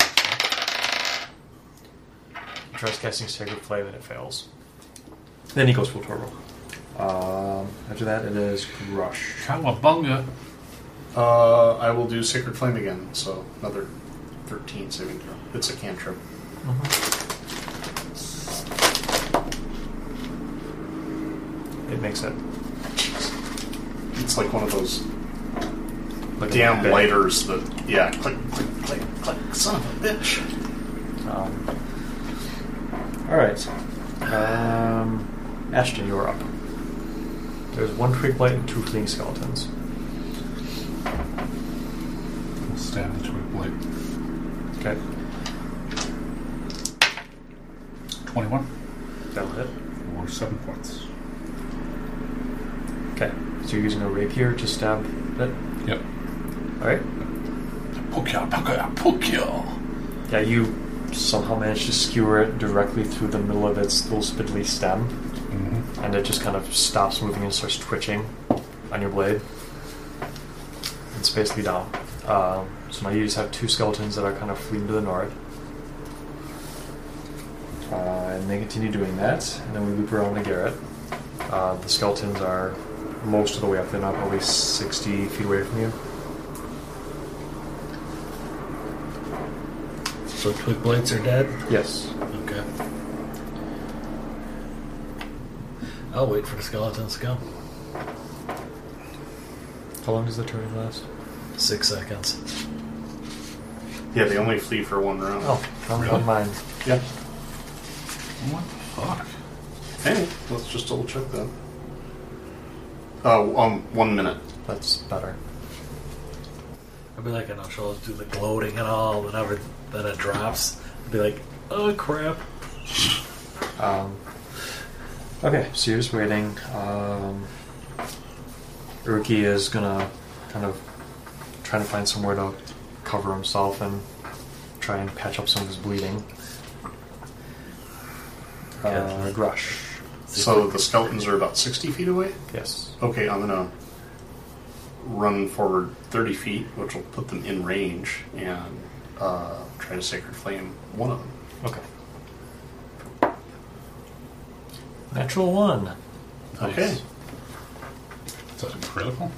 Speaker 3: He tries casting Sacred Flame and it fails. Then he goes full turtle. Um, after that, it is Rush.
Speaker 10: Cowabunga!
Speaker 28: Uh, I will do Sacred Flame again, so another 13 saving throw. It's a cantrip.
Speaker 3: It makes it.
Speaker 28: It's like one of those
Speaker 3: Like
Speaker 28: damn
Speaker 3: bit.
Speaker 28: lighters that, yeah, click, click, click, click, son of a bitch.
Speaker 3: Um, Alright. Um, Ashton, you are up. There's one twig light and two fleeing skeletons.
Speaker 10: Stab the twig blade.
Speaker 3: Okay.
Speaker 10: 21.
Speaker 3: That was it.
Speaker 10: Or seven points.
Speaker 3: Okay. So you're using a rapier to stab it?
Speaker 10: Yep.
Speaker 3: Alright.
Speaker 10: Poke ya, poke ya, poke ya.
Speaker 3: Yeah, you somehow managed to skewer it directly through the middle of its little spindly stem.
Speaker 10: Mm-hmm.
Speaker 3: And it just kind of stops moving and starts twitching on your blade. It's basically down. Um, so now you just have two skeletons that are kind of fleeing to the north. Uh, and they continue doing that, and then we loop around to Garrett. Uh, the skeletons are most of the way up. They're now probably 60 feet away from you.
Speaker 6: So twig blades are dead?
Speaker 3: Yes.
Speaker 6: Okay. I'll wait for the skeletons to come.
Speaker 3: How long does the turn last?
Speaker 6: Six seconds.
Speaker 4: Yeah, they only flee for one round.
Speaker 3: Oh, I'm
Speaker 4: Really?
Speaker 3: mine.
Speaker 4: Yeah.
Speaker 10: What the fuck?
Speaker 4: Hey, let's just double check that. Oh, um, one minute.
Speaker 3: That's better.
Speaker 6: I'll be like, and I'll show do the gloating and all, whenever then it drops. I'll be like, oh crap.
Speaker 3: Um, okay, so you're just waiting. Um, Uruki is gonna kind of trying to find somewhere to cover himself and try and patch up some of his bleeding. Uh, Grush.
Speaker 4: So the skeletons are about 60 feet away?
Speaker 3: Yes.
Speaker 4: Okay, I'm gonna run forward 30 feet, which will put them in range, and uh, try to Sacred Flame one of them.
Speaker 3: Okay. Natural one.
Speaker 4: Okay.
Speaker 10: Is that critical?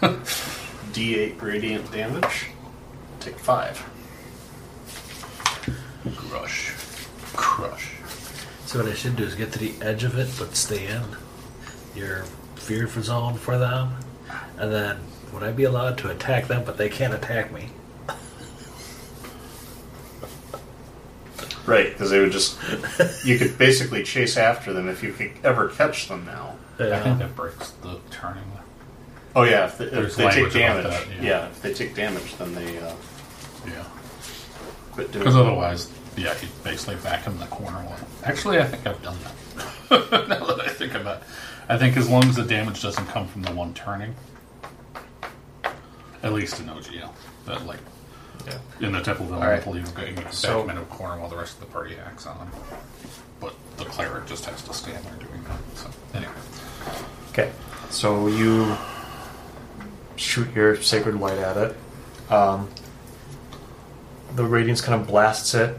Speaker 4: D8 radiant damage. Take five.
Speaker 10: Crush. Crush.
Speaker 6: So what I should do is get to the edge of it, but stay in your fear for zone for them, and then would I be allowed to attack them? But they can't attack me.
Speaker 4: Right, because they would just. you could basically chase after them if you could ever catch them now.
Speaker 10: I think that breaks the turning.
Speaker 4: Oh, yeah, if, the, if
Speaker 10: There's
Speaker 4: they take
Speaker 10: language about
Speaker 4: damage.
Speaker 10: that,
Speaker 4: yeah.
Speaker 10: yeah.
Speaker 4: if they take damage, then they. Uh,
Speaker 10: yeah.
Speaker 4: Quit doing
Speaker 10: Because
Speaker 4: it.
Speaker 10: otherwise, yeah, you basically vacuum the corner one. Actually, I think I've done that. now that I think about it. I think as long as the damage doesn't come from the one turning, at least in OGL, that like in the Temple of
Speaker 4: All right.
Speaker 10: Elemental, you can get
Speaker 4: So-
Speaker 10: vacuum into a corner while the rest of the party acts on them. But the cleric just has to stand there doing that. So anyway,
Speaker 3: Okay. So you shoot your sacred light at it. Um, the radiance kind of blasts it.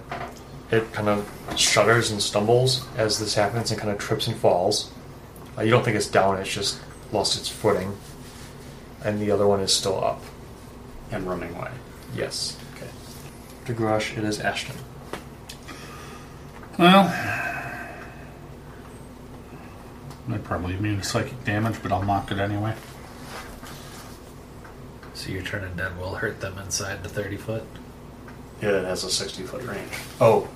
Speaker 3: It kind of shudders and stumbles as this happens and kind of trips and falls. Uh, you don't think it's down, it's just lost its footing. And the other one is still up.
Speaker 4: And running away.
Speaker 3: Yes. Okay. After Grush, it is Ashton.
Speaker 10: well, they're probably immune to psychic damage, but I'll knock it anyway.
Speaker 6: So your turn and dead will hurt them inside the thirty foot.
Speaker 4: Yeah, it has a 60 foot range. Oh.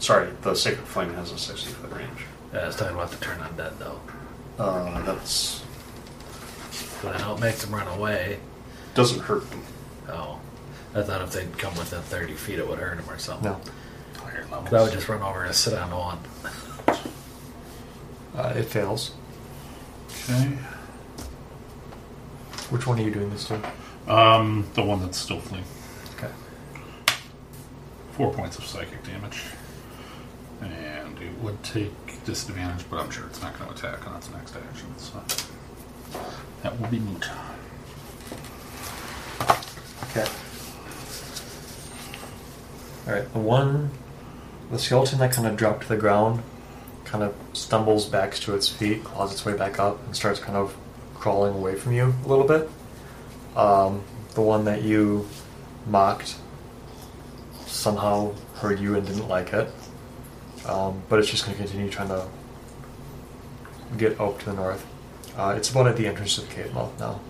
Speaker 4: Sorry, the Sacred Flame has a 60 foot range.
Speaker 6: Yeah, I was talking about the turn on dead though.
Speaker 4: Uh, that's.
Speaker 6: But I know it makes them run away.
Speaker 4: Doesn't hurt them.
Speaker 6: Oh, I thought if they'd come within thirty feet, it would hurt them or something.
Speaker 3: No.
Speaker 10: Higher levels.
Speaker 6: 'Cause I would just run over and sit on one.
Speaker 3: Uh, it fails.
Speaker 10: Okay.
Speaker 3: Which one are you doing this to?
Speaker 10: Um, the one that's still fleeing.
Speaker 3: Okay.
Speaker 10: Four points of psychic damage. And it would take disadvantage, but I'm sure it's not going to attack on its next action, so that will be moot.
Speaker 3: Okay. Alright, the one. The skeleton that kind of dropped to the ground kind of stumbles back to its feet, claws its way back up, and starts kind of crawling away from you a little bit. Um, the one that you mocked somehow heard you and didn't like it. Um, but it's just going to continue trying to get out to the north. Uh, it's about at the entrance of the cave mouth now.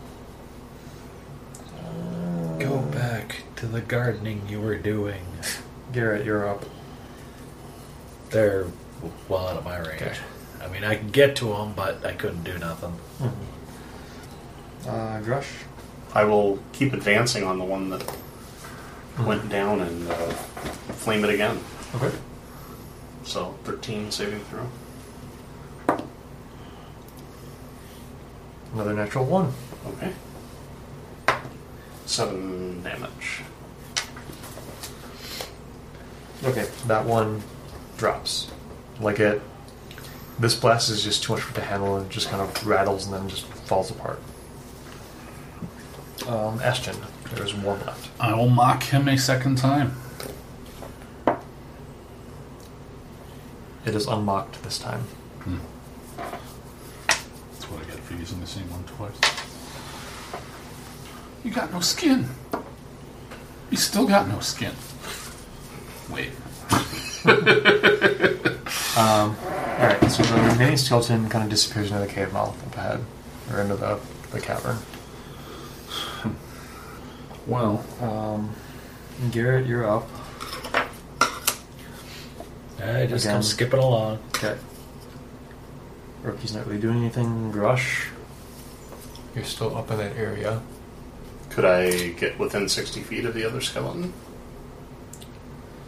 Speaker 6: Go back to the gardening you were doing.
Speaker 3: Garrett, you're up.
Speaker 6: They're well out of my range. I mean, I can get to them, but I couldn't do nothing.
Speaker 3: Uh, Grush?
Speaker 4: I will keep advancing on the one that went down and uh, flame it again.
Speaker 3: Okay.
Speaker 4: So 13 saving throw.
Speaker 3: Another natural one.
Speaker 4: Okay. Seven damage.
Speaker 3: Okay, that one drops. Like it, this blast is just too much for it to handle, and it just kind of rattles and then just falls apart. Um, Ashton, there's one left.
Speaker 10: I will mock him a second time.
Speaker 3: It is unmocked this time.
Speaker 10: That's what I get for using the same one twice. You got no skin. You still got no skin. Wait.
Speaker 3: Um, all right, so the remaining skeleton kind of disappears into the cave mouth up ahead, or into the, the cavern.
Speaker 10: Well,
Speaker 3: um, Garrett, you're up.
Speaker 6: I just come
Speaker 3: Again.
Speaker 6: skipping along.
Speaker 3: Okay. Rookie's not really doing anything. Grush, you're still up in that area.
Speaker 4: Could I get within 60 feet of the other skeleton?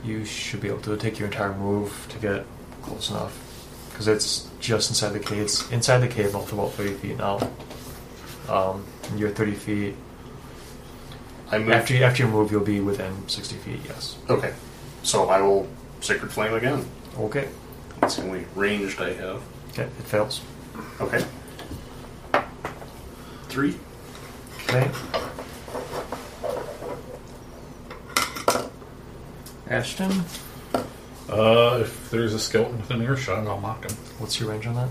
Speaker 3: You should be able to take your entire move to get close enough, because it's just inside the cave. It's inside the cave mouth, about thirty feet now. Um, and you're thirty feet.
Speaker 4: I moved-
Speaker 3: after you, after your move, you'll be within sixty feet. Yes.
Speaker 4: Okay. So I will Sacred Flame again.
Speaker 3: Okay.
Speaker 4: That's the only ranged I have.
Speaker 3: Okay, it fails.
Speaker 4: Okay. Three.
Speaker 3: Okay. Ashton,
Speaker 10: Uh, if there's a skeleton within earshot, I'll mock him.
Speaker 3: what's your range on that?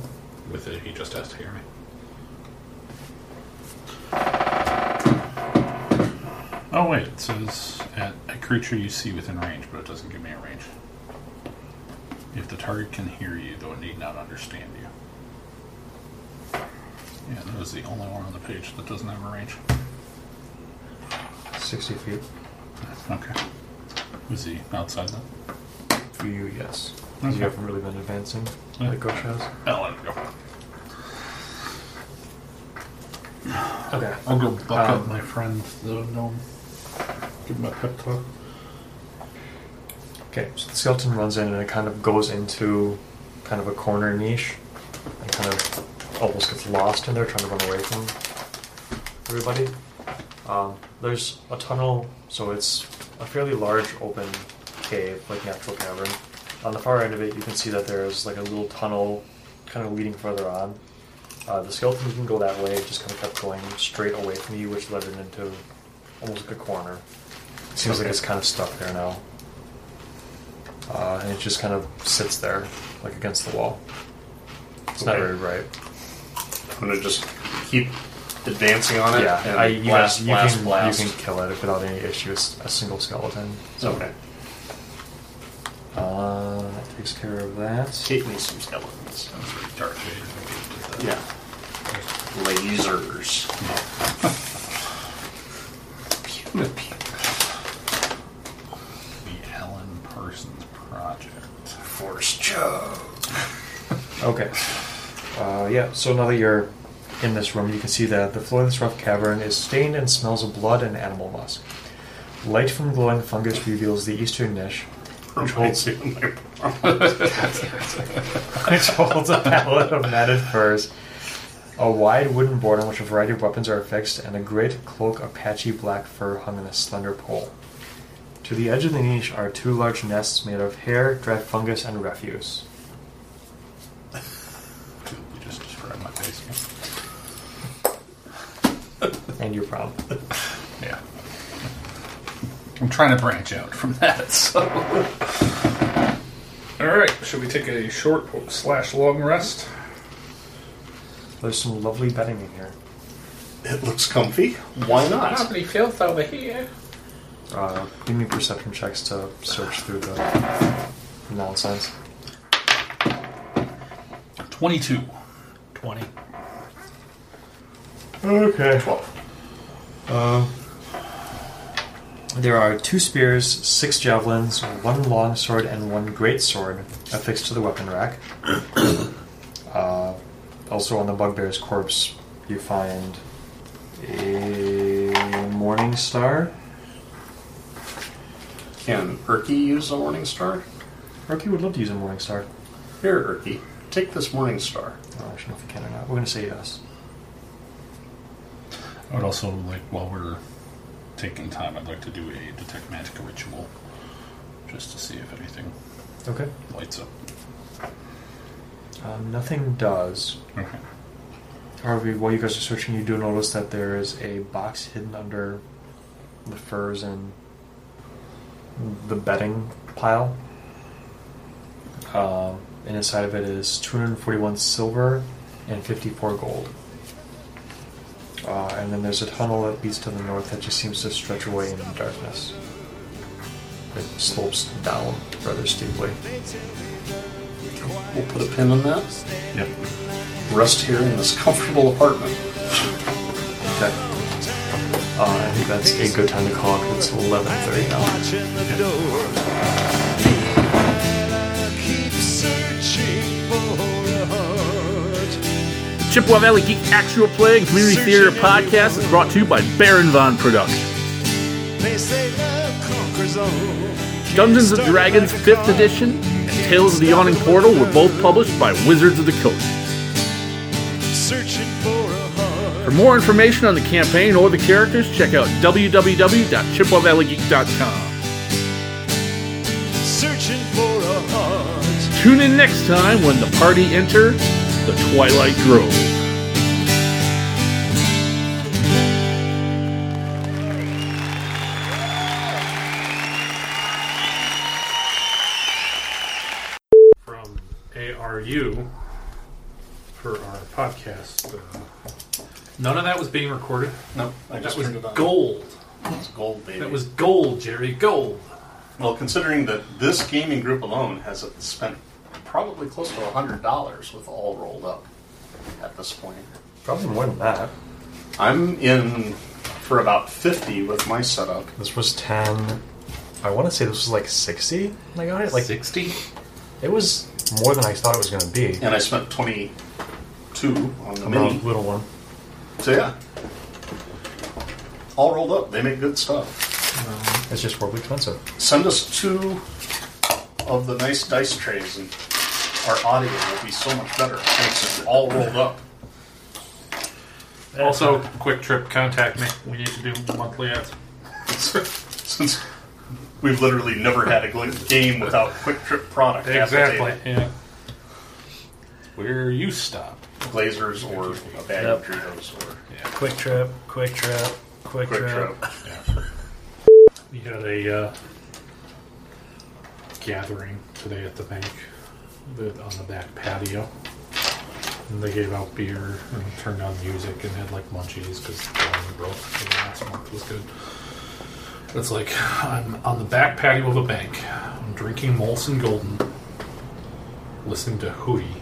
Speaker 10: With it, he just has to hear me. Oh wait, it says at a creature you see within range, but it doesn't give me a range. If the target can hear you, though it need not understand you. Yeah, that is the only one on the page that doesn't have a range.
Speaker 3: Sixty feet.
Speaker 10: Okay. Was he outside that?
Speaker 3: For you, yes. 'Cause
Speaker 10: Okay.
Speaker 3: You haven't really been advancing like Grush has.
Speaker 10: I'll let it Oh, go.
Speaker 3: Okay.
Speaker 10: I'll go buck up
Speaker 3: Um,
Speaker 10: my friend, the gnome. Give him a pep talk.
Speaker 3: Okay, so the skeleton runs in and it kind of goes into kind of a corner niche and kind of almost gets lost in there trying to run away from everybody. Um, there's a tunnel, so it's a fairly large open cave, like natural cavern. On the far end of it, you can see that there's like a little tunnel kind of leading further on. Uh, the skeleton didn't go that way, it just kind of kept going straight away from you, which led it into almost like a corner. Seems like it's kind of stuck there now. Uh, and it just kind of sits there, like against the wall. It's not
Speaker 4: Okay.
Speaker 3: very bright.
Speaker 4: I'm gonna just keep advancing on it.
Speaker 3: Yeah,
Speaker 4: and
Speaker 3: I, you,
Speaker 4: blast,
Speaker 3: can,
Speaker 4: blast,
Speaker 3: you, can,
Speaker 4: blast.
Speaker 3: you can kill it without any issues. A single skeleton. So.
Speaker 4: Okay.
Speaker 3: Uh, that takes care of that.
Speaker 4: Take me some skeletons.
Speaker 10: That's pretty dark. Shade.
Speaker 4: Yeah. Lasers.
Speaker 10: The Alan Parsons Project.
Speaker 4: Force Joe.
Speaker 3: Okay. Uh, yeah, so now that you're in this room, you can see that the floor of this rough cavern is stained and smells of blood and animal musk. Light from glowing fungus reveals the eastern niche, which holds, which holds a pallet of matted furs, a wide wooden board on which a variety of weapons are affixed, and a great cloak of patchy black fur hung on a slender pole. To the edge of the niche are two large nests made of hair, dry fungus, and refuse.
Speaker 10: You just described my basement.
Speaker 3: And your problem.
Speaker 10: Yeah. I'm trying to branch out from that, so. Alright, should we take a short slash long rest?
Speaker 3: There's some lovely bedding in here.
Speaker 4: It looks comfy. Why not?
Speaker 1: Probably filth over here.
Speaker 3: Uh, give me perception checks to search through the nonsense.
Speaker 10: 22.
Speaker 6: 20.
Speaker 3: Okay.
Speaker 4: Twelve.
Speaker 3: Uh, there are two spears, six javelins, one long sword, and one great sword affixed to the weapon rack. uh, also, on the bugbear's corpse, you find a morning star.
Speaker 4: Can Erky use the Morning Star?
Speaker 3: Rookie would love to use a Morning Star.
Speaker 4: Here, Erky, take this Morning Star.
Speaker 3: I don't know if we can or not. We're going to say yes.
Speaker 10: I would also like while we're taking time, I'd like to do a detect magic ritual, just to see if anything
Speaker 3: Okay.
Speaker 10: lights up.
Speaker 3: Um, nothing does.
Speaker 10: Okay.
Speaker 3: However, while you guys are searching, you do notice that there is a box hidden under the furs and the bedding pile. Um, and inside of it is 241 silver and 54 gold. Uh, and then there's a tunnel that leads to the north that just seems to stretch away in the darkness. It slopes down rather steeply.
Speaker 4: We'll put a pin on that.
Speaker 10: Yep.
Speaker 4: Rest here in this comfortable apartment.
Speaker 3: Okay. Uh, I think that's a good time to call it. It's 11:30 now.
Speaker 2: watching the door. I keep searching for a heart.
Speaker 1: Chippewa Valley Geek Actual Play and Community Theater Podcast is brought to you by Baron Von Productions.
Speaker 2: They say love conquers all.
Speaker 1: Dungeons & Dragons 5th Edition and Tales of the Yawning Portal were both published by Wizards of the Coast.
Speaker 2: Searching for a heart.
Speaker 1: For more information on the campaign or the characters, check out www.chippewavalleygeek.com.
Speaker 2: Searching for a heart.
Speaker 1: Tune in next time when the party enter the Twilight Grove.
Speaker 10: from ARU for our podcast. Uh, none of that was being recorded.
Speaker 4: No, I
Speaker 10: that
Speaker 4: just
Speaker 10: was
Speaker 4: turned it on.
Speaker 10: gold.
Speaker 4: It's gold, baby.
Speaker 10: That was gold, Jerry. Gold.
Speaker 4: Well, considering that this gaming group alone has spent probably close to hundred dollars with all rolled up at this point.
Speaker 3: Probably more than that.
Speaker 4: I'm in for about fifty with my setup.
Speaker 3: This was 10. I want to say this was like 60. I got it. Like
Speaker 10: sixty.
Speaker 3: It was more than I thought it was going to be.
Speaker 4: And I spent twenty two on the
Speaker 3: A
Speaker 4: mini.
Speaker 3: little one.
Speaker 4: So yeah. All rolled up. They make good stuff.
Speaker 3: It's just horribly expensive.
Speaker 4: Send us two of the nice dice trays, and our audio will be so much better. Thanks, it's all rolled up.
Speaker 10: Also, quick trip. Contact me. We need to do monthly ads.
Speaker 4: Since we've literally never had a gl- game without Quick Trip product. at the
Speaker 10: Exactly.
Speaker 4: table.
Speaker 10: Yeah. Where you stop.
Speaker 4: Glazers or a bag of Doritos or
Speaker 8: Quick trip, quick trip, quick,
Speaker 4: Quick
Speaker 8: trip.
Speaker 4: Trip.
Speaker 10: We had a uh, gathering today at the bank that- on the back patio. And they gave out beer and turned on music and had like munchies because the one we broke for the last month was good. It's like I'm on the back patio of a bank. I'm drinking Molson Golden, listening to Hootie,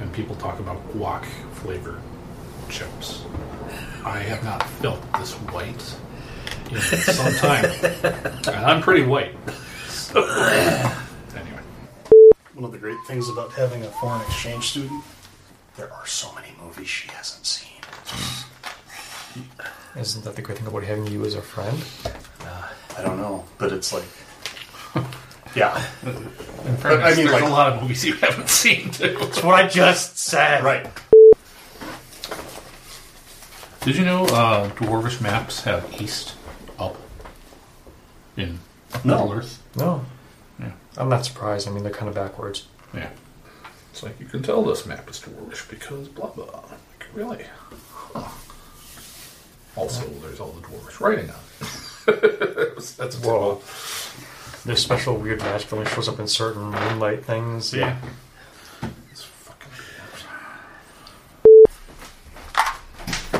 Speaker 10: and people talk about guac flavored chips. I have not felt this white in some time. and I'm pretty white. So, anyway.
Speaker 4: One of the great things about having a foreign exchange student, there are so many movies she hasn't seen.
Speaker 3: Isn't that the great thing about having you as a friend?
Speaker 4: Uh, I don't know, but it's like, yeah,
Speaker 10: In fairness,
Speaker 4: I mean,
Speaker 10: there's
Speaker 4: like-
Speaker 10: a lot of movies you haven't seen, too.
Speaker 29: That's what I just said.
Speaker 4: right.
Speaker 10: Did you know uh, Dwarvish maps have east up in Middle Earth?
Speaker 3: No.
Speaker 10: Yeah.
Speaker 3: I'm not surprised. I mean, they're kind of backwards.
Speaker 10: Yeah. It's like you can tell this map is Dwarvish because blah blah. Like, really? Huh. Also, there's all the Dwarvish writing on it. That's
Speaker 3: Whoa. There's special weird magic that only shows up in certain moonlight things.
Speaker 10: Yeah.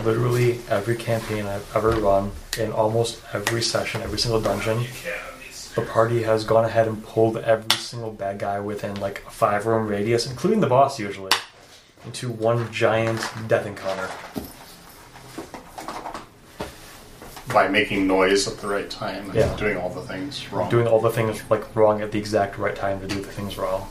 Speaker 3: Literally every campaign I've ever run, in almost every session, every single dungeon, the party has gone ahead and pulled every single bad guy within like a five room radius, including the boss usually, into one giant death encounter.
Speaker 4: By making noise at the right time and
Speaker 3: Yeah.
Speaker 4: doing all the things wrong.
Speaker 3: Doing all the things like wrong at the exact right time to do the things wrong.